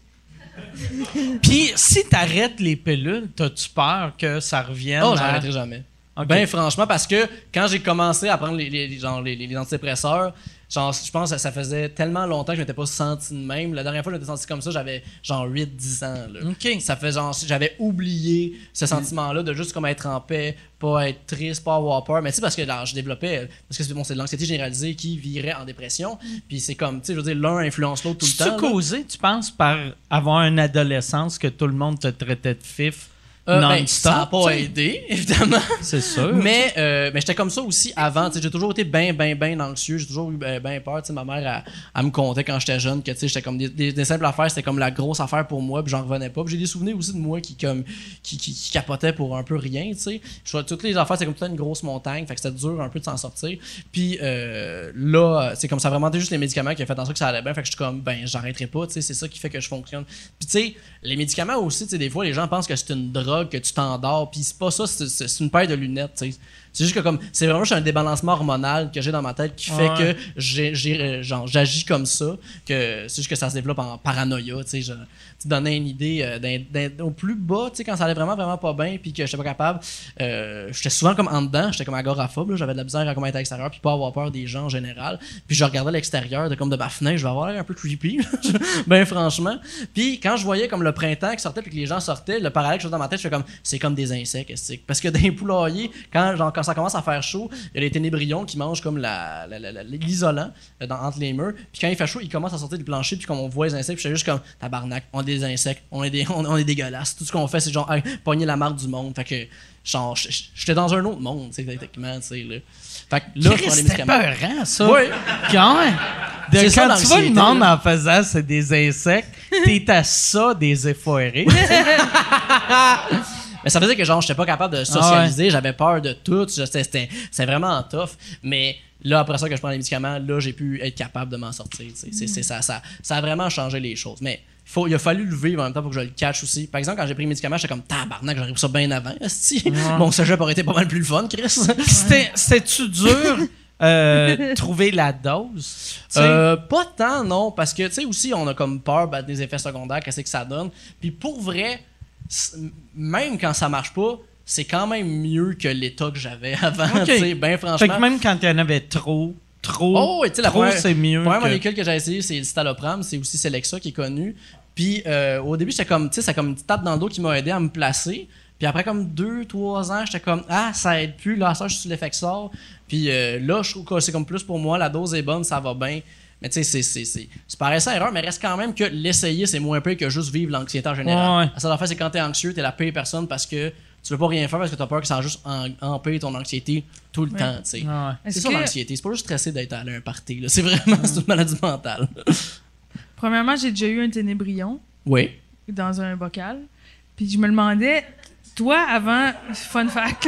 Puis si t'arrêtes les pilules, t'as-tu peur que ça revienne? Oh, à- j'arrêterai jamais. Ok. Ben franchement, parce que quand j'ai commencé à prendre les, les- les- genre, les, les- les antidépresseurs, genre, je pense que ça faisait tellement longtemps que je m'étais pas senti de même. La dernière fois que je m'étais senti comme ça, j'avais genre 8-10 ans. là. Ok. Ça fait genre, j'avais oublié ce sentiment-là de juste comme être en paix, pas être triste, pas avoir peur. Mais tu sais, parce que là, je développais, parce que c'est bon, c'est de l'anxiété généralisée qui virait en dépression. Mm. Puis c'est comme, tu sais, je veux dire, l'un influence l'autre tout le Tu temps. là. causé, tu penses, par avoir une adolescence que tout le monde te traitait de fif Euh, ben, non-stop? ça n'a pas tu sais? aidé, évidemment. C'est sûr. Mais, euh, mais j'étais comme ça aussi avant. Tu sais, J'ai toujours été bien, bien, bien anxieux. J'ai toujours eu bien peur. Tu sais, ma mère, elle, elle me contait quand j'étais jeune que tu sais, j'étais comme des, des- des simples affaires, c'était comme la grosse affaire pour moi, puis j'en revenais pas. Puis J'ai des souvenirs aussi de moi qui, comme, qui, qui, qui capotait pour un peu rien. tu sais. Je vois Toutes les affaires, c'est comme tout le temps une grosse montagne. Fait que c'était dur un peu de s'en sortir. Puis euh, là, c'est comme ça a vraiment été juste les médicaments qui a fait en sorte que ça allait bien. Fait que je suis comme, ben, j'arrêterai pas. tu sais, C'est ça qui fait que je fonctionne. Puis tu sais, les médicaments aussi, tu sais, des fois, les gens pensent que c'est une drogue, que tu t'endors. Puis c'est pas ça, c'est- c'est c'est une paire de lunettes. tu sais. C'est juste que comme c'est vraiment juste un débalancement hormonal que j'ai dans ma tête qui fait que j'ai- j'ai, euh, genre, j'agis comme ça, que c'est juste que ça se développe en paranoïa. Tu sais, je- tu donnais une idée euh, d'un- d'un- au plus bas, tu sais, quand ça allait vraiment, vraiment pas bien, puis que j'étais pas capable, euh, j'étais souvent comme en dedans, j'étais comme agoraphobe, là, j'avais de la misère à comme être à l'extérieur, puis pas avoir peur des gens en général. Puis je regardais l'extérieur de comme de ma fenêtre, je vais avoir l'air un peu creepy, ben franchement. Puis quand je voyais comme le printemps qui sortait, puis que les gens sortaient, le parallèle que je faisais dans ma tête, je fais comme c'est comme des insectes, est-ce que- parce que dans les poulaillers, quand, genre, quand ça commence à faire chaud, il y a les ténébrions qui mangent comme la- la- la- la- l'isolant euh, dans- entre les murs. Puis quand il fait chaud, ils commencent à sortir du plancher, puis comme on voit les insectes, puis j'étais juste comme tabarnak, on est des insectes, on est des, on, on est dégueulasse. Tout ce qu'on fait, c'est genre hey, pogner la marque du monde. Fait que genre, j- j- j'étais dans un autre monde, tu sais, techniquement, tu sais là. Fait que là, je prends les Chris, c'était médicaments. peurant, ça. Ouais. Quand, de C'est quand ça, tu vois le l'anxiété, monde là. en faisant c'est des insectes, t'es à ça des effoirés. Mais ça faisait que genre, j'étais pas capable de socialiser, j'avais peur de tout, je- c'était- c'était c'était vraiment tough. Mais là, après ça que je prends les médicaments, là, j'ai pu être capable de m'en sortir. tu sais. C'est- c'est- ça, ça, ça a vraiment changé les choses. Mais faut, il a fallu le vivre en même temps pour que je le catch aussi. Par exemple, quand j'ai pris les médicaments, j'étais comme tabarnak, j'aurais pris ça bien avant. esti. Mon sujet aurait été pas mal plus le fun, Chris. C'était- C'était-tu dur euh, trouver la dose? Tu sais, Euh, pas tant, non, parce que, tu sais, aussi, on a comme peur ben, des effets secondaires, qu'est-ce que ça donne. Puis pour vrai, c- même quand ça marche pas, c'est quand même mieux que l'état que j'avais avant, Ok. tu sais, ben franchement. fait que même quand il y en avait trop, trop, Oh, et tu sais, la trop, première, c'est mieux. première que- molécule que j'ai essayé, c'est le citalopram, c'est aussi Celexa qui est connu. Puis euh, au début, j'étais comme, tu sais, c'est comme une petite tape dans le dos qui m'a aidé à me placer. Puis après comme deux, trois ans, j'étais comme, ah, ça aide plus, là, ça, je suis sur l'Effexor. Puis euh, là, je trouve que c'est comme plus pour moi, la dose est bonne, ça va bien. Mais tu sais, c'est- c'est- c'est c'est pareil, ça erreur, mais reste quand même que l'essayer, c'est moins pire que juste vivre l'anxiété en général. Ouais. Ça, La seule affaire, c'est quand t'es anxieux, t'es la pire personne parce que tu veux pas rien faire parce que t'as peur que ça juste en, empire ton anxiété tout le temps, tu sais. Ah C'est Est-ce ça que- l'anxiété. C'est pas juste stressé d'être allé à un party. là. C'est vraiment c'est une maladie mentale. Premièrement, j'ai déjà eu un ténébrion Oui. dans un bocal. Puis je me demandais, toi avant, fun fact,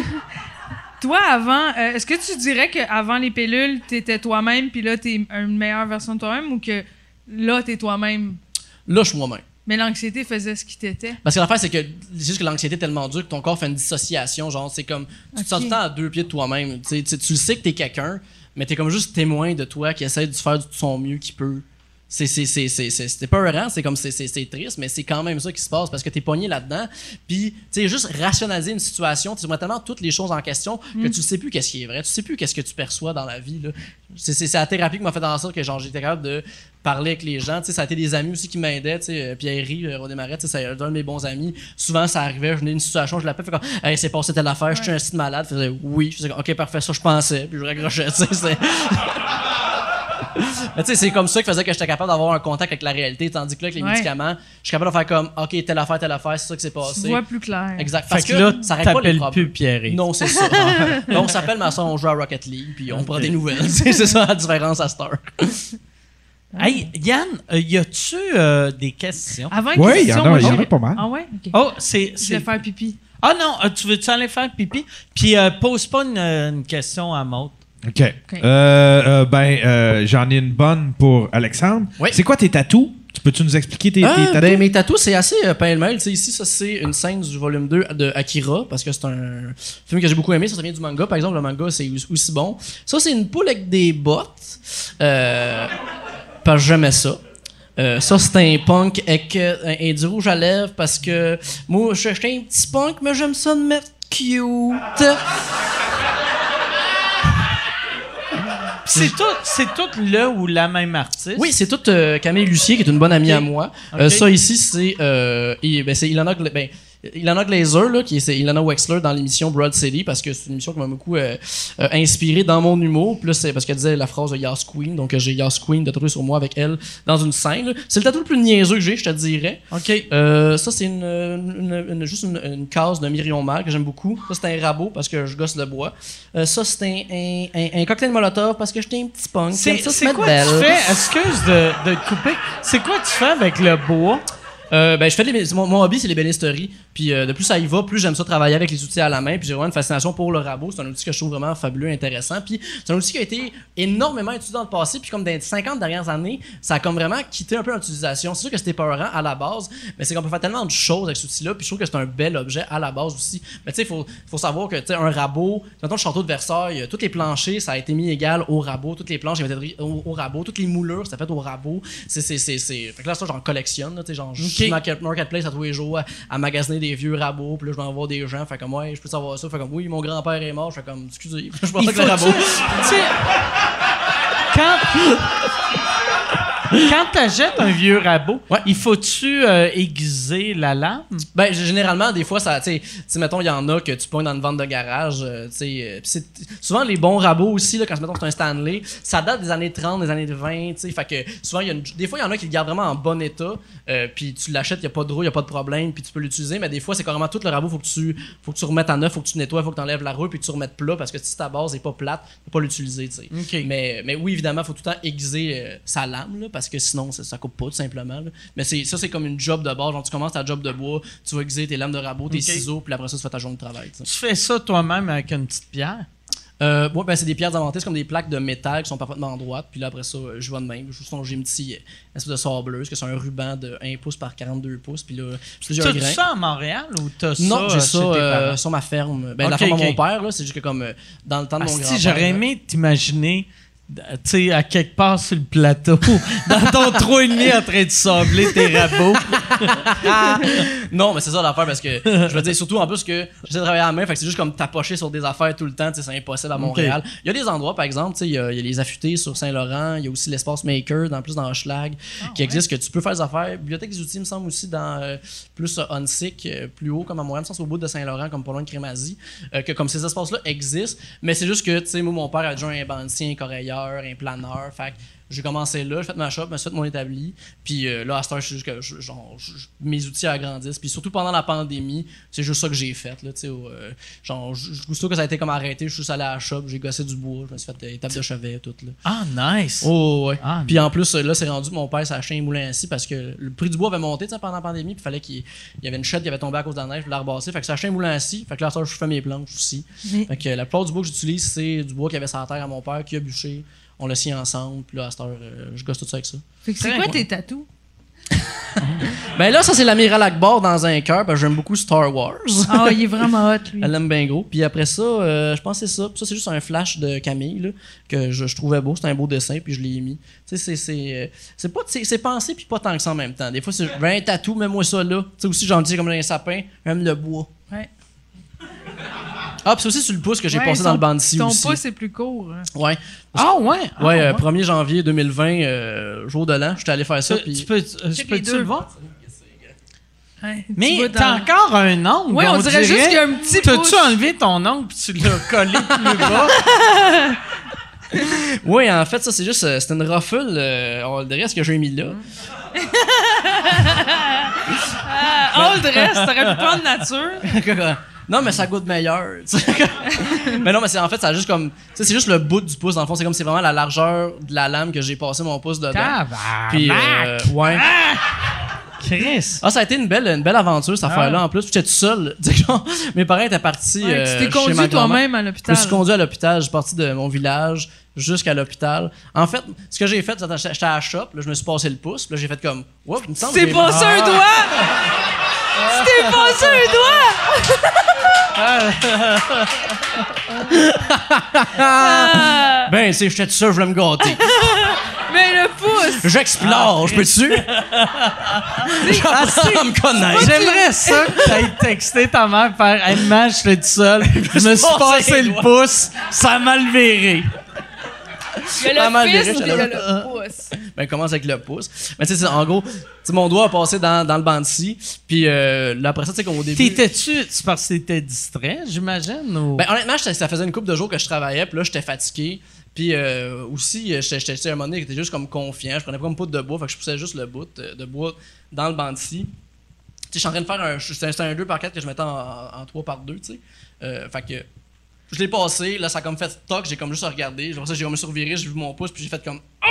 toi avant, euh, est-ce que tu dirais qu'avant les pilules, t'étais toi-même, puis là, t'es une meilleure version de toi-même, ou que là, t'es toi-même? Là, je suis moi-même. Mais l'anxiété faisait ce qui t'était. Parce que l'affaire, c'est que c'est juste que l'anxiété est tellement dure que ton corps fait une dissociation. Genre, c'est comme. Tu te sens tout le Ok. temps à deux pieds de toi-même. Tu, sais, tu sais, tu le sais que t'es quelqu'un, mais t'es comme juste témoin de toi qui essaie de faire de son mieux qu'il peut. C'est, c'est, c'est, c'est, c'est, c'est peurant, c'est comme c'est, c'est, c'est triste, mais c'est quand même ça qui se passe parce que t'es pogné là-dedans. Puis, tu sais, juste rationaliser une situation, tu remets tellement toutes les choses en question que tu ne sais plus qu'est-ce qui est vrai, tu sais plus qu'est-ce que tu perçois dans la vie. Là. C'est, c'est, c'est la thérapie qui m'a fait en sorte que genre, j'étais capable de parler avec les gens. Tu sais, ça a été des amis aussi qui m'aidaient. Tu sais, euh, Pierre-Yves euh, Rodémaret, tu sais, c'est un de mes bons amis. Souvent, ça arrivait, je venais d'une situation, je l'appelais, fais comme, hey, c'est passé telle affaire, je suis un site malade. Je faisais oui, je faisais comme, ok, parfait, ça je pensais, puis je raccrochais. Tu sais, c'est- mais tu sais, c'est comme ça qui faisait que j'étais capable d'avoir un contact avec la réalité, tandis que là, avec les Ouais. médicaments, je suis capable de faire comme, ok, telle affaire, telle affaire, c'est ça qui s'est Tu passé. vois plus clair. Exact. Fait Parce que là, ça arrête pas t'appelles les problèmes. plus Pierre. Non, c'est ça. Là, on s'appelle ma soeur, on joue à Rocket League, puis on prend des nouvelles. c'est c'est ça la différence à cette heure. Hey, Yann, euh, y a-tu euh, des questions? Avant une Oui, il y question, en a, moi, il y en a j'ai- pas mal. Ah ouais? Ok. Oh, c'est. je vais c'est- faire pipi. Ah non, euh, tu veux-tu aller faire pipi? Puis euh, pose pas une, euh, une question à Maud. OK. Euh, euh, ben, euh, j'en ai une bonne pour Alexandre. Oui. C'est quoi tes tatous? Tu peux-tu nous expliquer tes, tes Ah, tatous? ben, mes tatous, c'est assez euh, pêle-mêle. Tu sais, Ici, ça, c'est une scène du volume 2 de Akira, parce que c'est un film que j'ai beaucoup aimé. Ça, ça vient du manga. Par exemple, le manga, c'est ou- aussi bon. Ça, c'est une poule avec des bottes. Euh, parce que j'aimais ça. Euh, ça, c'est un punk avec euh, un- et du rouge à lèvres parce que moi, je j'étais un petit punk, mais j'aime ça de mettre cute. C'est tout, c'est tout le ou la même artiste. Oui, c'est tout euh, Camille Lucier, qui est une bonne amie Ok. à moi. Euh, Ok. ça ici, c'est euh, il- ben, c'est Ilana, Gla- ben, Ilana Glazer, là, qui est c'est Ilana Wexler dans l'émission Broad City, parce que c'est une émission qui m'a beaucoup euh, euh, inspiré dans mon humour. Puis là, c'est parce qu'elle disait la phrase de Yas Queen, donc euh, j'ai Yas Queen de trouver sur moi avec elle dans une scène. là. C'est le tatou le plus niaiseux que j'ai, je te dirais. OK. Euh, ça, c'est une, une- une- juste une, une case de Myrion Mal que j'aime beaucoup. Ça, c'est un rabot parce que je gosse le bois. Euh, ça, c'est un, un, un- un cocktail molotov parce que j'étais un petit punk. C'est, J'aime ça se c'est mettre quoi belle. tu fais? Excuse de, de te couper. C'est quoi tu fais avec le bois? Euh, ben, je fais de l'ébé- mon, mon hobby, c'est l'ébénisterie. Puis euh, de plus ça y va, plus j'aime ça travailler avec les outils à la main. Puis j'ai vraiment une fascination pour le rabot. C'est un outil que je trouve vraiment fabuleux, intéressant. Puis c'est un outil qui a été énormément utilisé dans le passé. Puis comme dans les 50 dernières années, ça a comme vraiment quitté un peu l'utilisation. C'est sûr que c'était peurant à la base, mais c'est qu'on peut faire tellement de choses avec cet outil-là. Puis je trouve que c'est un bel objet à la base aussi. Mais tu sais, il faut, faut savoir que tu sais, un rabot, mettons le château de Versailles, euh, tous les planchers, ça a été mis égal au rabot. Toutes les planches, elles étaient au, au rabot. Toutes les moulures, ça fait au rabot. C'est, c'est, c'est, c'est... Fait que là, ça, j'en collectionne. là, tu sais, genre, je suis market- marketplace à tous les jours à, à magasiner des vieux rabots. Puis là, je vais en voir des gens. Fait comme, ouais, je peux savoir ça. Fait comme, oui, mon grand-père est mort. Je fais comme, excusez, je pense que le rabot. Tu sais, quand. Quand t'achètes un vieux rabot, Ouais. il faut-tu euh, aiguiser la lame? Ben, g- généralement, des fois, ça, tu sais, tu sais, mettons, il y en a que tu pognes dans une vente de garage, euh, tu sais, euh, pis c'est souvent les bons rabots aussi, là, quand, mettons, c'est un Stanley, ça date des années 30, des années 20, tu sais, fait que souvent, il y a une- des fois, il y en a qui le gardent vraiment en bon état, euh, puis tu l'achètes, il y a pas de roue, il y a pas de problème, puis tu peux l'utiliser, mais des fois, c'est carrément tout le rabot, faut que tu, faut que tu remettes en neuf, faut que tu nettoies, faut que tu enlèves la roue, puis que tu remettes plat, parce que si ta base est pas plate, tu peux pas l'utiliser, tu sais. Mais, mais oui, évidemment, faut tout le temps aiguiser euh, sa lame, là, parce que sinon, ça, ça coupe pas, tout simplement. là. Mais c'est, ça, c'est comme une job de base. Genre, tu commences ta job de bois, tu vas aiguiser tes lames de rabot, tes Ok. ciseaux, puis après ça, tu fais ta journée de travail. tu sais. Tu fais ça toi-même avec une petite pierre? Euh, ouais, ben, c'est des pierres inventées, c'est comme des plaques de métal qui sont parfaitement droites, puis là, après ça, euh, je vois de même. Je sens j'ai une petite euh, espèce de sableuse, que c'est un ruban de 1 pouce par 42 pouces, puis là, plusieurs T'as-tu grains. ça à Montréal ou t'as ça non, j'ai euh, ça chez tes euh, parents? sur ma ferme. Ben, la Ok, ferme à ok. mon père, là, c'est juste que comme euh, dans le temps de mon Asti, grand-père. j'aurais là, aimé t'imaginer, euh, tu sais, à quelque part sur le plateau, dans ton trou et demi en train de sabler tes rabots. Non, mais c'est ça l'affaire parce que je veux dire, surtout en plus que j'essaie de travailler à la main, fait que c'est juste comme tapocher sur des affaires tout le temps, tu sais, c'est impossible à Montréal. Il y a des endroits, par exemple, tu sais, il y, a il y a les affûtés sur Saint-Laurent, il y a aussi l'espace maker, dans plus dans Hochelag, qui existe, que tu peux faire des affaires. Bibliothèque des outils, il me semble aussi, dans euh, plus euh, Onsic, euh, plus haut, comme à Montréal, je pense au bout de Saint-Laurent, comme pas loin de Crémazie, euh, que comme ces espaces-là existent. Mais c'est juste que, tu sais, moi, mon père a déjà un banditier, un correilleur, un planeur, fait que j'ai commencé là, j'ai fait ma shop, j'ai fait mon établi. Puis euh, là, à cette heure, je suis juste que je- genre, je- je- mes outils agrandissent. Puis surtout pendant la pandémie, c'est juste ça que j'ai fait. Là, tu sais, au, euh, genre, je- je- aussitôt que ça a été comme arrêté, je suis juste allé à la shop, j'ai gossé du bois, je me suis fait euh, étape de chevet, tout. Là. Ah, nice. Oh, ouais. Ah, puis en plus, euh, là, c'est rendu que mon père s'est acheté un moulin assis parce que le prix du bois avait monté tu sais, pendant la pandémie. Puis fallait qu'il il y avait une chute qui avait tombé à cause de la neige, puis l'a rebassé. Fait que j'ai acheté un moulin assis. Fait que là, à cette heure, je fais mes planches aussi. Mais- Fait que euh, la plupart du bois que j'utilise, c'est du bois qu'il y avait sur la terre à mon père, qui a bûché. On l'a scié ensemble. Puis là, à cette heure, euh, je gosse tout ça avec ça. Fait que c'est Très quoi bon. tes tatous? Ben là, ça, c'est l'amiral Akbar dans un cœur. Ben, j'aime beaucoup Star Wars. Ah, il est vraiment hot, lui. Elle l'aime bien gros. Puis après ça, euh, je pense que c'est ça. Puis ça, c'est juste un flash de Camille là, que je, je trouvais beau. C'était un beau dessin, puis je l'ai mis. Tu sais, c'est- c'est euh, c'est pas c'est c'est pensé, puis pas tant que ça en même temps. Des fois, c'est ben, un tatou, mets-moi ça là. Tu sais, aussi, j'en dis comme dans les sapins, j'aime le bois. Ouais. Ah, puis c'est aussi sur le pouce que j'ai Ouais, pensé son- dans le bandit Ton aussi. pouce est plus court. hein. Ouais. Ah, ouais. Ah, Ouais, euh, 1er janvier 2020, euh, jour de l'an, j'étais allé faire ça. Tu, puis... tu peux, euh, tu- je Check peux les deux. le voir? Ouais, tu Mais vas dans- t'as encore un ongle. Ouais, on dirait juste qu'il y a un petit pouce. T'as-tu enlevé ton ongle puis tu l'as collé plus bas? Oui, en fait, ça, c'est juste. euh, C'était une rafule. euh, on le dirait ce que j'ai mis là. Ah, all dress, t'aurais pu prendre nature. non, mais ça goûte meilleur. tu sais. mais non, mais c'est en fait, ça a juste comme. Tu sais, c'est juste le bout du pouce. Dans le fond, c'est comme c'est vraiment la largeur de la lame que j'ai passé mon pouce dedans. Puis, euh, ouais. Chris. Ah, ça a été une belle, une belle aventure, Ah. cette affaire-là. En plus, j'étais tout seul. Tu sais, genre, mes parents étaient partis. Ouais, euh, tu chez t'es ma grand-mère. conduit toi-même à Je l'hôpital. me suis conduit à l'hôpital. Je suis parti de mon village jusqu'à l'hôpital. En fait, ce que j'ai fait, c'est que j'étais à la shop. Là, je me suis passé le pouce. Puis là, j'ai fait comme. Oups, il me semble Tu t'es que j'ai- passé un doigt! Tu t'es passé un doigt! Ah, Ben, tu sais, j'étais tout seul, je voulais me gâter. mais le pouce! J'explore, je peux-tu? J'apprends à me connaître. J'aimerais ça que t'ailles texter ta mère faire Hey, maman, je suis tout seul. Je me suis passé passé les le pouce. Ça m'a le verré. Il y a Pas mal le viré, fist puis il y a le pouce. Ben, commence avec le pouce. Mais tu sais, c'est- en gros, tu sais, mon doigt a passé dans, dans le bandit. Puis euh, là, après ça, tu sais, comme au début. T'étais-tu, c'est parce que t'étais distrait, j'imagine? Ou... Ben, honnêtement, j'étais- ça faisait une couple de jours que je travaillais, puis là, j'étais fatigué. Puis euh, aussi, euh, j'étais j'étais- j'étais à un moment donné, j'étais juste comme confiant. Je prenais pas une poutre de bois, fait que je poussais juste le bout euh, de bois dans le bandit. Tu sais, je suis en train de faire un. C'était c'était un 2x4 que je mettais en 3x2, tu sais. Euh, fait que. Je l'ai passé, là, ça a comme fait toc, j'ai comme juste regardé. J'ai ça, j'ai comme surviré, j'ai vu mon pouce, puis j'ai fait comme. Ah!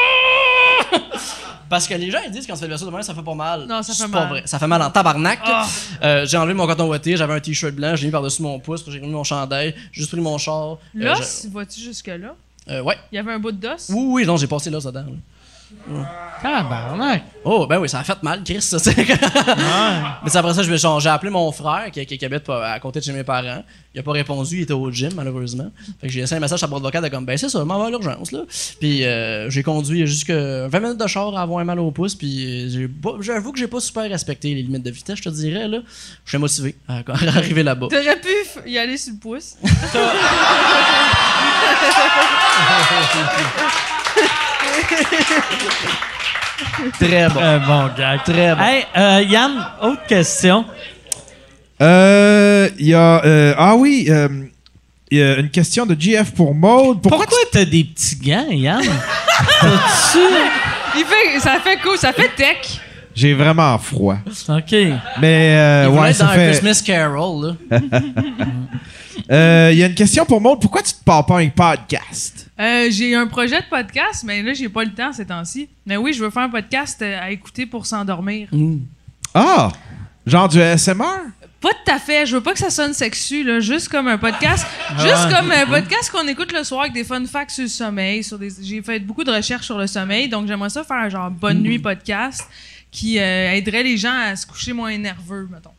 Parce que les gens, ils disent quand tu fais le vaisseau de même, ça fait pas mal. Non, ça C'est fait pas mal. vrai. Ça fait mal en tabarnak. Euh, j'ai enlevé mon coton ouaté, j'avais un t-shirt blanc, j'ai mis par-dessus mon pouce, j'ai remis mon chandail, j'ai juste pris mon char. Euh, L'os, vois-tu jusque-là? je- euh, ouais. Il y avait un bout d'os? Oui, oui, non, j'ai passé là, dedans. là. Tabarnak. Oh, ben oui, ça a fait mal, Chris, ça, tu sais. Mais c'est après ça, je vais changer. J'ai appelé mon frère, qui, qui, qui habite pas- à côté de chez mes parents. Il a pas répondu, il était au gym, malheureusement. Fait que j'ai laissé un message à la boîte vocale de comme, ben c'est ça, je m'en vais à l'urgence, là. Puis euh, j'ai conduit jusque 20 minutes de char à avoir un mal au pouce, puis euh, j'ai pas- j'avoue que j'ai pas super respecté les limites de vitesse, je te dirais, là. Je suis motivé à, à arriver là-bas. T'aurais pu f- y aller sur le pouce. Très bon. Euh, bon gars. Très bon. Hey, euh, Yann, autre question. Euh, Il y a. euh, ah oui, euh, il y a une question de GF pour Maude. Pourquoi, t'as des petits gants, Yann? T'as-tu? Il fait, ça fait cool, ça fait tech. tu- J'ai vraiment froid. OK. Mais euh, Il voulait ouais, être dans ça un fait. Christmas Carol, là. Euh, Il y a une question pour Maude. Pourquoi tu te parles pas un podcast? Euh, j'ai un projet de podcast, mais là, j'ai pas le temps ces temps-ci. Mais oui, je veux faire un podcast euh, à écouter pour s'endormir. Ah! Genre du ASMR? Pas tout à fait. Je veux pas que ça sonne sexu, là. Juste comme un podcast. Ah, juste comme un podcast qu'on écoute le soir avec des fun facts sur le sommeil. Sur des... J'ai fait beaucoup de recherches sur le sommeil, donc j'aimerais ça faire un genre bonne nuit podcast qui euh, aiderait les gens à se coucher moins nerveux, mettons.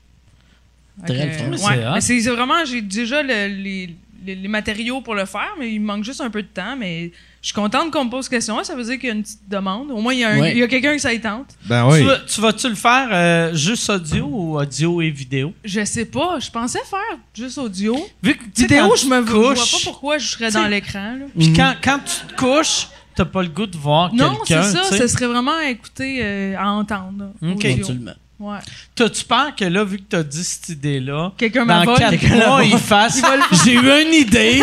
Fait Très que, fun. ouais. C'est hot. Mais c'est c'est vraiment, j'ai déjà le- les, les- les matériaux pour le faire, mais il me manque juste un peu de temps. Mais je suis contente qu'on me pose question. Ça veut dire qu'il y a une petite demande. Au moins, il y a, un- Ouais. il y a quelqu'un que ça y tente. Ben Tu, vas, tu vas-tu le faire euh, juste audio ou audio et vidéo? Je sais pas, je pensais faire juste audio. Vu que, tu sais, Vidéo, quand je tu me te vois pas couches, pourquoi je serais T'sais, dans l'écran. là. Puis quand, quand tu te couches, t'as pas le goût de voir Non, c'est quelqu'un. ça, tu sais. ce serait vraiment à écouter, euh, à entendre. là, Ok. audio. Absolument. Ouais. T'as-tu peur que là, vu que t'as dit cette idée-là, Quelqu'un dans m'avole. quatre mois, il fasse J'ai eu une idée.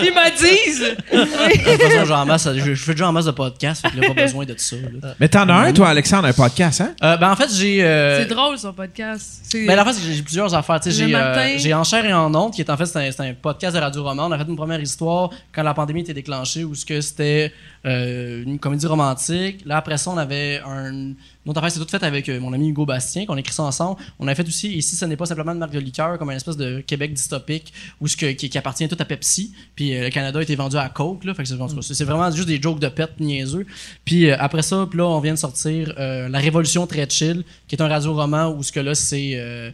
Ils me disent! De toute façon, j'en masse- je, je fais déjà en masse de podcasts, fait qu'il a pas besoin de tout ça. là. Mais t'en as un, toi, Alexandre, un podcast, hein? Euh, ben, en fait, j'ai. euh, C'est drôle, son podcast. C'est- Ben, en fait, c'est que j'ai plusieurs affaires. Tu sais, Le J'ai matin. euh, j'ai En chair et en onde, qui est en fait c'est un, c'est un podcast de Radio Roman. On a fait une première histoire quand la pandémie était déclenchée, où ce que c'était euh, une comédie romantique. Là, après ça, on avait un, une autre affaire affaires, c'est tout fait avec euh, mon ami Hugo Bastien, qu'on écrit ça ensemble. On a fait aussi, ici, ce n'est pas simplement une marque de liqueur, comme un espèce de Québec dystopique, où ce que- qui, qui appartient tout à Pepsi. Puis euh, le Canada a été vendu à Coke, là. Fait que c'est, en tout cas, c'est- c'est vraiment juste des jokes de pète niaiseux. Puis euh, après ça, puis là, on vient de sortir euh, La Révolution très chill, qui est un radio-roman où ce que là, c'est. euh,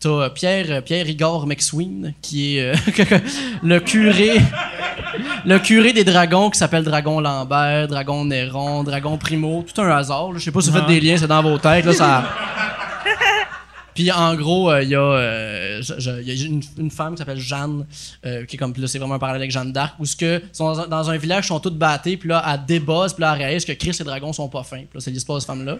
T'as euh, Pierre, euh, Pierre Igor McSween, qui est euh, le curé le curé des dragons qui s'appelle Dragon Lambert, Dragon Néron, Dragon Primo, tout un hasard. là. Je sais pas si vous faites des liens, c'est dans vos têtes. Là, ça... Puis en gros, euh, il y a, euh, je- je- il y a une, une femme qui s'appelle Jeanne, euh, qui est comme, puis là, c'est vraiment un parallèle avec Jeanne d'Arc, où ce que ils sont dans un, dans un village, ils sont toutes battées, puis là, elle débosse, puis là, elle réalise que Chris et les dragons sont pas fins. Puis là, c'est l'histoire de cette femme-là.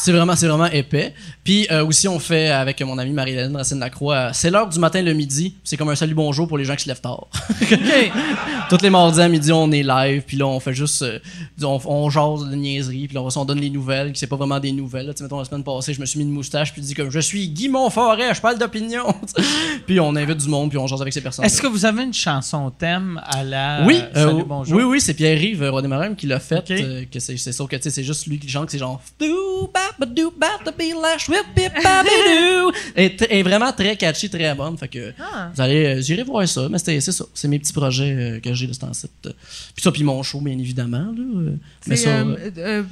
C'est vraiment, c'est vraiment épais. Puis euh, aussi, on fait avec mon amie Marie-Hélène Racine-Lacroix, euh, c'est l'heure du matin, le midi. C'est comme un salut bonjour pour les gens qui se lèvent tard. Tous les mardis à midi, on est live, puis là, on fait juste. euh, on, on jase de niaiseries, puis là, on, on donne les nouvelles, qui c'est pas vraiment des nouvelles. là. Tu sais, mettons, la semaine passée, je me suis mis une moustache, puis je dis comme je suis Guy Montforêt, je parle d'opinion. puis on invite du monde, puis on jase avec ces personnes. Est-ce que vous avez une chanson thème à la Oui, euh, euh, Salut, bonjour? oui, oui, c'est Pierre-Yves euh, Rodemarum qui l'a fait. Ok. euh, que c'est, c'est sûr que tu sais, c'est juste lui qui chante, que c'est genre Doo, ba, ba, doo, ba, da, be, la, shwip, bip, ba, be, doo. et, t- et vraiment très catchy, très bonne. Fait que Ah. vous allez, euh, j'irai voir ça. Mais c'était- c'est ça, c'est mes petits projets euh, que j'ai de ce temps-ci. Puis ça, puis mon show, bien évidemment. là, euh, mais C'est ça, euh, euh, euh,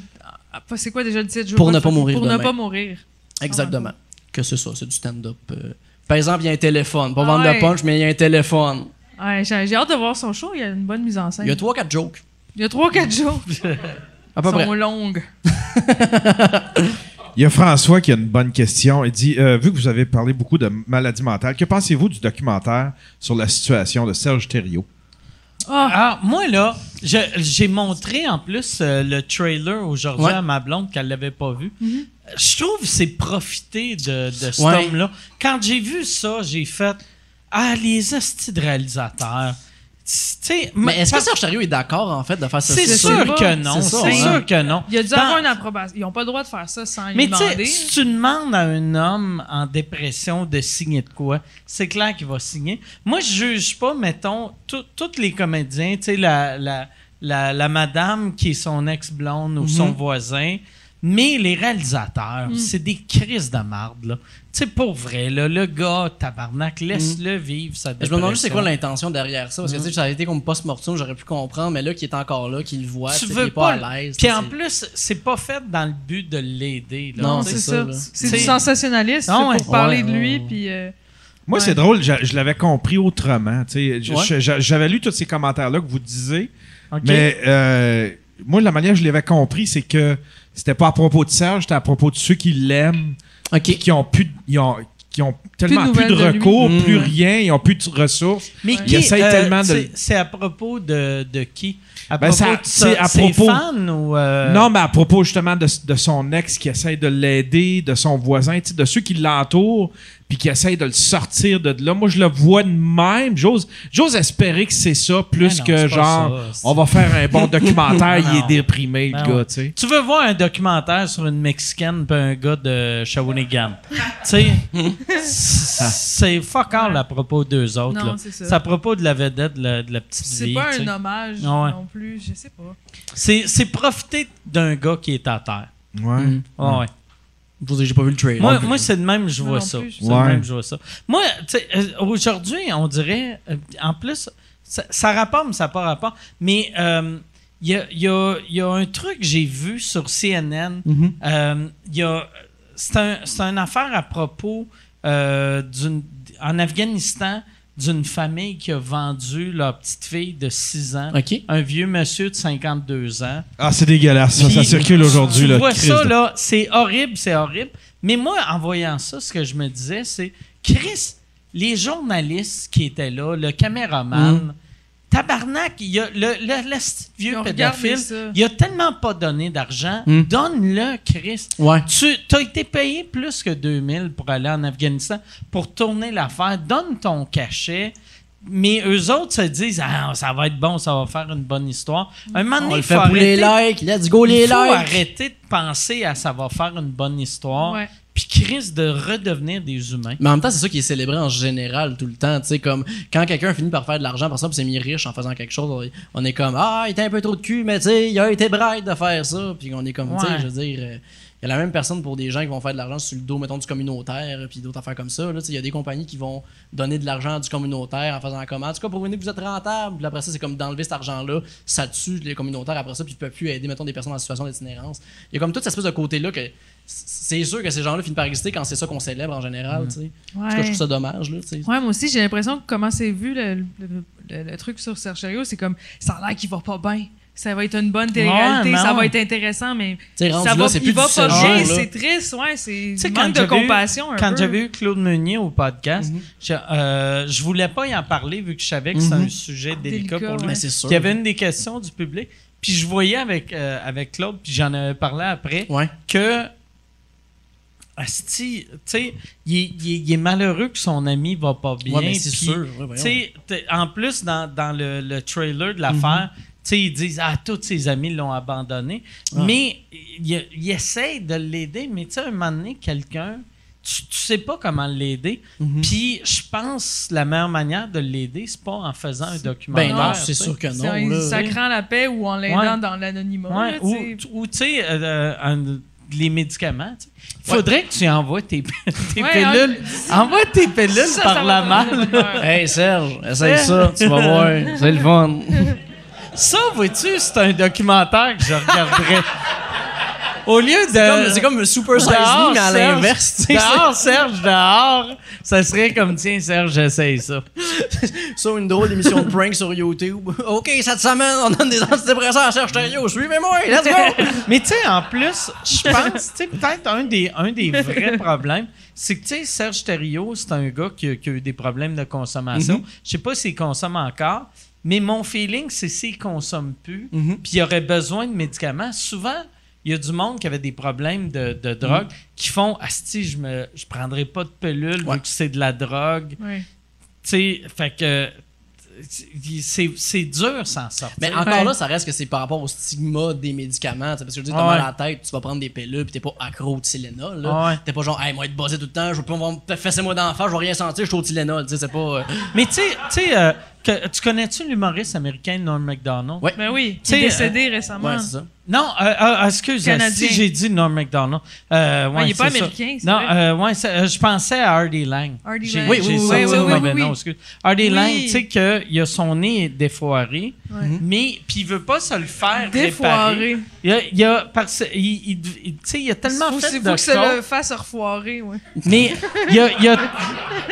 ah, c'est quoi déjà le titre? Je veux Pour ne pas le- mourir Pour ne demain. pas mourir. exactement. Que c'est ça, c'est du stand-up. euh. Par exemple, il y a un téléphone. Pas Ah vendre ouais. de punch, mais il y a un téléphone. Ouais, j'ai j'ai hâte de voir son show. Il y a une bonne mise en scène. Il y a trois, quatre jokes. Il y a trois, quatre jours. À peu Elles près. sont longues. Il y a François qui a une bonne question. Il dit euh, Vu que vous avez parlé beaucoup de maladies mentales, que pensez-vous du documentaire sur la situation de Serge Thériault Ah, moi, là, je- j'ai montré en plus euh, le trailer aujourd'hui Ouais. Mhm. à ma blonde qu'elle l'avait pas vu. Je trouve que c'est profiter de, de cet Ouais. homme-là. Quand j'ai vu ça, j'ai fait Ah, les hosties de réalisateurs. Tu sais, Mais est-ce que parce- Serge Thériault est d'accord, en fait, de faire ça? c'est Je sais sûr pas. que non. C'est ça, C'est hein. sûr que non. Il y a dû Dans- avoir une approbation. Ils n'ont pas le droit de faire ça sans lui Ben, mais tu sais, demander. hein. si tu demandes à un homme en dépression de signer de quoi, c'est clair qu'il va signer. Moi, je juge pas, mettons, tout- tous les comédiens, tu sais, la, la, la, la madame qui est son ex-blonde ou Mhm. son voisin, mais les réalisateurs, c'est des crises de marde, là. Tu sais, pour vrai, là, le gars, tabarnak, Mhm. laisse-le vivre sa Je dépression. me demande juste c'est quoi l'intention derrière ça, parce que tu sais, ça a été comme post-mortem, j'aurais pu comprendre, mais là, qui est encore là, qui le voit, Tu tu sais, veux il est pas pas- à l'aise. Puis tu en sais. plus, c'est pas fait dans le but de l'aider, là. Non, Non, Tu sais, c'est c'est ça. ça, là. C'est C'est- du sensationnaliste. Ah c'est ouais. pour parler Ouais, de lui. ouais, ouais. Puis, euh, Moi, Ouais. c'est drôle, j'a- je, l'avais compris autrement. tu sais. Je- Ouais. je- j'a- J'avais lu tous ces commentaires-là que vous disiez, OK? mais euh, moi, la manière que je l'avais compris, c'est que c'était pas à propos de Serge, c'était à propos de ceux qui l'aiment, Ok. qui ont plus, de- ils ont, qui ont tellement de plus de, nouvelles de lui. recours, Mm. plus rien, ils ont plus de ressources. Mais Ouais. qui, Il essaye euh, tellement de- c'est- C'est à propos de, de qui À Ben, propos ça- de ça- c'est à ses propos- fans ou euh, Non, mais à propos justement de, de son ex qui essaye de l'aider, de son voisin, tu sais, de ceux qui l'entourent, puis qui essayent de le sortir de là. Moi, je le vois de même. J'ose, j'ose espérer que c'est ça, plus Ah non, que c'est pas genre, ça, c'est- on va faire un bon documentaire, il Non. est déprimé, le Ben gars, ouais. tu sais. Tu veux voir un documentaire sur une Mexicaine pis un gars de Shawinigan. tu sais, c'est fuck all à propos d'eux autres. Non, là. c'est ça. à propos de la vedette, de la, de la petite c'est vie, pas tu un sais. hommage Ah ouais. non plus. Je sais pas. C'est c'est profiter d'un gars qui est à terre. Ouais. Ah ouais. Je vous ai- j'ai pas vu le trailer. Moi, moi, c'est de même, je Moi vois non ça. plus, je C'est de Ouais. même, je vois ça. Moi, tu sais, euh, aujourd'hui, on dirait, euh, en plus, ça, ça rapporte, mais ça n'a pas rapport, mais euh, il y, a, il y a- il y a un truc que j'ai vu sur CNN. euh, il y a- C'est un- c'est une affaire à propos euh, d'une en Afghanistan d'une famille qui a vendu leur petite fille de 6 ans. Ok. Un vieux monsieur de 52 ans. Ah, c'est dégueulasse, ça, Puis, ça circule aujourd'hui, tu là. vois Christ ça, de- là, c'est horrible, c'est horrible. Mais moi, en voyant ça, ce que je me disais, c'est Chris, les journalistes qui étaient là, le caméraman, Mm. tabarnak, il y a le, le- le petit Ils vieux ont regardé pédophile, ça. il a tellement pas donné d'argent. Mm. Donne-le, Chris. Ouais. Tu as été payé plus que 2000 pour aller en Afghanistan, pour tourner l'affaire. Donne ton cachet. Mais eux autres se disent ah, ça va être bon, ça va faire une bonne histoire. Un moment donné, On le il fait faut pour les arrêter likes, let's go les il faut likes. arrêter de penser à ça va faire une bonne histoire. Ouais. puis Chris de redevenir des humains. Mais en même temps, c'est ça qui est célébré en général tout le temps. Tu sais, comme quand quelqu'un finit par faire de l'argent, par exemple, s'est mis riche en faisant quelque chose, on est comme Ah, il était un peu trop de cul, mais tu sais, il a été braille de faire ça. Puis on est comme, tu sais, Ouais. je veux dire, euh, il y a la même personne pour des gens qui vont faire de l'argent sur le dos, mettons, du communautaire, euh, puis d'autres affaires comme ça. là. Tu sais, Il y a des compagnies qui vont donner de l'argent à du communautaire en faisant comme En tout cas, pour une année, vous êtes rentable. Puis après ça, c'est comme d'enlever cet argent-là, ça tue les communautaires après ça, puis ils peuvent plus aider, mettons, des personnes en situation d'itinérance. Il y a comme toute cette espèce de côté-là que c'est sûr que ces gens-là finissent par exister quand c'est ça qu'on célèbre en général, Mm. tu sais. En tout cas, je Ouais. trouve ça dommage, là, tu sais. Ouais, moi aussi, j'ai l'impression que comment c'est vu le, le- le- le truc sur Serge Thériault, c'est comme ça a l'air qu'il va pas bien. Ça va être une bonne télé-réalité, Ouais, non. ça va être intéressant, mais T'sais, rendu ça là, va, c'est il plus va du pas Serge bien, Thériault, là. c'est triste, ouais, c'est Tu sais, du quand manque de j'avais eu- compassion un Quand peu. j'avais eu Claude Meunier au podcast, Mhm. je, euh, je voulais pas y en parler vu que je savais que c'est Mhm. un sujet délicat, Ah, Délicat, pour lui. Mais c'est sûr. Il y avait une des questions du public, puis je voyais avec, euh, avec Claude, puis j'en avais parlé après, Ouais. que Asti, tu sais, il, est- il est- il est malheureux que son ami va pas bien. Ouais, mais ben, c'est puis, sûr, ouais, voyons. tu sais, t'es- en plus, dans, dans le, le trailer de Mhm. l'affaire, tu sais, ils disent Ah, tous ses amis l'ont abandonné. Ah. Mais il, il essaie de l'aider, mais tu sais, un moment donné, quelqu'un, tu, tu sais pas comment l'aider. Mhm. Puis je pense la meilleure manière de l'aider, c'est pas en faisant un Ben documentaire. non, c'est tu sais. sûr que C'est non, en là. lui sacrant la paix ou en l'aidant Ouais. dans l'anonymat. Ouais, là, tu ou, sais. ou, tu sais, euh, euh, un- les médicaments. tu sais. Faudrait que tu envoies tes, tes Ouais, hein, pilules. Envoie tes pilules Ça, par ça la va te malle. donner peur. Hey Serge, essaye Eh. ça, tu vas voir, c'est le fun. Ça, vois-tu, c'est un documentaire que je regarderais. Au lieu de. C'est comme, le Super Size dehors, Me, mais à Serge, l'inverse, tu sais. Dehors, Serge, dehors. Ça serait comme, tiens, Serge, j'essaye ça. c'est Ça, une drôle d'émission de prank sur YouTube. OK, cette semaine, on donne des antidépresseurs à Serge Thériault, suivez-moi, let's go! Mais tu sais, en plus, je pense, tu sais, peut-être un des, un des vrais problèmes, c'est que, tu sais, Serge Thériault, c'est un gars qui, a- qui a eu des problèmes de consommation. Mhm. Je sais pas s'il consomme encore, mais mon feeling, c'est s'il consomme plus, Mhm. puis il aurait besoin de médicaments. Souvent, il y a du monde qui avait des problèmes de, de Mhm. drogue qui font Asti, je me je prendrai pas de pilule Ouais. vu que c'est de la drogue. Tu Ouais. sais, fait que c'est c'est dur s'en sortir. Mais encore Ouais. là, ça reste que c'est par rapport au stigma des médicaments. tu sais, Parce que je veux dire, t'as Ouais. mal à la tête, tu vas prendre des pilules, puis t'es pas accro au Tylenol. là. Ouais. T'es pas genre, hey, moi, être basé tout le temps, je veux pas me fessez-moi d'enfant, je vais rien sentir, je suis au Tylenol. Tu sais, c'est pas. euh, Mais tu sais- tu sais, euh, que- tu connais-tu l'humoriste américain Norm MacDonald? Ouais. Ben oui, Tu il sais, est décédé récemment. Ouais, c'est ça. Non, euh, euh, excuse, Canadien. Ah, si j'ai dit Norm MacDonald. Euh, ouais, il est pas c'est ça. américain, c'est Non, vrai. euh, ouais, c'est- euh, je pensais à Hardy Lang. Artie J'ai- Lang. Oui, oui, j'ai oui, sorti oui, le oui, mauvais oui, nom, oui. excuse. Hardy Oui. Lang, tu sais qu'il a son nez défoiré, Mhm. Ouais. mais puis il veut pas se le faire réparer. Défoiré. Il a, il a, parce, il, il, il- tu sais, il a tellement Faut, fait c'est de faut que ça coke, le fasse refoirer, ouais. mais il a, il a,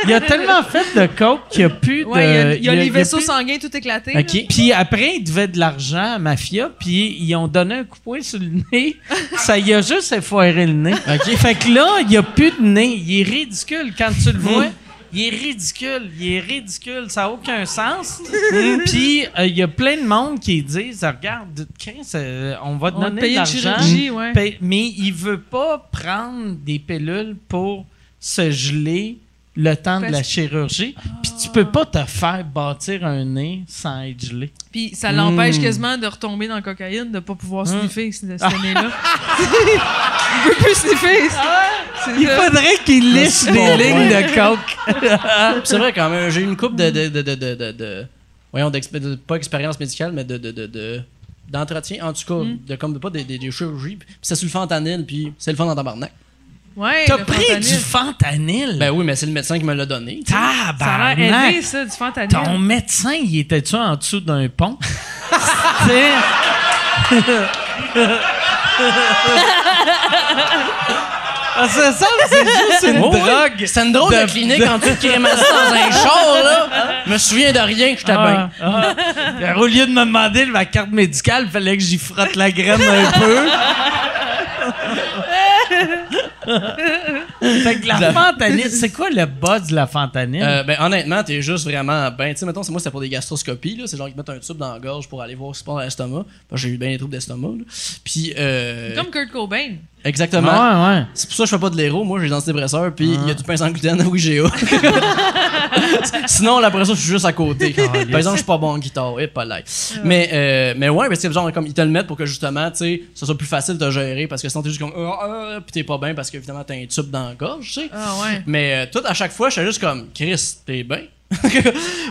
il a tellement fait de coke qu'il a plus de... Ouais, il y a, Euh, il y a les vaisseaux plus- sanguins tout éclatés. là. OK. Puis après, ils devaient de l'argent à Mafia, puis ils ont donné un coup de poing sur le nez. Ça y a juste effoiré le nez. Fait que là, il n'y a plus de nez. Il est ridicule quand tu Hmm. le vois. Il est ridicule, il est ridicule, ça n'a aucun sens. Hmm. Puis euh, il y a plein de monde qui disent Regarde, Chris, euh, on va te On va te donner de payer une l'argent. chirurgie, ouais. Paye- Mais il veut pas prendre des pilules pour se geler le temps de Parce- Ah. la chirurgie. Puis tu peux pas te faire bâtir un nez sans être gelé. Puis ça l'empêche quasiment de retomber dans la cocaïne, de pas pouvoir sniffer ce nez-là. Hmm. il peut plus sniffer. c'est- Ah c'est Il ça. faudrait qu'il lisse des bon lignes de coke. Puis c'est vrai quand même, j'ai eu une coupe de, de, de, de, de, de- de- voyons, d'expé- de- pas expérience médicale, mais de, de, de, de- d'entretien, en tout cas, de comme pas des, des, des chirurgies. Puis c'est sur le fentanyl, puis c'est le fun en tabarnak. Ouais, T'as le pris fentanyl. du fentanyl? Ben oui, mais c'est le médecin qui me l'a donné. tu sais. Ça a l'air Tabarnak! aidé, ça, du fentanyl. Ton médecin, il était-tu en dessous d'un pont? C'est- Ah, ça semble que c'est juste une Oh oui, drogue. C'est une drôle de, clinique en dessous de Crémazie dans un char, là. Je me souviens de rien, j'étais bien. Ah, ah. Alors, Au lieu de me demander ma carte médicale, fallait que j'y frotte la graine un peu. fait que la fentanyl, c'est quoi le buzz de la fentanyl? Euh, ben, honnêtement, t'es juste vraiment ben. Tu sais, mettons, c'est moi, c'était pour des gastroscopies, là. C'est genre, ils te mettent un tube dans la gorge pour aller voir ce qui se passe à l'estomac. Parce que j'ai eu bien des troubles d'estomac, là. Puis, euh. Comme Kurt Cobain. Exactement. Ouais, ouais. C'est pour ça que je fais pas de l'héros. Moi, j'ai des antidépresseurs, puis il y a du pain sans gluten à IGA. Sinon, là, après ça, je suis juste à côté. Par exemple, je suis pas bon en guitare. Et pas like. Mais, euh, mais ouais, mais c'est genre, comme, ils te le mettent pour que justement, tu sais, ça soit plus facile de gérer parce que sinon, t'es juste comme, euh, euh, puis t'es pas bien parce que évidemment, t'as un tube dans la gorge, tu sais. Ah ouais. Mais euh, tout, à chaque fois, j'étais juste comme, Chris, t'es bien. Puis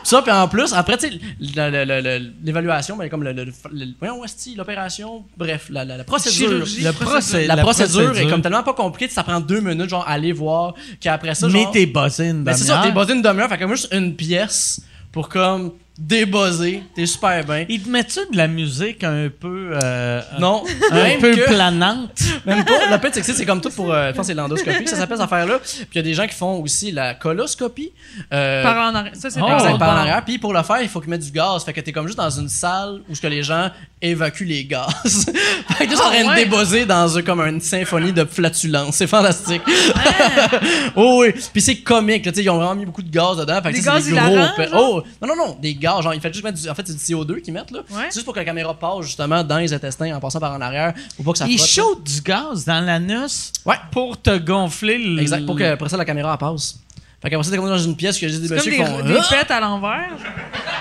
ça, puis en plus, après, tu sais, la- la- la- la- l'évaluation, ben, comme le, le, le- le- voyons, hostie, l'opération, bref, la, la, la procédure. Chirurgie. Le procé- la, procédure, est comme tellement pas compliquée, ça prend deux minutes, genre, aller voir, qu'après ça, Mais genre. t'es bossé une Ben, c'est ça, demi-heure. t'es buzzé une demi-heure, fait que moi, juste une pièce pour comme débuzzer, t'es super bien. Ils te mettent-tu de la musique un peu. euh, Non, Un même peu que- planante. Même pas. La pète sexy, c'est comme tout pour. euh, je pense que c'est l'endoscopie, que ça s'appelle cette affaire-là. Puis il y a des gens qui font aussi la coloscopie. Euh, Par en arrière. Ça, c'est Oh, par exact, en par en arrière. arrière. Puis pour le faire, il faut qu'ils mettent du gaz. Fait que t'es comme juste dans une salle où ce que les gens évacuent les gaz. fait que t'es juste en train Ah, ouais. de débosser dans un- comme une symphonie de flatulence. C'est fantastique. Ah. oh oui. Puis c'est comique. là, tu sais, ils ont vraiment mis beaucoup de gaz dedans. Fait que tu Des sais, c'est gaz hilarants, pe- genre? Oh non non non, des gaz. Genre ils font juste mettre du, en fait c'est du CO2 qu'ils mettent là. Ouais. Juste pour que la caméra passe justement dans les intestins en passant par en arrière pour pas que ça Ils frotte. shootent du gaz dans l'anus Ouais. pour te gonfler le. Exact, pour que après ça la caméra elle passe. Fait qu'après ça t'es comme dans une pièce que j'ai des C'est comme messieurs qui font. des, Hein? des Ah! pets à l'envers.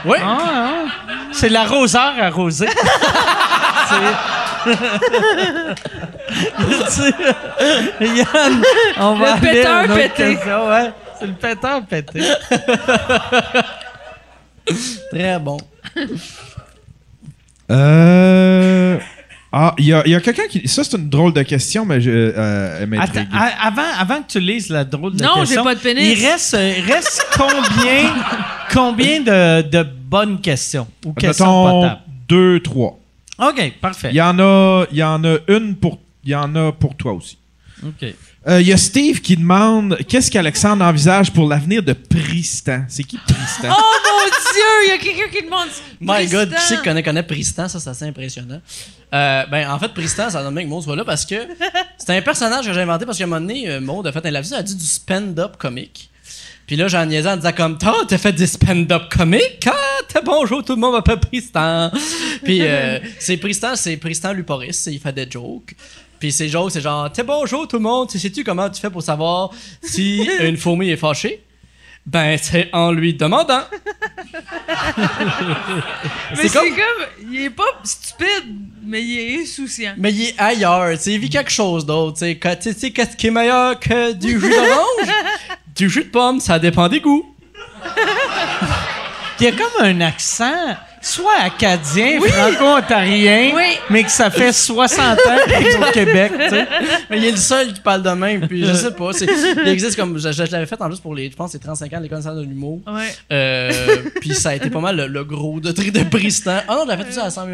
Ouais. Ah, ah. C'est l'arroseur arrosé. C'est- Tu- Yann, on va Le aller à péteur une autre pété. question, ouais. C'est le péteur pété. Très bon. Euh. Ah, il y a, il y a quelqu'un qui. Ça, c'est une drôle de question, mais je. euh, elle m'intrigue. Attends, ah, a- avant, avant que tu lises la drôle de Non, j'ai question, pas de pénis. Il reste, euh, il reste combien, combien de, de bonnes questions ou questions Mettons potables? deux, trois. OK, parfait. Il y en a, il y en a une pour, il y en a pour toi aussi. OK. Euh, Il y a Steve qui demande qu'est-ce qu'Alexandre envisage pour l'avenir de Pristan. C'est qui Pristan Oh mon Dieu, il y a quelqu'un qui demande. My Tristan. God, qui c'est qui connaît, connaît Pristan? Ça, c'est assez impressionnant. Euh, ben, en fait, Pristan, ça donne bien que Maud soit là parce que c'est un personnage que j'ai inventé parce qu'à un moment donné, euh, Maud a fait un lapsus, elle a dit du spend-up comique. Puis là, j'en niaisais en disant comme, t'as, t'as fait du spend-up comique? Ah, t'es bonjour, tout le monde m'appelle Pristan. Puis euh, c'est Pristan, c'est Pristan Luporis, il fait des jokes. Puis ses jokes, c'est genre, t'es bonjour tout le monde, tu sais-tu comment tu fais pour savoir si une fourmi est fâchée? Ben, c'est en lui demandant. Mais c'est c'est comme... comme- il est pas stupide, mais il est insouciant. Mais il est ailleurs, tu sais, il vit quelque chose d'autre, tu sais. Que- Tu sais, qu'est-ce qui est meilleur que du jus d'orange? du jus de pomme, ça dépend des goûts. Il y a comme un accent, soit acadien, franco-ontarien, Oui. mais que ça fait 60 ans qu'il est au Québec, tu sais. Mais il est le seul qui parle de même, puis je sais pas. c'est- Il existe comme. Je, je l'avais fait en juste pour les. Je pense que c'est 35 ans de l'École nationale de l'humour. Ouais. Euh, puis ça a été pas mal le, le gros de tri de Bristan. Ah non, j'avais fait tout ça à 100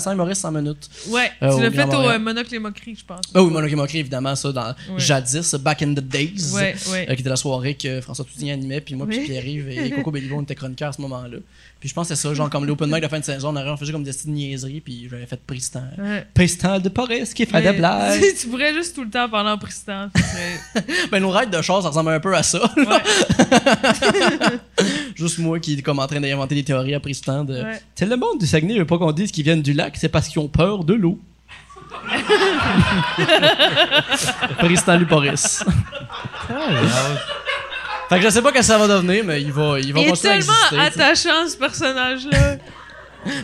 sans, Maurice 100 minutes. Ouais, Euh, tu au l'as Grand fait au Montréal. euh, Monocle et Moquerie, je pense. Ah oui, Monocle et Moquerie, évidemment, ça, dans Ouais. jadis, back in the days, Ouais, ouais. euh, qui était la soirée que François Toutigny animait, puis moi, Oui. puis Pierre-Yves et Coco Béliveau, on était chroniqueurs à ce moment-là. Puis je pense que c'est ça, genre comme l'open mic de la fin de saison, on, aurait, on faisait comme des petites niaiseries, puis j'avais fait Pristan. Ouais. Pristan de Paris qui fait Mais- des blagues. tu pourrais juste tout le temps parler en Pristan. ce serait- ben, nos raids de char, ça ressemble un peu à ça. là. Ouais. Juste moi qui est comme en train d'inventer des théories à Pristan de. Ouais. C'est le monde du Saguenay, je veux pas qu'on dise qu'ils viennent du lac, c'est parce qu'ils ont peur de l'eau. Pristan Luporis. Ah, Fait que je sais pas que ça va devenir, mais il va, il va Il est continuer à tellement exister. tu sais. attachant, ce personnage-là.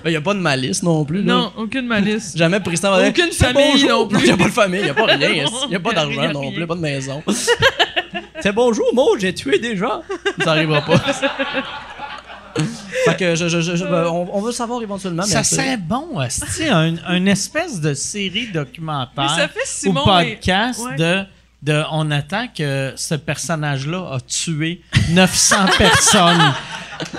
Ben, y a pas de malice non plus. là. non, aucune malice. Jamais Pristan va dire, Aucune Fais famille bonjour. non plus. Y a pas de famille, y a pas rien. Il y a pas Y a d'argent non rien. plus, pas de maison. C'est bonjour, Maud, j'ai tué des gens. Ça arrivera pas. fait que je, je, je- je- ben, on, on veut le savoir évenellement. Ah, mais Ça c'est- serait bon, aussi un, une espèce de série Mais ça documentaire fait ou Simon. et- podcast Ouais. de, de on attend que ce personnage-là a tué 900 personnes.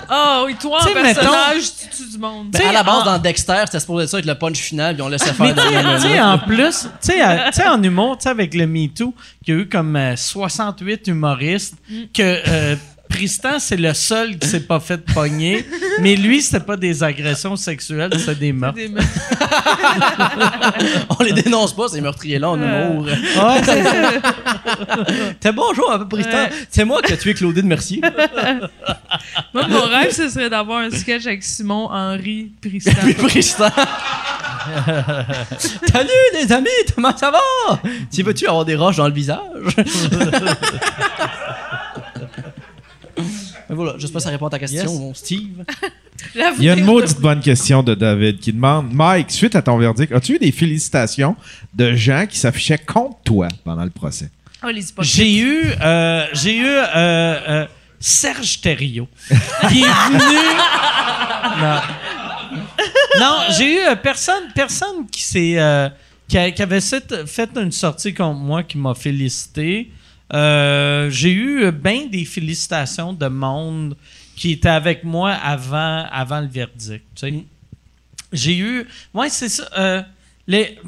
Ah oui, toi, Tu en sais, mettons- personnage, tu tues du monde. Ben, Tu sais, à la base, en- dans Dexter, c'était supposé être ça avec le punch final, puis on laissait Mais faire tu dans sais, le tu sais, en plus, tu sais, à- tu sais, en humour, tu sais, avec le Me Too, qu'il y a eu comme euh, 68 humoristes, Mm. que euh, Tristan, c'est le seul qui s'est pas fait pogner, mais lui, c'était pas des agressions sexuelles, c'était des meurtres. Des meufs. On les dénonce pas, ces meurtriers-là, en Euh. humour. Ouais, c'est ça. Ah, T'es bonjour, un peu Pristan. Ouais. C'est moi qui ai tué Claudine Mercier. Moi, mon rêve, ce serait d'avoir un sketch avec Simon, Henri, Pristan. puis Pristan. Salut les amis, comment ça va? Tu veux-tu avoir des roches dans le visage? Mais voilà, j'espère que ça répond à ta question, Yes. mon Steve. J'avoue, Il y a une maudite bonne question de David qui demande Mike, suite à ton verdict, as-tu eu des félicitations de gens qui s'affichaient contre toi pendant le procès Oh, les hypocrites. J'ai eu, euh, j'ai eu euh, euh, Serge Thériault qui est venu. non, Non, j'ai eu euh, personne, personne qui s'est, euh, qui, a- qui avait cette- fait une sortie contre moi qui m'a félicité. Euh, j'ai eu bien des félicitations de monde qui était avec moi avant, avant le verdict. tu Mm. sais. J'ai eu, ouais, c'est ça. euh, les,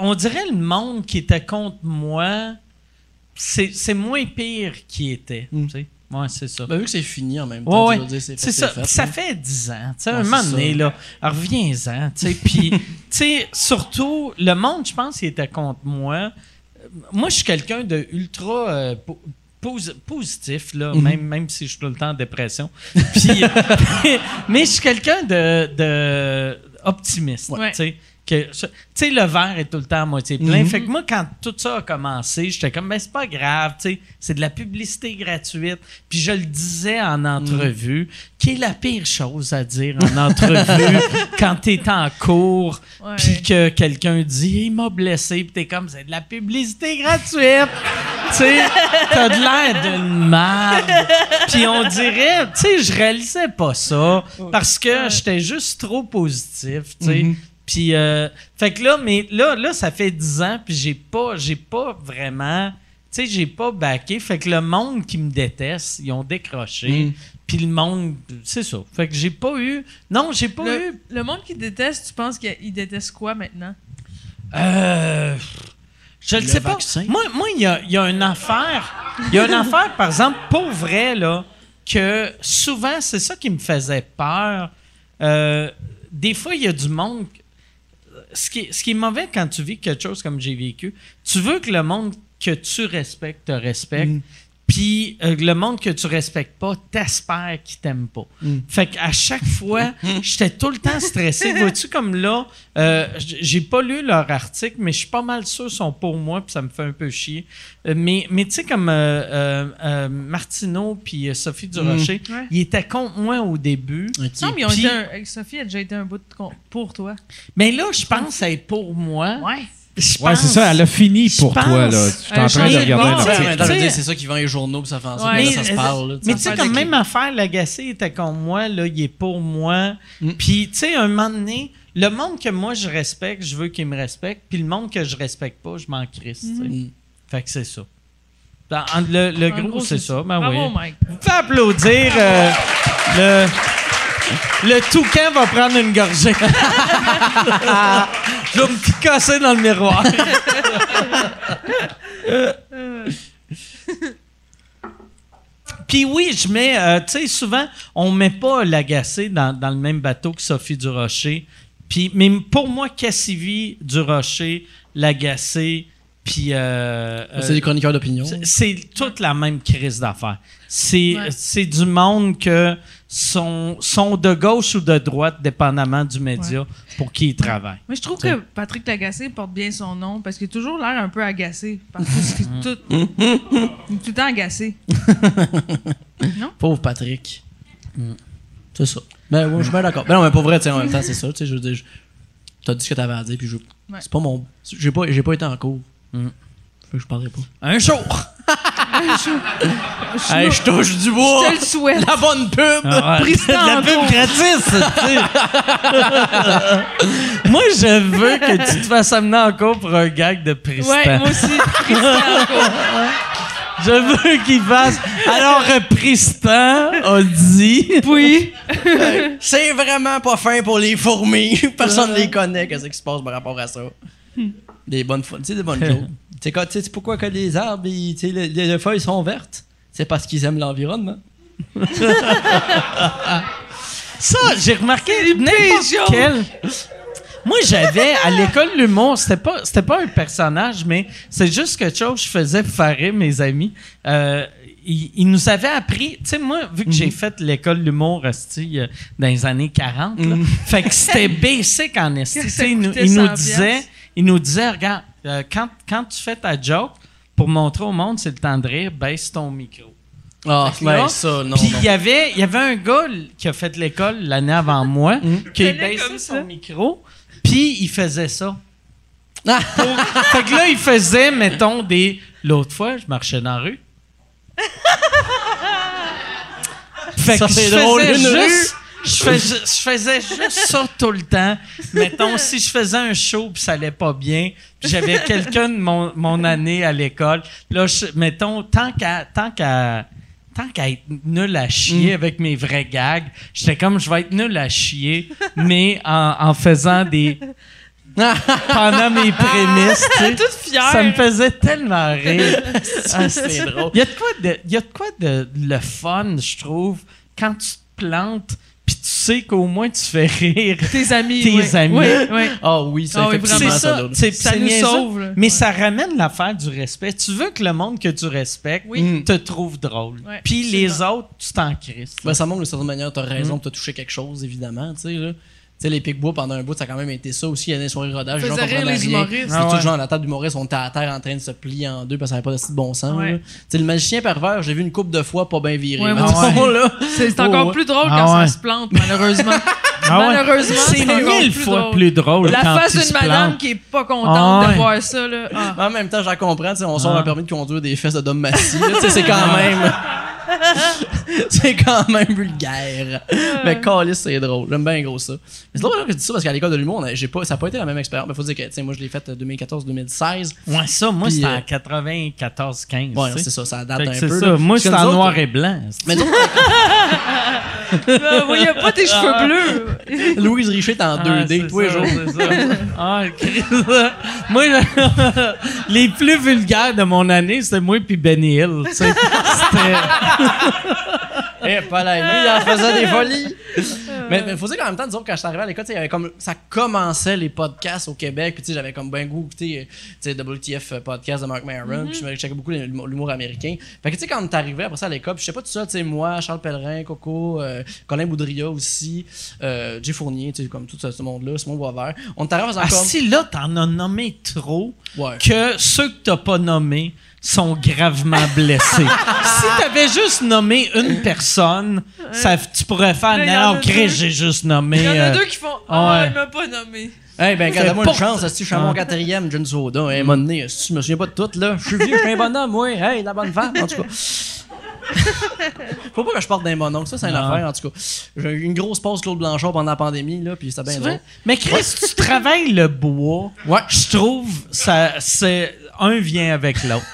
on dirait le monde qui était contre moi c'est c'est moins pire qu'il était. Mm. tu sais. Ouais, c'est ça. Ben, vu que c'est fini en même Ouais, temps, tu ouais. vas dire, c'est c'est fait, hein. ça. c'est Puis ça là. fait 10 ans. Tu sais, Ouais, un c'est moment donné, ça. là, reviens-en. tu sais. Puis, tu sais, surtout, le monde, je pense, il était contre moi. Euh, Moi, je suis quelqu'un de ultra euh, po- posi- positif, là, même, même si je suis tout le temps en dépression. Puis, mais je suis quelqu'un de, de optimiste. Ouais. tu sais. Que je- Tu sais, le verre est tout le temps à moitié plein. Mhm. Fait que moi, quand tout ça a commencé, j'étais comme, mais c'est pas grave, tu sais, c'est de la publicité gratuite. Puis je le disais en entrevue, qui est la pire chose à dire en entrevue quand t'es en cours, Ouais. puis que quelqu'un dit, il m'a blessé, puis t'es comme, c'est de la publicité gratuite. tu sais, t'as de l'air d'une merde. Puis on dirait, tu sais, je réalisais pas ça parce que j'étais juste trop positif, tu sais. Puis, euh, fait que là, mais là, là, ça fait 10 ans, puis j'ai pas, j'ai pas vraiment, tu sais, j'ai pas backé. Fait que le monde qui me déteste, ils ont décroché. Mm. Puis le monde, c'est ça. Fait que j'ai pas eu, non, j'ai pas eu le, le monde qui déteste, tu penses qu'il déteste quoi maintenant? Euh, je ne Le sais pas. vaccin. Moi, moi, il y a, il y a une affaire. Il y a une affaire, par exemple, pour vrai, là, que souvent, c'est ça qui me faisait peur. Euh, des fois, il y a du monde. Ce qui, ce qui est mauvais quand tu vis quelque chose comme j'ai vécu, tu veux que le monde que tu respectes te respecte, Mm. puis euh, le monde que tu respectes pas t'espère qu'il t'aime pas. Mm. Fait qu'à chaque fois, j'étais tout le temps stressé. Vois-tu comme là, euh, j- j'ai pas lu leur article, mais je suis pas mal sûr qu'ils sont pour moi, puis ça me fait un peu chier. Euh, mais mais tu sais, comme euh, euh, euh, Martineau puis euh, Mm. Sophie Durocher, Ouais. ils étaient contre moi au début. Ok. Non, mais ils ont Puis- été un- Sophie a déjà été un bout de con- pour toi. Mais là, je pense à être pour moi. Ouais. Je Ouais, pense- c'est ça, elle a fini Je pour toi, pense- là. Je suis Euh, en train de j'ai- regarder bon, un t'sais, Ouais, mais en article. même temps, je veux t'sais- dire, c'est ça qui vend les journaux, puis ça fait en sorte Ouais. que là, ça se Mais- parle. là, Mais tu sais, affaire comme de même affaire, l'agacé était contre moi, là, il est pour moi. Mm. Puis, tu sais, un moment donné, le monde que moi je respecte, je veux qu'il me respecte, puis le monde que je respecte pas, je m'en crisse, tu sais. Mm. Fait que c'est ça. Dans- en- le le En gros, gros, c'est c'est Ah, oh ça. Ben Bravo, oui. Mike. Vous pouvez applaudir. euh, le, le toucan va prendre une gorgée. je vais me picasser dans le miroir. Puis oui, je mets, euh, tu sais, souvent, on met pas l'agacé dans, dans le même bateau que Sophie Durocher. Puis, mais pour moi, Cassivi, Durocher, l'agacé, puis... euh, C'est euh, des chroniqueurs d'opinion. c'est- C'est toute la même crise d'affaires. C'est Ouais. c'est du monde que sont, sont de gauche ou de droite, dépendamment du média pour qui ils travaillent. Mais je trouve que Patrick Lagacé porte bien son nom parce qu'il a toujours l'air un peu agacé par tout ce qui Mm. tout. Il est tout le temps agacé. Pauvre Patrick. Mm. C'est ça. Ben, ouais, je suis bien d'accord. Ben non, mais pour vrai, tu sais, en même temps, c'est ça. Tu sais, je veux dire, je- t'as dit ce que t'avais à dire, puis je. Ouais. C'est pas mon. J'ai pas, j'ai pas été en cours. Mm. Fait que je parlerai pas. Un jour! Je, Hey, je touche du bois! te le souhaite. La bonne pub! Ah ouais. Brise-toi De la en pub cours. gratis! tu sais. moi, je veux que tu te fasses amener en cours pour un gag de Tristan. Ouais, moi aussi. Tristan, quoi. Je veux qu'il fasse. Alors, euh, Tristan a dit. Oui. C'est vraiment pas fin pour les fourmis. Personne ne les connaît. Qu'est-ce qui se passe par rapport à ça? Hmm. Des bonnes fois. Tu sais, des bonnes choses. Tu sais, quand- tu sais pourquoi que les arbres, ils- tu sais, les, les- les feuilles sont vertes? C'est parce qu'ils aiment l'environnement. Ça, j'ai remarqué n'importe quel. Moi, j'avais à l'école de l'humour, c'était pas, c'était pas un personnage, mais c'est juste quelque chose que je faisais pour faire rire mes amis. Euh, il, il nous avait appris, tu sais, moi, vu que j'ai fait l'école de l'humour esti, euh, dans les années 40, là, fait que c'était basic en esti. Tu sais, Il, nous- coûtait il nous 100 disait, piastres. il nous disait, regarde, euh, quand, quand tu fais ta joke, pour montrer au monde c'est le temps de rire, baisse ton micro. Ah, Fait que là, ben ça, non. Puis non. il y avait, il y avait un gars l- qui a fait de l'école l'année avant moi, qui Tenait baissait Mm. comme son ça. micro, puis il faisait ça. Ah! Pour- fait que là, il faisait, mettons, des. L'autre fois, je marchais dans la rue. fait Ça, que je c'est faisais drôle, une juste. Je faisais, je faisais juste ça tout le temps. Mettons, si je faisais un show puis ça allait pas bien, puis j'avais quelqu'un de mon, mon année à l'école, là, je- mettons, tant qu'à tant qu'à tant qu'à être nul à chier Mm. avec mes vrais gags, j'étais comme, je vais être nul à chier, mais en, en faisant des... Ah. pendant mes prémices, tu sais. Ah, Toute fière. Ça me faisait tellement rire. Ah, c'est drôle. Il y a de quoi de, il y a de, quoi de le fun, je trouve, quand tu te plantes, puis tu sais qu'au moins tu fais rire. Tes amis. Tes oui. amis. Oui, oui. Ah oui, ça Ah oui, effectivement, C'est vraiment, ça, doit- c'est- Ça c'est nous niaiseux, sauve, là. Mais Ouais. ça ramène l'affaire du respect. Tu veux que le monde que tu respectes Oui. te trouve drôle. Ouais, Puis les absolument. autres, tu t'en crisses. Ben, ça montre d'une certaine manière, t'as Mm. raison, t'as touché quelque chose, évidemment, tu sais, là. Tu sais, les pics bois pendant un bout, ça a quand même été ça aussi. Il y a des soirées rodage, les gens Faisait rire comprenaient les rien. humoristes. C'était Ah tout ouais. le genre à la table d'humoristes, on était à terre en train de se plier en deux parce que ça n'avait pas de si bon sens. Ouais. là. Tu sais, le magicien pervers, j'ai vu une coupe de fois pas bien virée. Ouais, Ben, moi à ce aussi. moment-là, C'est c'est Oh, encore ouais. plus drôle Ah quand ouais. ça se plante, malheureusement. Ah Malheureusement, c'est encore mille plus fois drôle. plus drôle. La quand face tu te d'une madame plantes. qui est pas Ah contente ouais. de voir ça, là. Ah. Mais en même temps, j'en comprends, tu sais, on sort Ah. un permis de conduire des fesses de Dom Massy. là, tu sais, c'est quand Ah. même. c'est quand même vulgaire. Mais calice, c'est drôle. J'aime bien gros ça. Mais c'est drôle que tu dis ça parce qu'à l'école de l'humour, on a- j'ai pas, ça n'a pas été la même expérience. Mais faut dire que, tu sais, moi, je l'ai euh, faite 2014-2016. Ouais, ça, moi, Puis, c'était en euh, 94-15. Ouais, tu sais. c'est ça, ça date Fait un que peu. c'est là. ça. Moi, Parce que c'est nous en autres, noir et blanc. Mais nous autres, Là, voyez pas tes Ah. cheveux bleus. Louise Richer est en 2D, c'est tous les ça, jours. c'est ça. Ah, Chris, moi, je- les plus vulgaires de mon année, c'était moi puis Benny Hill. tu sais. Eh, pas là, lui, il en faisait des folies. mais il faut dire qu'en même temps, disons, que quand je suis arrivé à l'école, tu sais, il y avait comme, ça commençait les podcasts au Québec. Puis, tu sais, j'avais comme ben goût écouter euh, tu sais, WTF euh, podcast de Mark Maron. Puis, je me- je checkais beaucoup l'humour l'humour américain. Fait que, tu sais, quand t'es arrivé après ça à l'école, puis je sais pas tout ça, tu sais, moi, Charles Pellerin, Coco, euh, Colin Boudria aussi, euh, Jay Fournier, tu sais, comme tout ce, ce monde-là, Simon Boisvert. On t'arrive Ah, encore. si là, t'en as nommé trop Ouais. que ceux que t'as pas nommés sont gravement blessés. si t'avais juste nommé une personne, ça, tu pourrais faire Mais y en Non, a Chris, deux. j'ai juste nommé. Il y en a euh, deux qui font Ah, ouais. il m'a pas nommé. Eh ben, Fait garde-moi une porte. chance, si je suis à mon quatrième, John Soda, hein, un moment donné, si tu me souviens pas de tout, là, je suis vieux, je suis un bonhomme, oui, hey, la bonne femme, en tout cas. Faut pas que je porte d'un bon oncle, ça, c'est une Non. affaire, en tout cas. J'ai eu une grosse pause Claude Blanchard pendant la pandémie, là, puis c'était bien C'est drôle. vrai? Ben Mais Chris, tu travailles le bois. Ouais. Je trouve ça c'est un vient avec l'autre.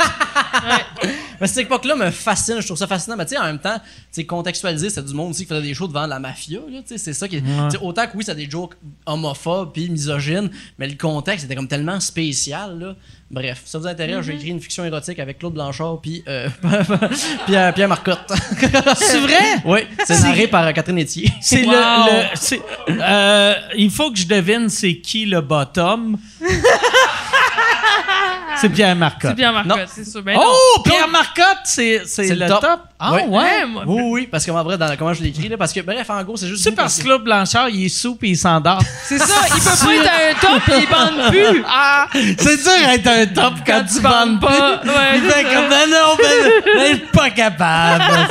Mais cette époque-là me fascine, je trouve ça fascinant, mais tu sais, en même temps, tu sais, contextualiser, c'est du monde aussi qui faisait des shows devant la mafia, là, tu sais, c'est ça qui. tu sais, Autant que oui, c'est des jokes homophobes puis misogynes, mais le contexte était comme tellement spécial, là. Bref, ça vous intéresse, Mm-hmm. j'ai écrit une fiction érotique avec Claude Blanchard puis euh, Pierre, Pierre Marcotte. c'est vrai? oui, c'est narré par euh, Catherine Etier. C'est Wow. le. le- c'est- euh, il faut que je devine c'est qui le bottom. c'est Pierre C'est Marcotte. Pierre Non. Marcotte, c'est sûr. Ben non. Oh, Pierre Marcotte, c'est, c'est C'est le le top. top. Ah Oui. ouais? Ouais, moi- Oui, oui, parce qu'en vrai, dans, comment je l'écris, là, parce que, bref, en gros, c'est juste. C'est parce que là, Blanchard, il est sous puis il s'endort. C'est ça, il peut pas être à un top et il bande plus. Ah, c'est dur d'être un top quand, tu bandes pas. Ouais, Il fait c'est ça. comme, ben non, ben, ben, je suis pas capable.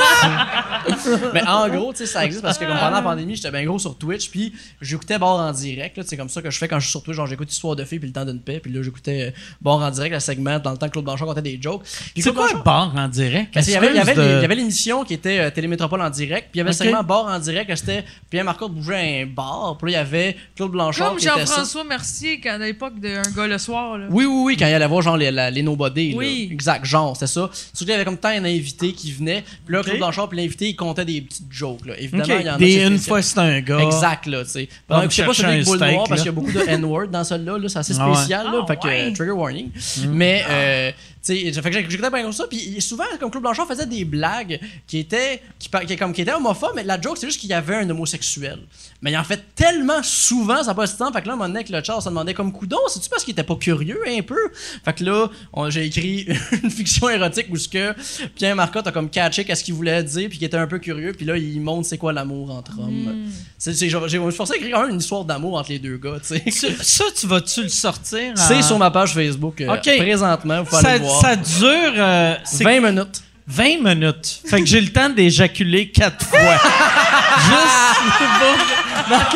Mais en gros, tu sais, ça existe parce que comme pendant la pandémie, j'étais bien gros sur Twitch, puis j'écoutais Bord en direct. là, C'est comme ça que je fais quand je suis sur Twitch. Genre, j'écoute Histoire de filles, puis Le temps d'une paix, puis là, j'écoutais euh, Bord en direct, le segment, dans le temps que Claude Blanchard contait des jokes. Puis C'est Claude quoi Ben, Blanchard- un bar en direct? Parce qu'il y avait- il y avait Excuse de- les- il y avait l'émission qui était euh, Télémétropole en direct, puis il y avait Ok. le segment Bord en direct, que c'était Pierre Marcotte bougeait un bar, puis là, il y avait Claude Blanchard Comme qui était ça. Jean-François Mercier quand à l'époque d'un gars le soir. Là. Oui, oui, oui, quand il allait voir genre les, la- les nobody. là. Oui. Exact, genre, c'est ça. Surtout qu'il y avait comme tant un invité qui venait. Puis là, Claude Blanchard, puis l'invité, il comptait des petites jokes. Là. Évidemment, Ok, il y en a. des c'est une spécial. fois c'est un gars. Exact, là, tu sais. Va Pendant que je sais me pas chercher celui avec un boule steak, noire, parce là. qu'il y a beaucoup de N-word dans celle-là, là, c'est assez Ah ouais. spécial, là. Ah fait que, ouais. euh, trigger warning. Mais, euh, Tu sais, fait que j'éc- j'écoutais bien comme ça. Puis souvent, comme Claude Blanchard faisait des blagues qui étaient, qui, par- qui- comme, qui étaient homophobes, mais la joke, c'est juste qu'il y avait un homosexuel. Mais il en fait tellement souvent, ça n'a pas de temps. Fait que là, à un moment donné, avec le Charles, se demandait comme coudon, c'est-tu parce qu'il était pas curieux un peu? Fait que là, on- j'ai écrit une fiction érotique où ce que Pierre Marcotte a comme catché qu'est-ce qu'il voulait dire, puis qu'il était un peu curieux, puis là, il montre c'est quoi l'amour entre hommes. C'est, c'est, j'ai, j'ai- je suis forcé à écrire un, une histoire d'amour entre les deux gars, tu sais. Tu- ça, tu vas-tu le sortir? en- C'est sur ma page Facebook euh, Ah. Ok. présentement, vous pouvez Ça, aller voir. ça dure euh, c'est 20 minutes. 20 minutes. Fait que j'ai le temps d'éjaculer quatre fois. Juste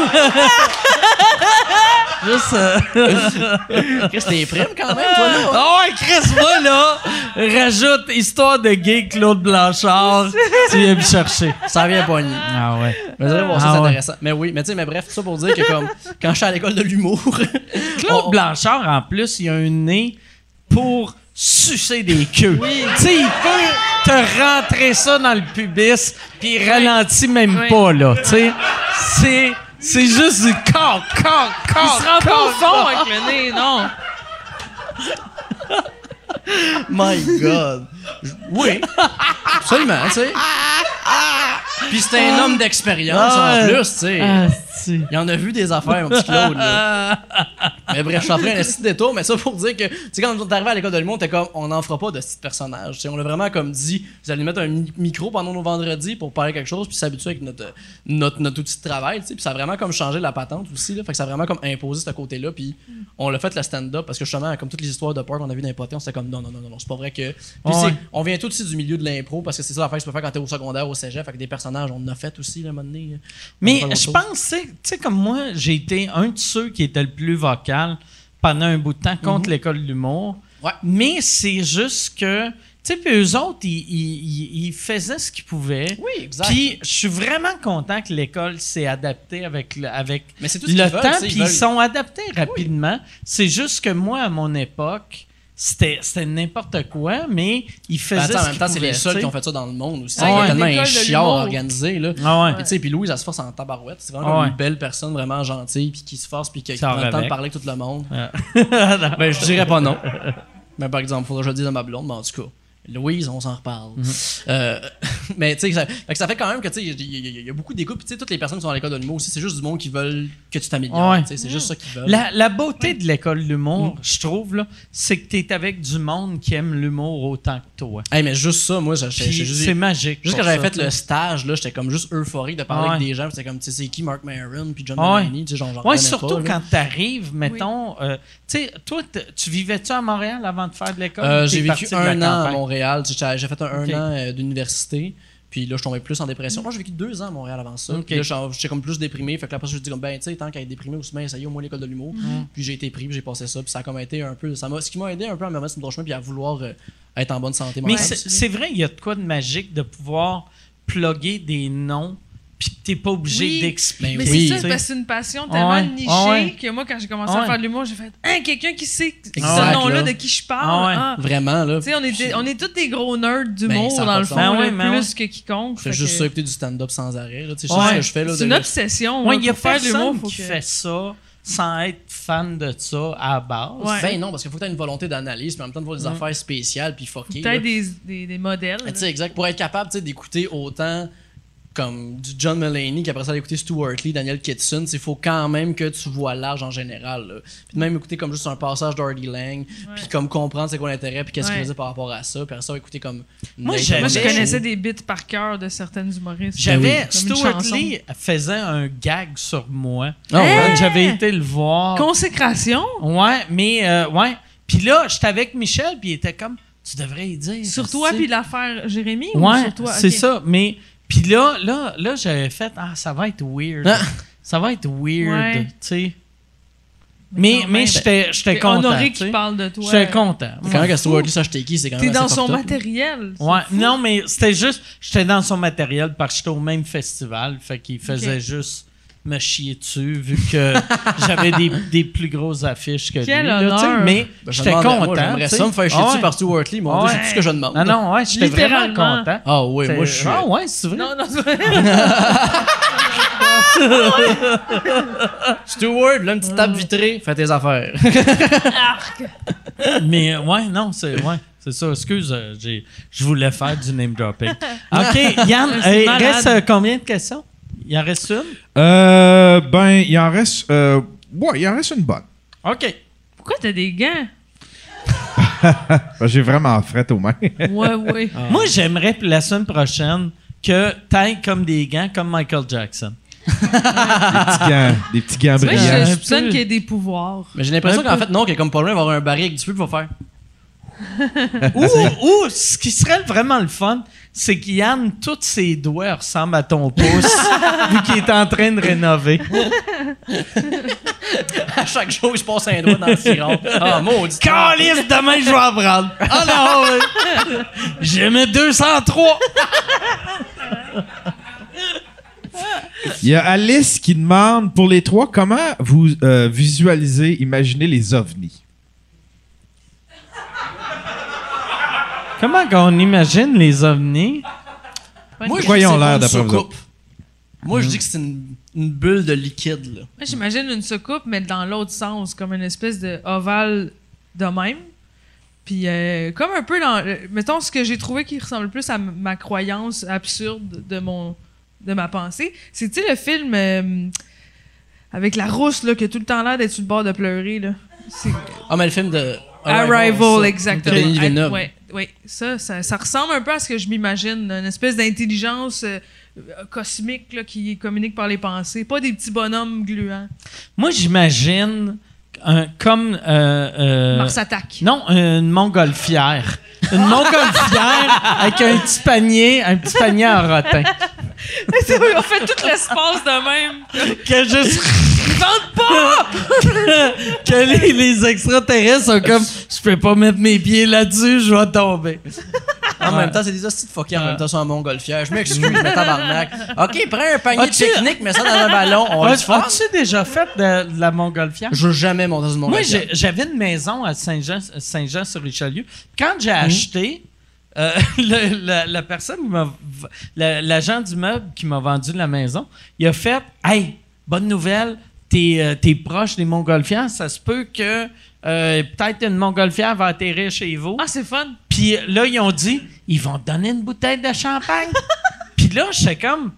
pour- Juste. euh, Chris, t'es prime quand même, toi, là? Oh, ouais, Chris, moi, là, rajoute histoire de gay Claude Blanchard. tu viens me chercher. Ça vient pogner. Ah ouais. Mais vous allez voir, Ah ça, c'est ouais. intéressant. Mais oui, mais tu sais, mais bref, ça pour dire que comme quand je suis à l'école de l'humour, Oh Claude on- Blanchard, en plus, il a un nez pour sucer des queues. Tu sais, il peut te rentrer ça dans le pubis, puis il ralentit même Oui. pas, là. Tu sais, c'est, c'est juste du corps, corps, corps. Il se rend pas au fond avec le nez, non. My God. Je- Oui. Absolument, tu sais. Puis c'est un homme d'expérience Ah en ouais. plus, tu sais. Ah, c'est- Il en a vu des affaires, mon petit Claude. là. mais bref, je t'en ferai un petit détour, mais ça pour dire que, tu sais, quand on est arrivé à l'école de l'humour, t'es comme, on n'en fera pas de ce petit personnage. Tu sais, on l'a vraiment comme dit, vous allez mettre un mi- micro pendant nos vendredis pour parler quelque chose, puis s'habituer avec notre, euh, notre, notre outil de travail, tu sais. Puis ça a vraiment comme changé la patente aussi, là. Fait que ça a vraiment comme imposé ce côté-là, puis Mm. on l'a fait le stand-up, parce que justement, comme toutes les histoires de peur qu'on a vues dans les potins, on s'était comme, non, non, non, non, non, c'est pas vrai que. Puis c'est- on vient tout aussi du milieu de l'impro, parce que c'est ça l'affaire que tu peux faire quand t'es au secondaire, au cégep. Fait que des personnages, on en a fait aussi, là, un moment donné, là. Mais On a fait je d'autres pense, tu sais- tu sais, comme moi, j'ai été un de ceux qui était le plus vocal pendant un bout de temps Mhm. contre l'école de l'humour. Ouais. Mais c'est juste que, tu sais, puis eux autres, ils, ils- ils- ils faisaient ce qu'ils pouvaient. Oui, exact. Puis je suis vraiment content que l'école s'est adaptée avec le, avec Mais c'est tout ce le qu'ils veulent, temps, tu sais, ils puis ils veulent- Ah sont adaptés rapidement. C'est juste que moi, à mon époque, c'était c'était n'importe quoi, mais ils Ben, faisaient attends, en ce même qu'ils temps, c'est les pouvaient, seuls tu sais. qui ont fait ça dans le monde aussi. Ah Il y a ouais. tellement L'école un de chiard l'humour. organisé. Là. Ah ouais. Puis, Tu sais, puis Louise, elle se force en tabarouette. C'est vraiment Ah comme ouais. une belle personne, vraiment gentille, puis qui se force, puis qui qui Sort prend le temps de avec. parler avec tout le monde. Ah, non. Ben, je dirais pas non. Mais par exemple, faudrait que je le dise à ma blonde, mais en tout cas. Louise, on s'en reparle. Mm-hmm. Euh, mais tu sais, ça, fait que ça fait quand même que tu sais, il y, il y a beaucoup d'écoutes. Puis tu sais, toutes les personnes qui sont à l'école de l'humour aussi, c'est juste du monde qui veulent que tu t'améliores. Ouais. tu sais, C'est juste ça qu'ils veulent. La, la beauté de l'école de l'humour, Hmm. je trouve, là, c'est que tu es avec du monde qui aime l'humour autant que toi. Hey, mais juste ça, moi, j'ai j'ai- Puis j'ai juste C'est magique. Juste pour quand j'avais ça, fait tu sais. le stage, là, j'étais comme juste euphorique de parler Ah ouais. avec des gens. puis C'était comme, tu sais, c'est qui Mark Maron puis John Ah ouais. Mulaney, tu sais, genre, j'en Ouais, revenais surtout pas, là. quand tu arrives, mettons. euh, tu sais, toi, t- tu vivais-tu à Montréal avant de faire de l'école? Euh, T'es j'ai vécu parti de la un an à campagne. Montréal. tu sais, J'ai j'ai fait un, un Ok. an euh, d'université. Puis là, je tombais plus en dépression. Moi, j'ai vécu deux ans à Montréal avant ça. Ok. Puis là, j'en- j'étais comme plus déprimé. Fait que là, après, ça, je me dis comme, ben, tu sais, tant qu'à être déprimé, ou semaine, ça y est, au moins l'école de l'humour. Mm. Puis j'ai été pris, puis j'ai passé ça. Puis ça a comme été un peu. Ça m'a- ce qui m'a aidé un peu à me mettre sur le bon chemin, puis à vouloir euh, être en bonne santé Mais mentale. c'est aussi, là. c'est vrai, il y a de quoi de magique de pouvoir plugger des noms, puis que t'es pas obligé Oui. d'expliquer. Mais Oui. c'est ça, tu sais. c'est parce que c'est une passion tellement Ah ouais. nichée Ah ouais. que moi, quand j'ai commencé Ah à ouais. faire de l'humour, j'ai fait Hein, quelqu'un qui sait Exact, ce nom-là là. de qui je Ah parle. ouais. Ah. Vraiment, là. Tu sais, on est, des- on est tous des gros nerds Ben, d'humour, ça a pas dans le de fond, sens. Ben là, ouais, ben plus ouais. que quiconque. Je fais Fait juste que ça, écouter du stand-up sans arrêt. là, tu sais, C'est Ouais. juste ce que je fais. là, C'est de- une obsession. Ouais, hein, il y a pour faire de l'humour, personne faut qui que- fait ça sans être fan de ça à la base. Ouais. Ben non, parce qu'il faut que tu aies une volonté d'analyse, mais en même temps de voir des affaires spéciales puis fuckées. là. Peut-être des, des, des modèles. Mais tu sais, exact. Pour être capable tu sais, d'écouter autant comme du John Mulaney qu'après ça d'écouter Stuart Lee, Daniel Kitson, il faut quand même que tu vois large en général. là. Puis de même écouter comme juste un passage d'Hardy Lang, puis comme comprendre c'est quoi l'intérêt, puis qu'est-ce qu'il Ouais. faisait par rapport à ça, puis après ça écouter comme... Moi, Nathan j'avais- Moi, je Lane. connaissais des bits par cœur de certaines humoristes. J'avais Ben Comme une Stuart chanson. Lee faisait un gag sur moi. Ah ouais? Quand J'avais été le voir. Consécration Ouais, mais euh, ouais. Puis là, j'étais avec Michel, puis il était comme tu devrais y dire. sur toi tu sais. puis l'affaire Jérémy ou Ouais, sur toi c'est Ok. ça, mais puis là là là j'avais fait ah ça va être weird. Ah. Ça va être weird, Ouais. tu sais. Mais mais quand même, ben, j'étais j'étais T'es content. honoré tu sais. qu'il parle de toi. J'étais content. Quand même que Stuart Lee, ça, je t'ai qui, c'est quand même T'es dans assez son fucked up. matériel. c'est Ouais, fou. non, mais c'était juste, j'étais dans son matériel parce que j'étais au même festival, fait qu'il faisait Ok. juste me chier dessus vu que j'avais des, des plus grosses affiches que Quel lui. là, tu sais, honneur. mais Ben, je j'étais demandais, moi, content. J'aimerais tu sais. ça me faire chier Ah dessus ouais. par Stuart Lee, mon Dieu, Ouais. c'est tout ce que je demande. Ah Non, non, ouais, j'étais vraiment Littéralement. content. Ah oui, moi, je C'est- suis... Ah ouais, c'est vrai. Non, non, Stewart, là, une petite table vitrée, fais tes affaires. Mais euh, ouais, non, c'est ouais, c'est C'est ça, excuse, euh, j'ai- je voulais faire du name dropping. OK, Yann, euh, il malade. reste euh, combien de questions? Il en reste une? Euh, ben, il en reste. euh, ouais, il en reste une bonne. OK. Pourquoi t'as des gants? Ben, J'ai vraiment fret aux mains. Ouais, ouais. Moi, j'aimerais pour la semaine prochaine que t'ailles comme des gants, comme Michael Jackson. petits gants- des petits gants Tu vois, brillants. je un je soupçonne peu. qu'il y ait des pouvoirs. Mais j'ai l'impression qu'en fait, non, que comme Paul Rudd va avoir un baril avec du feu, il va faire. ou, ou, ce qui serait vraiment le fun, c'est que Yann, tous ses doigts ressemblent à ton pouce, vu qu'il est en train de rénover. À chaque jour, je passe un doigt dans le siron. Ah, maudit. Calice, demain, je vais en prendre. Ah non, ouais. J'ai mis 203. Il y a Alice qui demande pour les trois comment vous euh, visualisez, imaginez les ovnis. Comment qu'on imagine les ovnis? Moi, je Pourquoi dis ils ont c'est l'air une d'après vous soucoupe. Moi, je dis que c'est une, une bulle de liquide, là. Moi, j'imagine une soucoupe, mais dans l'autre sens, comme une espèce de ovale de même. Puis, euh, comme un peu dans. euh, mettons, ce que j'ai trouvé qui ressemble le plus à m- ma croyance absurde de mon de ma pensée, c'est, tu sais, le film euh, avec la rousse, là, qui a tout le temps l'air d'être sur le bord de pleurer, là. C'est Ah, mais le film de. Arrival, ça. exactement. De Denis Villeneuve. Ouais, ouais. Ça, ça, ça ressemble un peu à ce que je m'imagine, une espèce d'intelligence euh, euh, cosmique là, qui communique par les pensées, pas des petits bonhommes gluants. Moi, j'imagine un- comme. euh, euh, Mars attaque. non, une montgolfière. Une montgolfière avec un petit panier, un petit panier en rotin. On fait tout l'espace de même. Que juste. Ils vendent pas! que les, les extraterrestres sont comme je peux pas mettre mes pieds là-dessus, je vais tomber. En même temps, c'est des hosties de fucker en même temps sur un montgolfière. Je m'excuse, mais tabarnak. Ok, prends un panier de As-tu- pique-nique, mets ça dans un ballon. On va le As- faire. As-tu Ah, déjà fait de, de la montgolfière? Je veux jamais monter dans une Moi, montgolfière. j'ai- j'avais une maison à Saint-Jean- Saint-Jean-sur-Richelieu. Quand j'ai acheté, euh, le- la, la personne, qui m'a v- la- l'agent du meuble qui m'a vendu la maison, il a fait Hey, bonne nouvelle, t'es euh, t'es proche des montgolfières, ça se peut que euh, peut-être une montgolfière va atterrir chez vous. Ah, c'est fun. Puis là, ils ont dit, ils vont te donner une bouteille de champagne. Puis là, j'étais comme,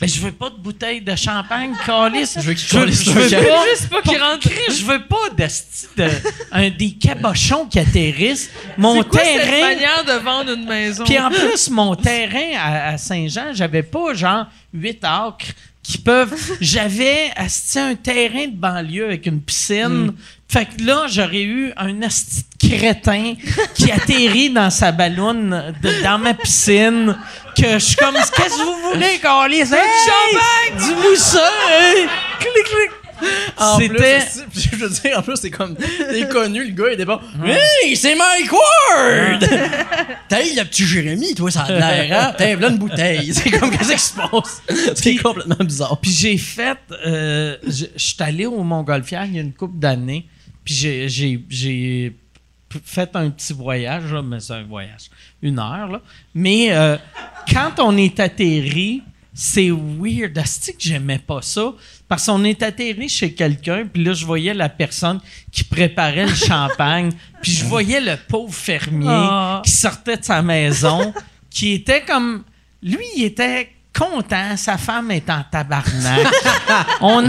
ben, je veux pas de bouteille de champagne, calice. Je veux qu'ils calissent je le veux camp. pas- Juste pas qu'ils pour rentrent. Christ, Je veux pas d'esti de, un, des cabochons qui atterrissent. Mon C'est quoi cette terrain. manière de vendre une maison? Puis en plus, mon terrain à, à Saint-Jean, j'avais pas genre huit acres qui peuvent. J'avais asti, un terrain de banlieue avec une piscine. Hmm. Fait que là, j'aurais eu un asti de crétin qui atterrit dans sa balloune, de- dans ma piscine, que je suis comme, qu'est-ce que vous voulez, Carlis? Hey, du champagne! Du moussa! hein. hey! Clic, clic! En plus, C'était. aussi, puis je veux dire, en plus, c'est comme. T'es connu, le gars, il était pas. Hey, c'est Mike Ward! T'as eu le petit Jérémy, toi, ça a de l'air, hein? T'as là une bouteille. C'est comme, qu'est-ce qui se passe? C'est complètement bizarre. Puis j'ai fait. euh, je je suis allé au Montgolfière il y a une couple d'années. Puis j'ai- j'ai- j'ai p- fait un petit voyage, là, mais c'est un voyage, une heure. Là. Mais euh, quand on est atterri, c'est weird. Asti que j'aimais pas ça. Parce qu'on est atterri chez quelqu'un, puis là, je voyais la personne qui préparait le champagne, puis je voyais le pauvre fermier Ah. qui sortait de sa maison, qui était comme. Lui, il était content, sa femme est en tabarnak. On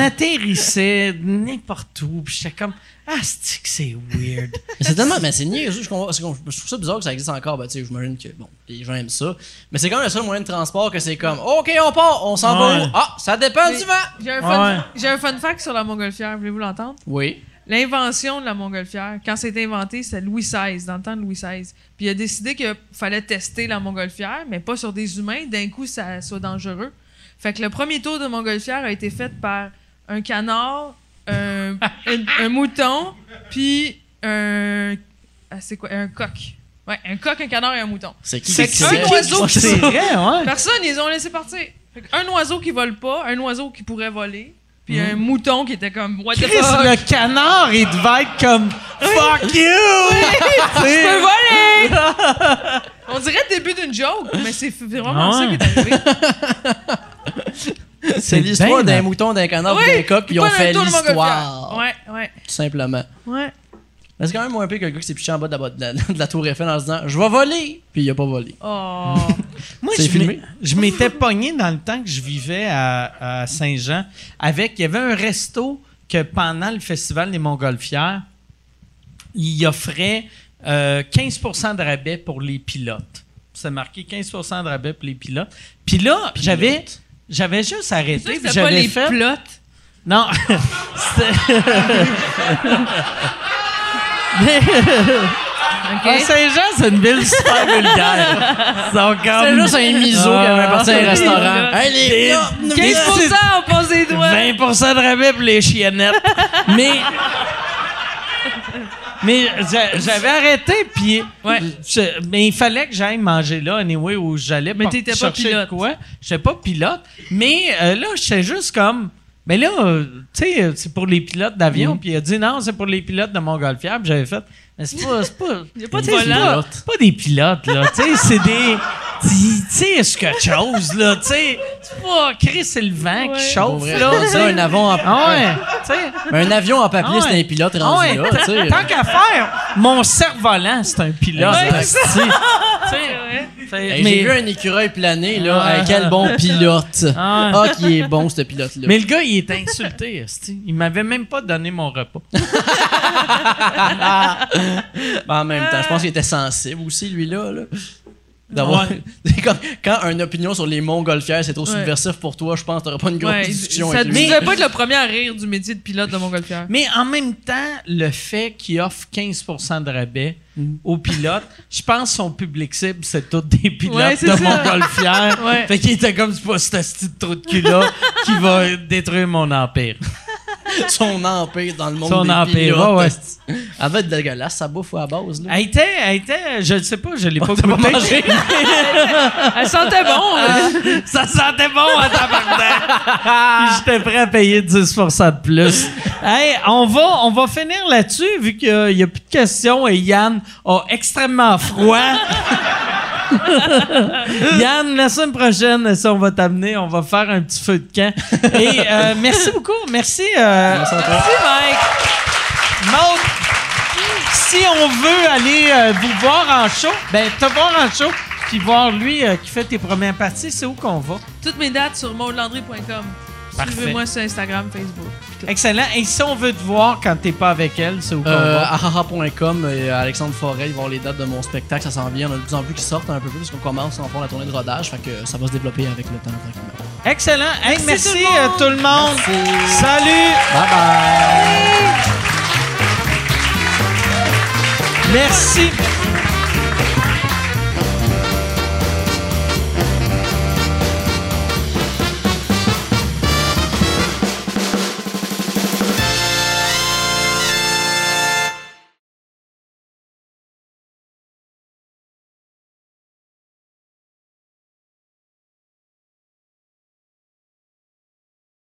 atterrissait n'importe où, puis j'étais comme. Ah, c'est que c'est weird. Mais c'est tellement. Mais c'est niaiseux. Je, comprends- c'est qu'on- je trouve ça bizarre que ça existe encore. Ben, tu sais, j'imagine que, bon, les gens aiment ça. Mais c'est quand même le seul moyen de transport que c'est comme, OK, on part, on s'en va Ouais. où? Ah, ça dépend Mais- du vent! J'ai un, fun, Ouais. j'ai un fun fact sur la montgolfière, voulez-vous l'entendre? Oui. L'invention de la montgolfière, quand c'est inventé, c'était Louis XVI, dans le temps de Louis XVI. Puis il a décidé qu'il fallait tester la montgolfière, mais pas sur des humains, d'un coup ça soit dangereux. Fait que le premier tour de montgolfière a été fait par un canard, un, un- un mouton, puis un... ah, c'est quoi? Un coq. Ouais, un coq, un canard et un mouton. C'est qui C'est qui décide? un oiseau qui C'est vrai, ouais. Personne, ils les ont laissé partir. Fait que un oiseau qui vole pas, un oiseau qui pourrait voler, puis un mouton qui était comme What the Chris, fuck? le canard, il devait être comme Fuck you! Je peux voler! On dirait le début d'une joke, mais c'est f- vraiment Ah ça ouais. qui est arrivé. C'est l'histoire bien, d'un mouton, d'un canard, Oui, d'un Ah, coq, puis ils pas ont dans fait le tour de l'histoire. Montgolfière. Ouais, ouais, Tout simplement. ouais. Mais c'est quand même moins pire que le gars qui s'est piché en bas de la, bo- de la- de la tour Eiffel en se disant Je vais voler Puis il a pas volé. Oh. Moi, C'est je filmé? m'é- je m'étais pogné dans le temps que je vivais à, à Saint-Jean avec. Il y avait un resto que pendant le festival des Montgolfières, il offrait euh, 15 de rabais pour les pilotes. C'est marqué 15 de rabais pour les pilotes. Puis là, j'avais, j'avais juste Ça, arrêté. puis c'était pas j'avais les fait- plottes. non. C'était- Mais- OK? Ah, Saint-Jean, c'est une ville super vulgaire. Ils sont comme- C'est juste un miso qui avait parti à un Ah. restaurant. Hey, les gars, nous- 15 on passe les doigts. 20 de rabais pour les chiennettes. mais. Mais j'a- j'avais arrêté, puis. Ouais. je- mais il fallait que j'aille manger là, anyway, où j'allais. Mais pour t'étais pas chercher de pilote. Quoi. J'étais pas pilote. Mais euh, là, j'étais juste comme. Mais là, euh, tu sais, euh, c'est pour les pilotes Mm. d'avion. Puis il a dit non, c'est pour les pilotes de Montgolfière. Puis j'avais fait. Mais c'est pas. C'est pas, Il y a pas de tu sais, c'est volant. pas- c'est pas des pilotes, là. tu sais, c'est des. Tu tu sais, c'est quelque chose, là. Tu sais, c'est pas Chris et le vent Ouais. qui Pour chauffe, vrai, là. on tu dirait sais. un avion en Ah ouais, tu sais. Un avion en Ah papier, ouais. c'est un pilote Ah rendu ouais, là, tant- tu sais. Tant qu'à faire, mon cerf-volant, c'est un pilote. Ouais, Asti. Tu sais, Ouais. fait- Hey, mais, J'ai vu un écureuil planer, là. Ah. Hey, quel bon pilote. Ah. Ah, qui est bon, ce pilote-là. mais le gars, il est insulté. asti. Il m'avait même pas donné mon repas. Ben, en même temps, je pense qu'il était sensible aussi, lui-là. là. D'avoir. C'est comme quand une opinion sur les montgolfières, c'est trop Ouais. subversif pour toi, je pense que t'auras pas une grosse Ouais, discussion ça avec ne lui. devait pas être le premier à rire du métier de pilote de montgolfière. Mais en même temps, le fait qu'il offre 15 de rabais aux pilotes, je pense que son public cible, c'est tous des pilotes Ouais, c'est de ça. montgolfière. Ouais. Fait qu'il était comme, c'est pas cet asti de trou de cul-là qui va détruire mon empire. Son empire dans le monde Son des empire, pilotes. ouais, ouais. Elle va être dégueulasse, sa bouffe à base. Là. Elle était, elle était, je ne sais pas, je l'ai Oh, pas goûté. Elle sentait bon. hein. là. Ça sentait bon en tabarnak. J'étais prêt à payer 10 de plus. Hey, on va, on va finir là-dessus, vu qu'il n'y a plus de questions et Yann a extrêmement froid. Yann, la semaine prochaine, ça, on va t'amener, on va faire un petit feu de camp. Et euh, merci beaucoup. Merci, euh, merci Mike. Maud, si on veut aller euh, vous voir en show, ben te voir en show, puis voir lui euh, qui fait tes premières parties, c'est où qu'on va? Toutes mes dates sur maudelandry.com. Parfait. Suivez-moi sur Instagram, Facebook. puis tout. Excellent. Et si on veut te voir quand t'es pas avec elle, c'est où qu'on Euh, va? ahaha.com et euh, Alexandre Forêt, ils vont avoir les dates de mon spectacle, ça s'en vient. On a de plus en plus qui sortent un peu plus parce qu'on commence en fond la tournée de rodage, fait que ça va se développer avec le temps tranquillement. Excellent. Hey, merci, Merci euh, tout le monde. Salut. Bye bye! Merci.